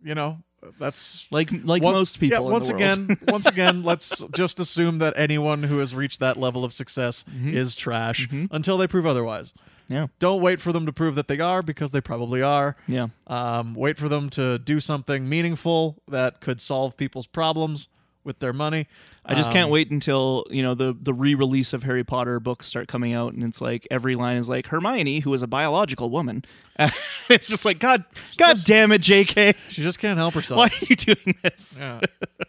B: you know, that's
A: like like
B: One-
A: most people.
B: Yeah,
A: in the
B: once
A: world.
B: again, once again, let's just assume that anyone who has reached that level of success
A: Mm-hmm.
B: is trash until they prove otherwise.
A: yeah,
B: Don't wait for them to prove that they are because they probably are.
A: yeah.
B: Um, wait for them to do something meaningful that could solve people's problems with their money.
A: I just
B: um,
A: can't wait until you know the the re-release of Harry Potter books start coming out, and it's like every line is like Hermione, who is a biological woman. it's just like God, God damn it, J.K.
B: She just can't help herself.
A: Why are you doing this?
B: Yeah.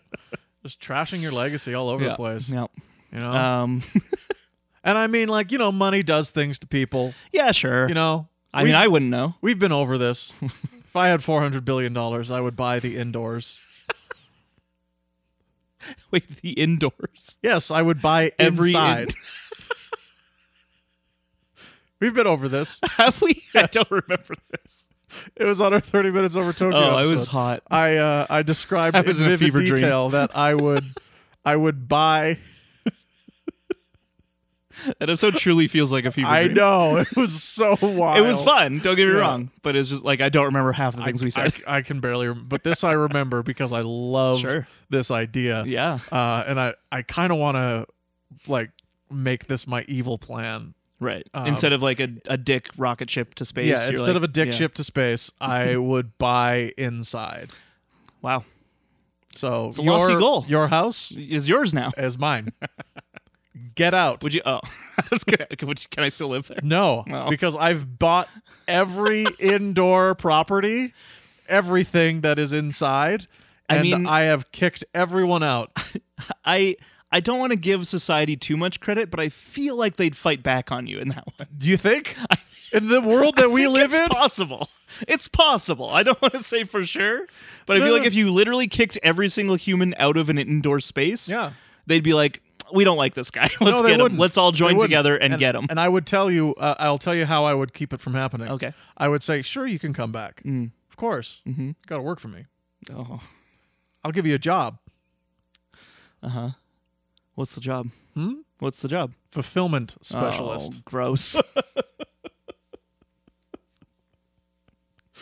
B: just trashing your legacy all over the place.
A: Yeah.
B: You know,
A: Um,
B: and I mean, like you know, money does things to people.
A: yeah, sure.
B: You know,
A: I
B: We've-
A: mean, I wouldn't know.
B: We've been over this. if I had four hundred billion dollars, I would buy the indoors.
A: Wait, the indoors.
B: Yes, I would buy
A: Every
B: every
A: in-
B: side. We've been over this.
A: Have we? I don't remember this.
B: It was on our thirty minutes over Tokyo.
A: Oh, I was
B: episode.
A: hot.
B: I uh, I described
A: I was
B: in
A: in a
B: vivid
A: fever dream.
B: detail that I would I would buy.
A: That episode truly feels like a fever
B: I
A: dream.
B: know it was so wild.
A: It was fun. Don't get me
B: Yeah.
A: wrong, but it's just like I don't remember half the things we
B: I,
A: said.
B: I can barely, rem- but this I remember because I love
A: Sure.
B: this idea.
A: yeah.
B: uh, and I I kind of want to like make this my evil plan
A: Right. instead of like a, a dick rocket ship to space.
B: Yeah,
A: you're
B: instead
A: like-
B: of a dick
A: Um, yeah.
B: ship to space, I would buy inside.
A: Wow.
B: So
A: a lofty
B: your,
A: goal.
B: Your house
A: Is yours now.
B: is mine. Get out.
A: Would you? Oh, I was gonna- would you- can I still live there?
B: no,
A: No.
B: because I've bought every indoor property, everything that is inside,
A: I
B: and
A: mean-
B: I have kicked everyone out.
A: I I don't want to give society too much credit, but I feel like they'd fight back on you in that one.
B: Do you think? In the world that we
A: think
B: live
A: it's
B: in,
A: possible. It's possible. I don't want to say for sure, but I
B: No,
A: feel
B: no.
A: like if you literally kicked every single human out of an indoor space,
B: Yeah.
A: they'd be like, "We don't like this guy. Let's
B: No, they
A: get him.
B: wouldn't.
A: Let's all
B: They
A: join
B: wouldn't.
A: together and, get him."
B: And I would tell you, uh, I'll tell you how I would keep it from happening.
A: Okay. Mm.
B: I would say, sure, you can come back. Of course. Mm-hmm. Got to work for me.
A: oh,
B: I'll give you a job.
A: what's the job? Hmm. What's the job?
B: Fulfillment specialist.
A: Oh, gross.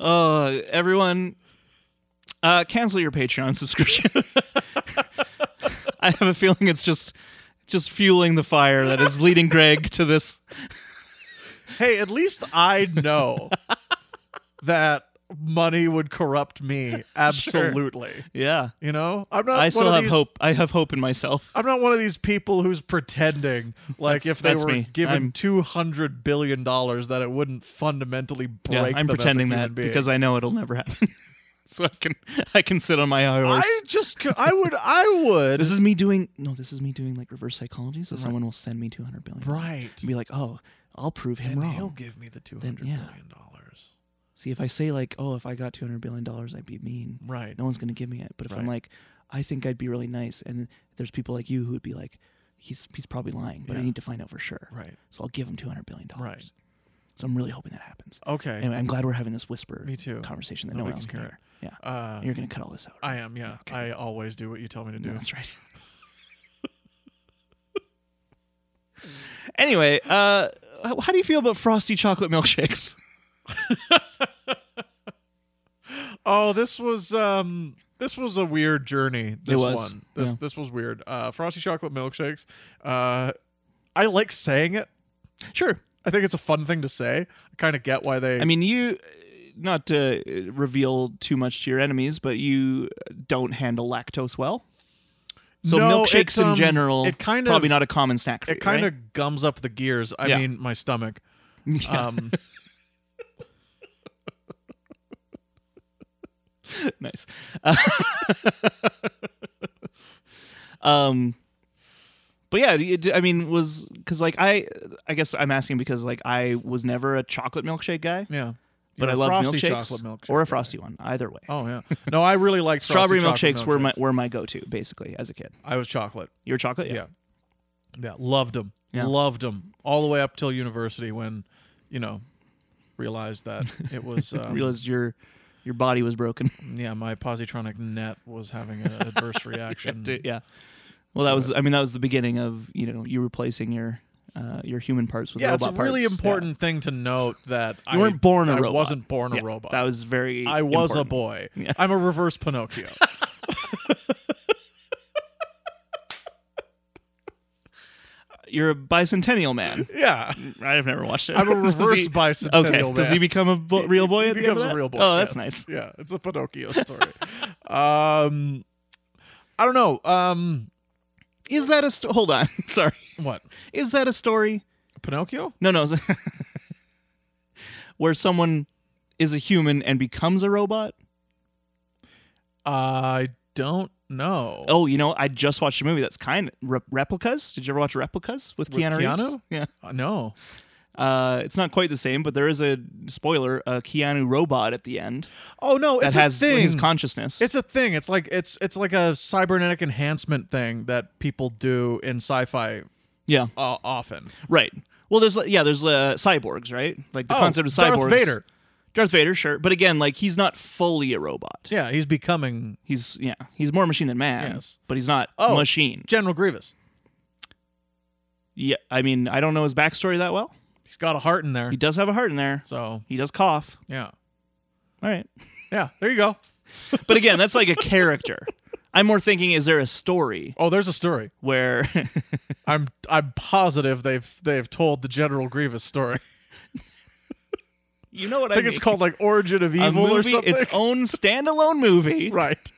A: uh, everyone, uh, cancel your Patreon subscription. I have a feeling it's just just fueling the fire that is leading Greg to this.
B: Hey, at least I know that money would corrupt me absolutely.
A: Yeah.
B: You know, I'm not.
A: I
B: one
A: still
B: of
A: have
B: these-
A: hope. I have hope in myself.
B: I'm not one of these people who's pretending like
A: That's-
B: if they
A: that's
B: were
A: me.
B: given
A: I'm-
B: 200 billion dollars that it wouldn't fundamentally break.
A: Yeah, I'm
B: them as a
A: pretending
B: human
A: that
B: being.
A: because I know it'll never happen. so I can I can sit on my high horse.
B: I just c- I would I would
A: this is me doing no. This is me doing like reverse psychology. So someone will send me two hundred billion.
B: right.
A: And be like, oh, I'll prove him
B: And
A: wrong.
B: he'll give me the 200
A: Then,
B: billion
A: yeah.
B: dollars.
A: See, if I say like, oh, if I got two hundred billion dollars, I'd be mean.
B: Right.
A: No one's gonna give me it. But if I'm
B: Right.
A: like, I think I'd be really nice, and there's people like you who would be like, he's he's probably lying, but I
B: Yeah.
A: need to find out for sure.
B: Right.
A: So I'll give him two hundred billion dollars.
B: Right.
A: So I'm really hoping that happens.
B: Okay.
A: Anyway, I'm glad we're having this whisper
B: Me too.
A: conversation that no
B: Nobody
A: one else
B: can
A: can
B: hear
A: hear. Yeah.
B: Uh,
A: You're gonna cut all this out.
B: I am. Yeah.
A: Okay.
B: I always do what you tell me to do.
A: No, that's right. anyway, uh, how how do you feel about frosty chocolate milkshakes?
B: Oh, this was um this was a weird journey. This
A: was,
B: one. This
A: yeah.
B: this was weird. Uh frosty chocolate milkshakes. Uh I like saying it.
A: Sure.
B: I think it's a fun thing to say. I kind of get why they
A: I mean, you uh, not to uh, reveal too much to your enemies, but you don't handle lactose well. So
B: No, it,
A: milkshakes in
B: um,
A: general,
B: it kind
A: probably
B: of-
A: not a common snack. For
B: it kind of gums up the gears. I
A: Yeah.
B: mean, my stomach.
A: of
B: Um
A: nice. Uh, um, but yeah, it, I mean, was because like I, I guess I'm asking because like I was never a chocolate milkshake guy,
B: yeah.
A: but
B: You're
A: I
B: a
A: love
B: frosty
A: milkshakes
B: chocolate milkshake.
A: or a frosty one, either way.
B: Oh yeah. No, I really like
A: Strawberry milkshakes, were my were my go to basically as a kid.
B: I was chocolate.
A: You were chocolate,
B: Yeah. Yeah, loved them.
A: Yeah.
B: Loved them all the way up till university when, you know, realized that it was um,
A: Realized your your body was broken.
B: Yeah, my positronic net was having an adverse reaction.
A: yeah. Well, that was I mean that was the beginning of you know you replacing your uh, your human parts with
B: yeah, it's
A: robot
B: a really
A: parts. Yeah.
B: important thing to note that
A: You weren't born a
B: a
A: robot.
B: I wasn't born a
A: Yeah,
B: robot.
A: That was very.
B: I was a
A: important.
B: boy.
A: Yeah.
B: I'm a reverse Pinocchio.
A: You're a bicentennial man.
B: yeah,
A: I've never watched it.
B: I'm a
A: Does
B: reverse
A: he-
B: bicentennial
A: Okay.
B: man.
A: Does he become a bo- real boy?
B: He
A: at the end of
B: becomes a
A: that?
B: real boy.
A: Oh, that's
B: yes.
A: nice.
B: Yeah, it's a Pinocchio story. um, I don't know. Um,
A: Is that a sto- hold on? Sorry.
B: what
A: Is that a story?
B: Pinocchio?
A: No, no. Where someone is a human and becomes a robot?
B: I don't know.
A: Oh, you know, I just watched a movie that's kind of re- replicas. Did you ever watch Replicas with,
B: With
A: Keanu, Reeves?
B: Keanu?
A: Yeah.
B: Uh, no.
A: Uh, it's not quite the same, but there is a spoiler, a Keanu robot at the end
B: Oh no,
A: that
B: it's
A: has
B: a thing.
A: his consciousness.
B: It's a thing. It's like it's it's like a cybernetic enhancement thing that people do in sci-fi
A: yeah.
B: uh, often.
A: Right. Well, there's yeah, there's uh, cyborgs, right? Like the concept of
B: Oh, Darth
A: cyborgs.
B: Vader.
A: Darth Vader, sure, but again, like he's not fully a robot.
B: Yeah, he's becoming
A: He's yeah, he's more machine than man.
B: Yes.
A: But he's not
B: Oh.
A: machine.
B: General Grievous.
A: Yeah, I mean, I don't know his backstory that well.
B: He's got a heart in there.
A: He does have a heart in there.
B: So
A: He does cough.
B: yeah,
A: All right.
B: yeah. There you go.
A: But again, that's like a character. I'm more thinking, is there a story
B: Oh, there's a story.
A: where
B: I'm I'm positive they've they've told the General Grievous story.
A: you know what I,
B: I think
A: mean?
B: it's called like Origin of
A: a
B: Evil
A: movie,
B: or something.
A: its own standalone movie
B: right.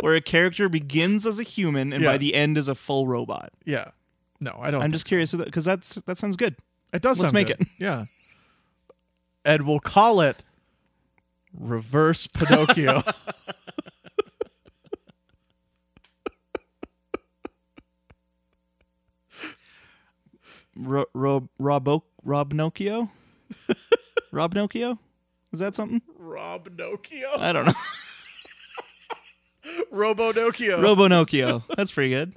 A: where a character begins as a human and by
B: Yeah.
A: the end is a full robot.
B: Yeah. No, I don't.
A: I'm
B: think-
A: just curious because that's that sounds good.
B: It does.
A: Let's
B: sound
A: make
B: good.
A: it.
B: Yeah. And we'll call it reverse Pinocchio.
A: Ro- Rob Robo Robnokio? Robnokio? Is that something?
B: Rob Nokio.
A: I don't know.
B: Robo Nokio.
A: Robonokio. That's pretty good.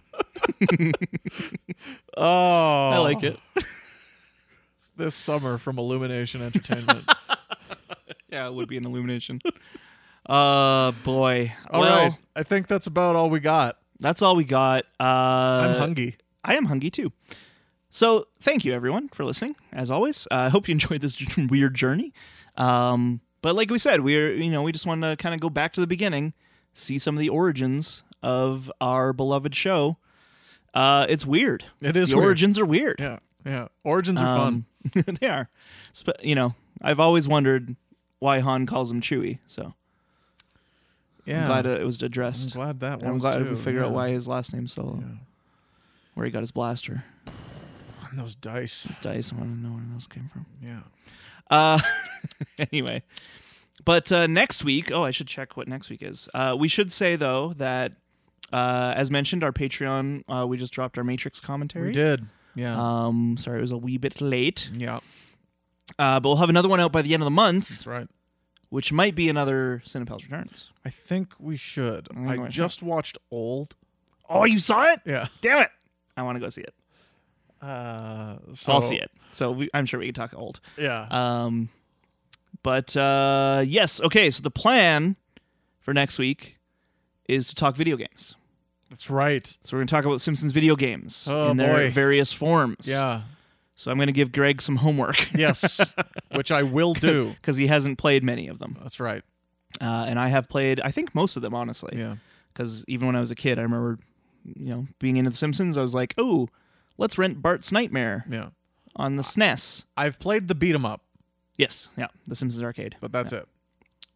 B: oh.
A: I like it.
B: This summer from Illumination Entertainment.
A: Yeah, it would be an illumination. Uh boy.
B: All right,
A: well,
B: I think that's about all we got.
A: that's all we got. Uh
B: I'm hungry.
A: I am hungry too. So thank you everyone for listening. As always, Uh, I hope you enjoyed this weird journey. Um, but like we said, we're you know we just want to kind of go back to the beginning, see some of the origins of our beloved show. Uh, it's weird.
B: It is
A: the
B: weird.
A: origins are weird.
B: Yeah. Yeah. Origins are fun.
A: Um, they are. Sp- you know, I've always wondered why Han calls him Chewie. So
B: Yeah.
A: I'm glad it was
B: I'm
A: addressed.
B: glad that
A: And
B: one.
A: I'm glad we figured out why his last name's
B: Yeah.
A: Solo, where he got his blaster,
B: And those dice.
A: his dice. I want to know where those came from.
B: Yeah.
A: Uh, anyway, but uh, next week, oh, I should check what next week is. Uh, we should say though that, uh, as mentioned, our Patreon, uh, we just dropped our Matrix commentary.
B: We did. Yeah.
A: Um, sorry, it was a wee bit late.
B: yeah.
A: Uh, but we'll have another one out by the end of the month,
B: That's right.
A: which might be another Cinepals Returns.
B: I think we should.
A: think
B: I
A: we should.
B: just watched Old.
A: Oh, you saw it?
B: Yeah.
A: Damn it! I want to go see it.
B: Uh,
A: I'll see it. So we, I'm sure we can talk old.
B: Yeah.
A: Um, but uh, yes, okay. So the plan for next week is to talk video games.
B: That's right.
A: So we're going to talk about Simpsons video games
B: Oh,
A: in their
B: boy.
A: various forms.
B: Yeah.
A: So I'm going to give Greg some homework
B: Yes. Which I will do.
A: because he hasn't played many of them,
B: That's right.
A: uh, and I have played I think most of them honestly.
B: Yeah.
A: Because even when I was a kid, I remember, you know, being into The Simpsons. I was like, oh, let's rent Bart's Nightmare
B: Yeah.
A: on the SNES.
B: I've played the beat 'em up,
A: Yes, yeah, The Simpsons arcade.
B: but that's it.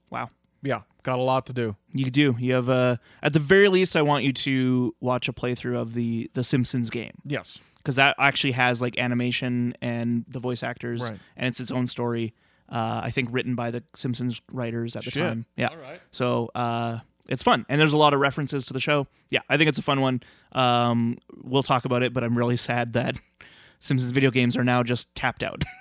A: Wow.
B: Yeah. Got a lot to do.
A: You do. You have uh at the very least I want you to watch a playthrough of the the Simpsons game
B: Yes.
A: cuz that actually has like animation and the voice actors
B: Right.
A: and it's its own story. Uh, I think written by the Simpsons writers at the
B: Shit.
A: time. Yeah.
B: right.
A: So, uh it's fun and there's a lot of references to the show. Yeah, I think it's a fun one. Um we'll talk about it, but I'm really sad that Simpsons video games are now just tapped out.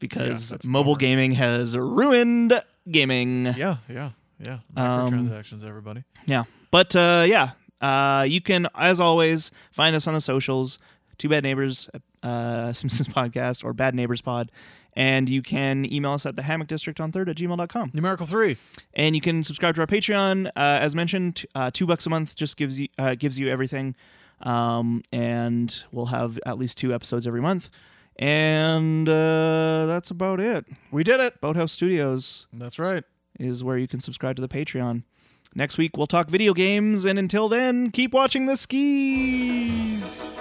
A: because
B: that's a
A: mobile
B: bummer.
A: gaming has ruined gaming.
B: Yeah. Yeah. Yeah.
A: Um,
B: Microtransactions, everybody.
A: Yeah. But uh, yeah, uh, you can, as always, find us on the socials, Two Bad Neighbors, uh, Simpsons Podcast, or Bad Neighbors Pod. And you can email us at the hammock district on third at gmail.com.
B: Numerical three.
A: And you can subscribe to our Patreon. Uh, as mentioned, uh, two bucks a month just gives you uh, gives you everything. Um, and we'll have at least two episodes every month. And uh, that's about it.
B: We did it.
A: Boathouse Studios
B: That's right.
A: is where you can subscribe to the Patreon. Next week, we'll talk video games, and until then, keep watching the skis!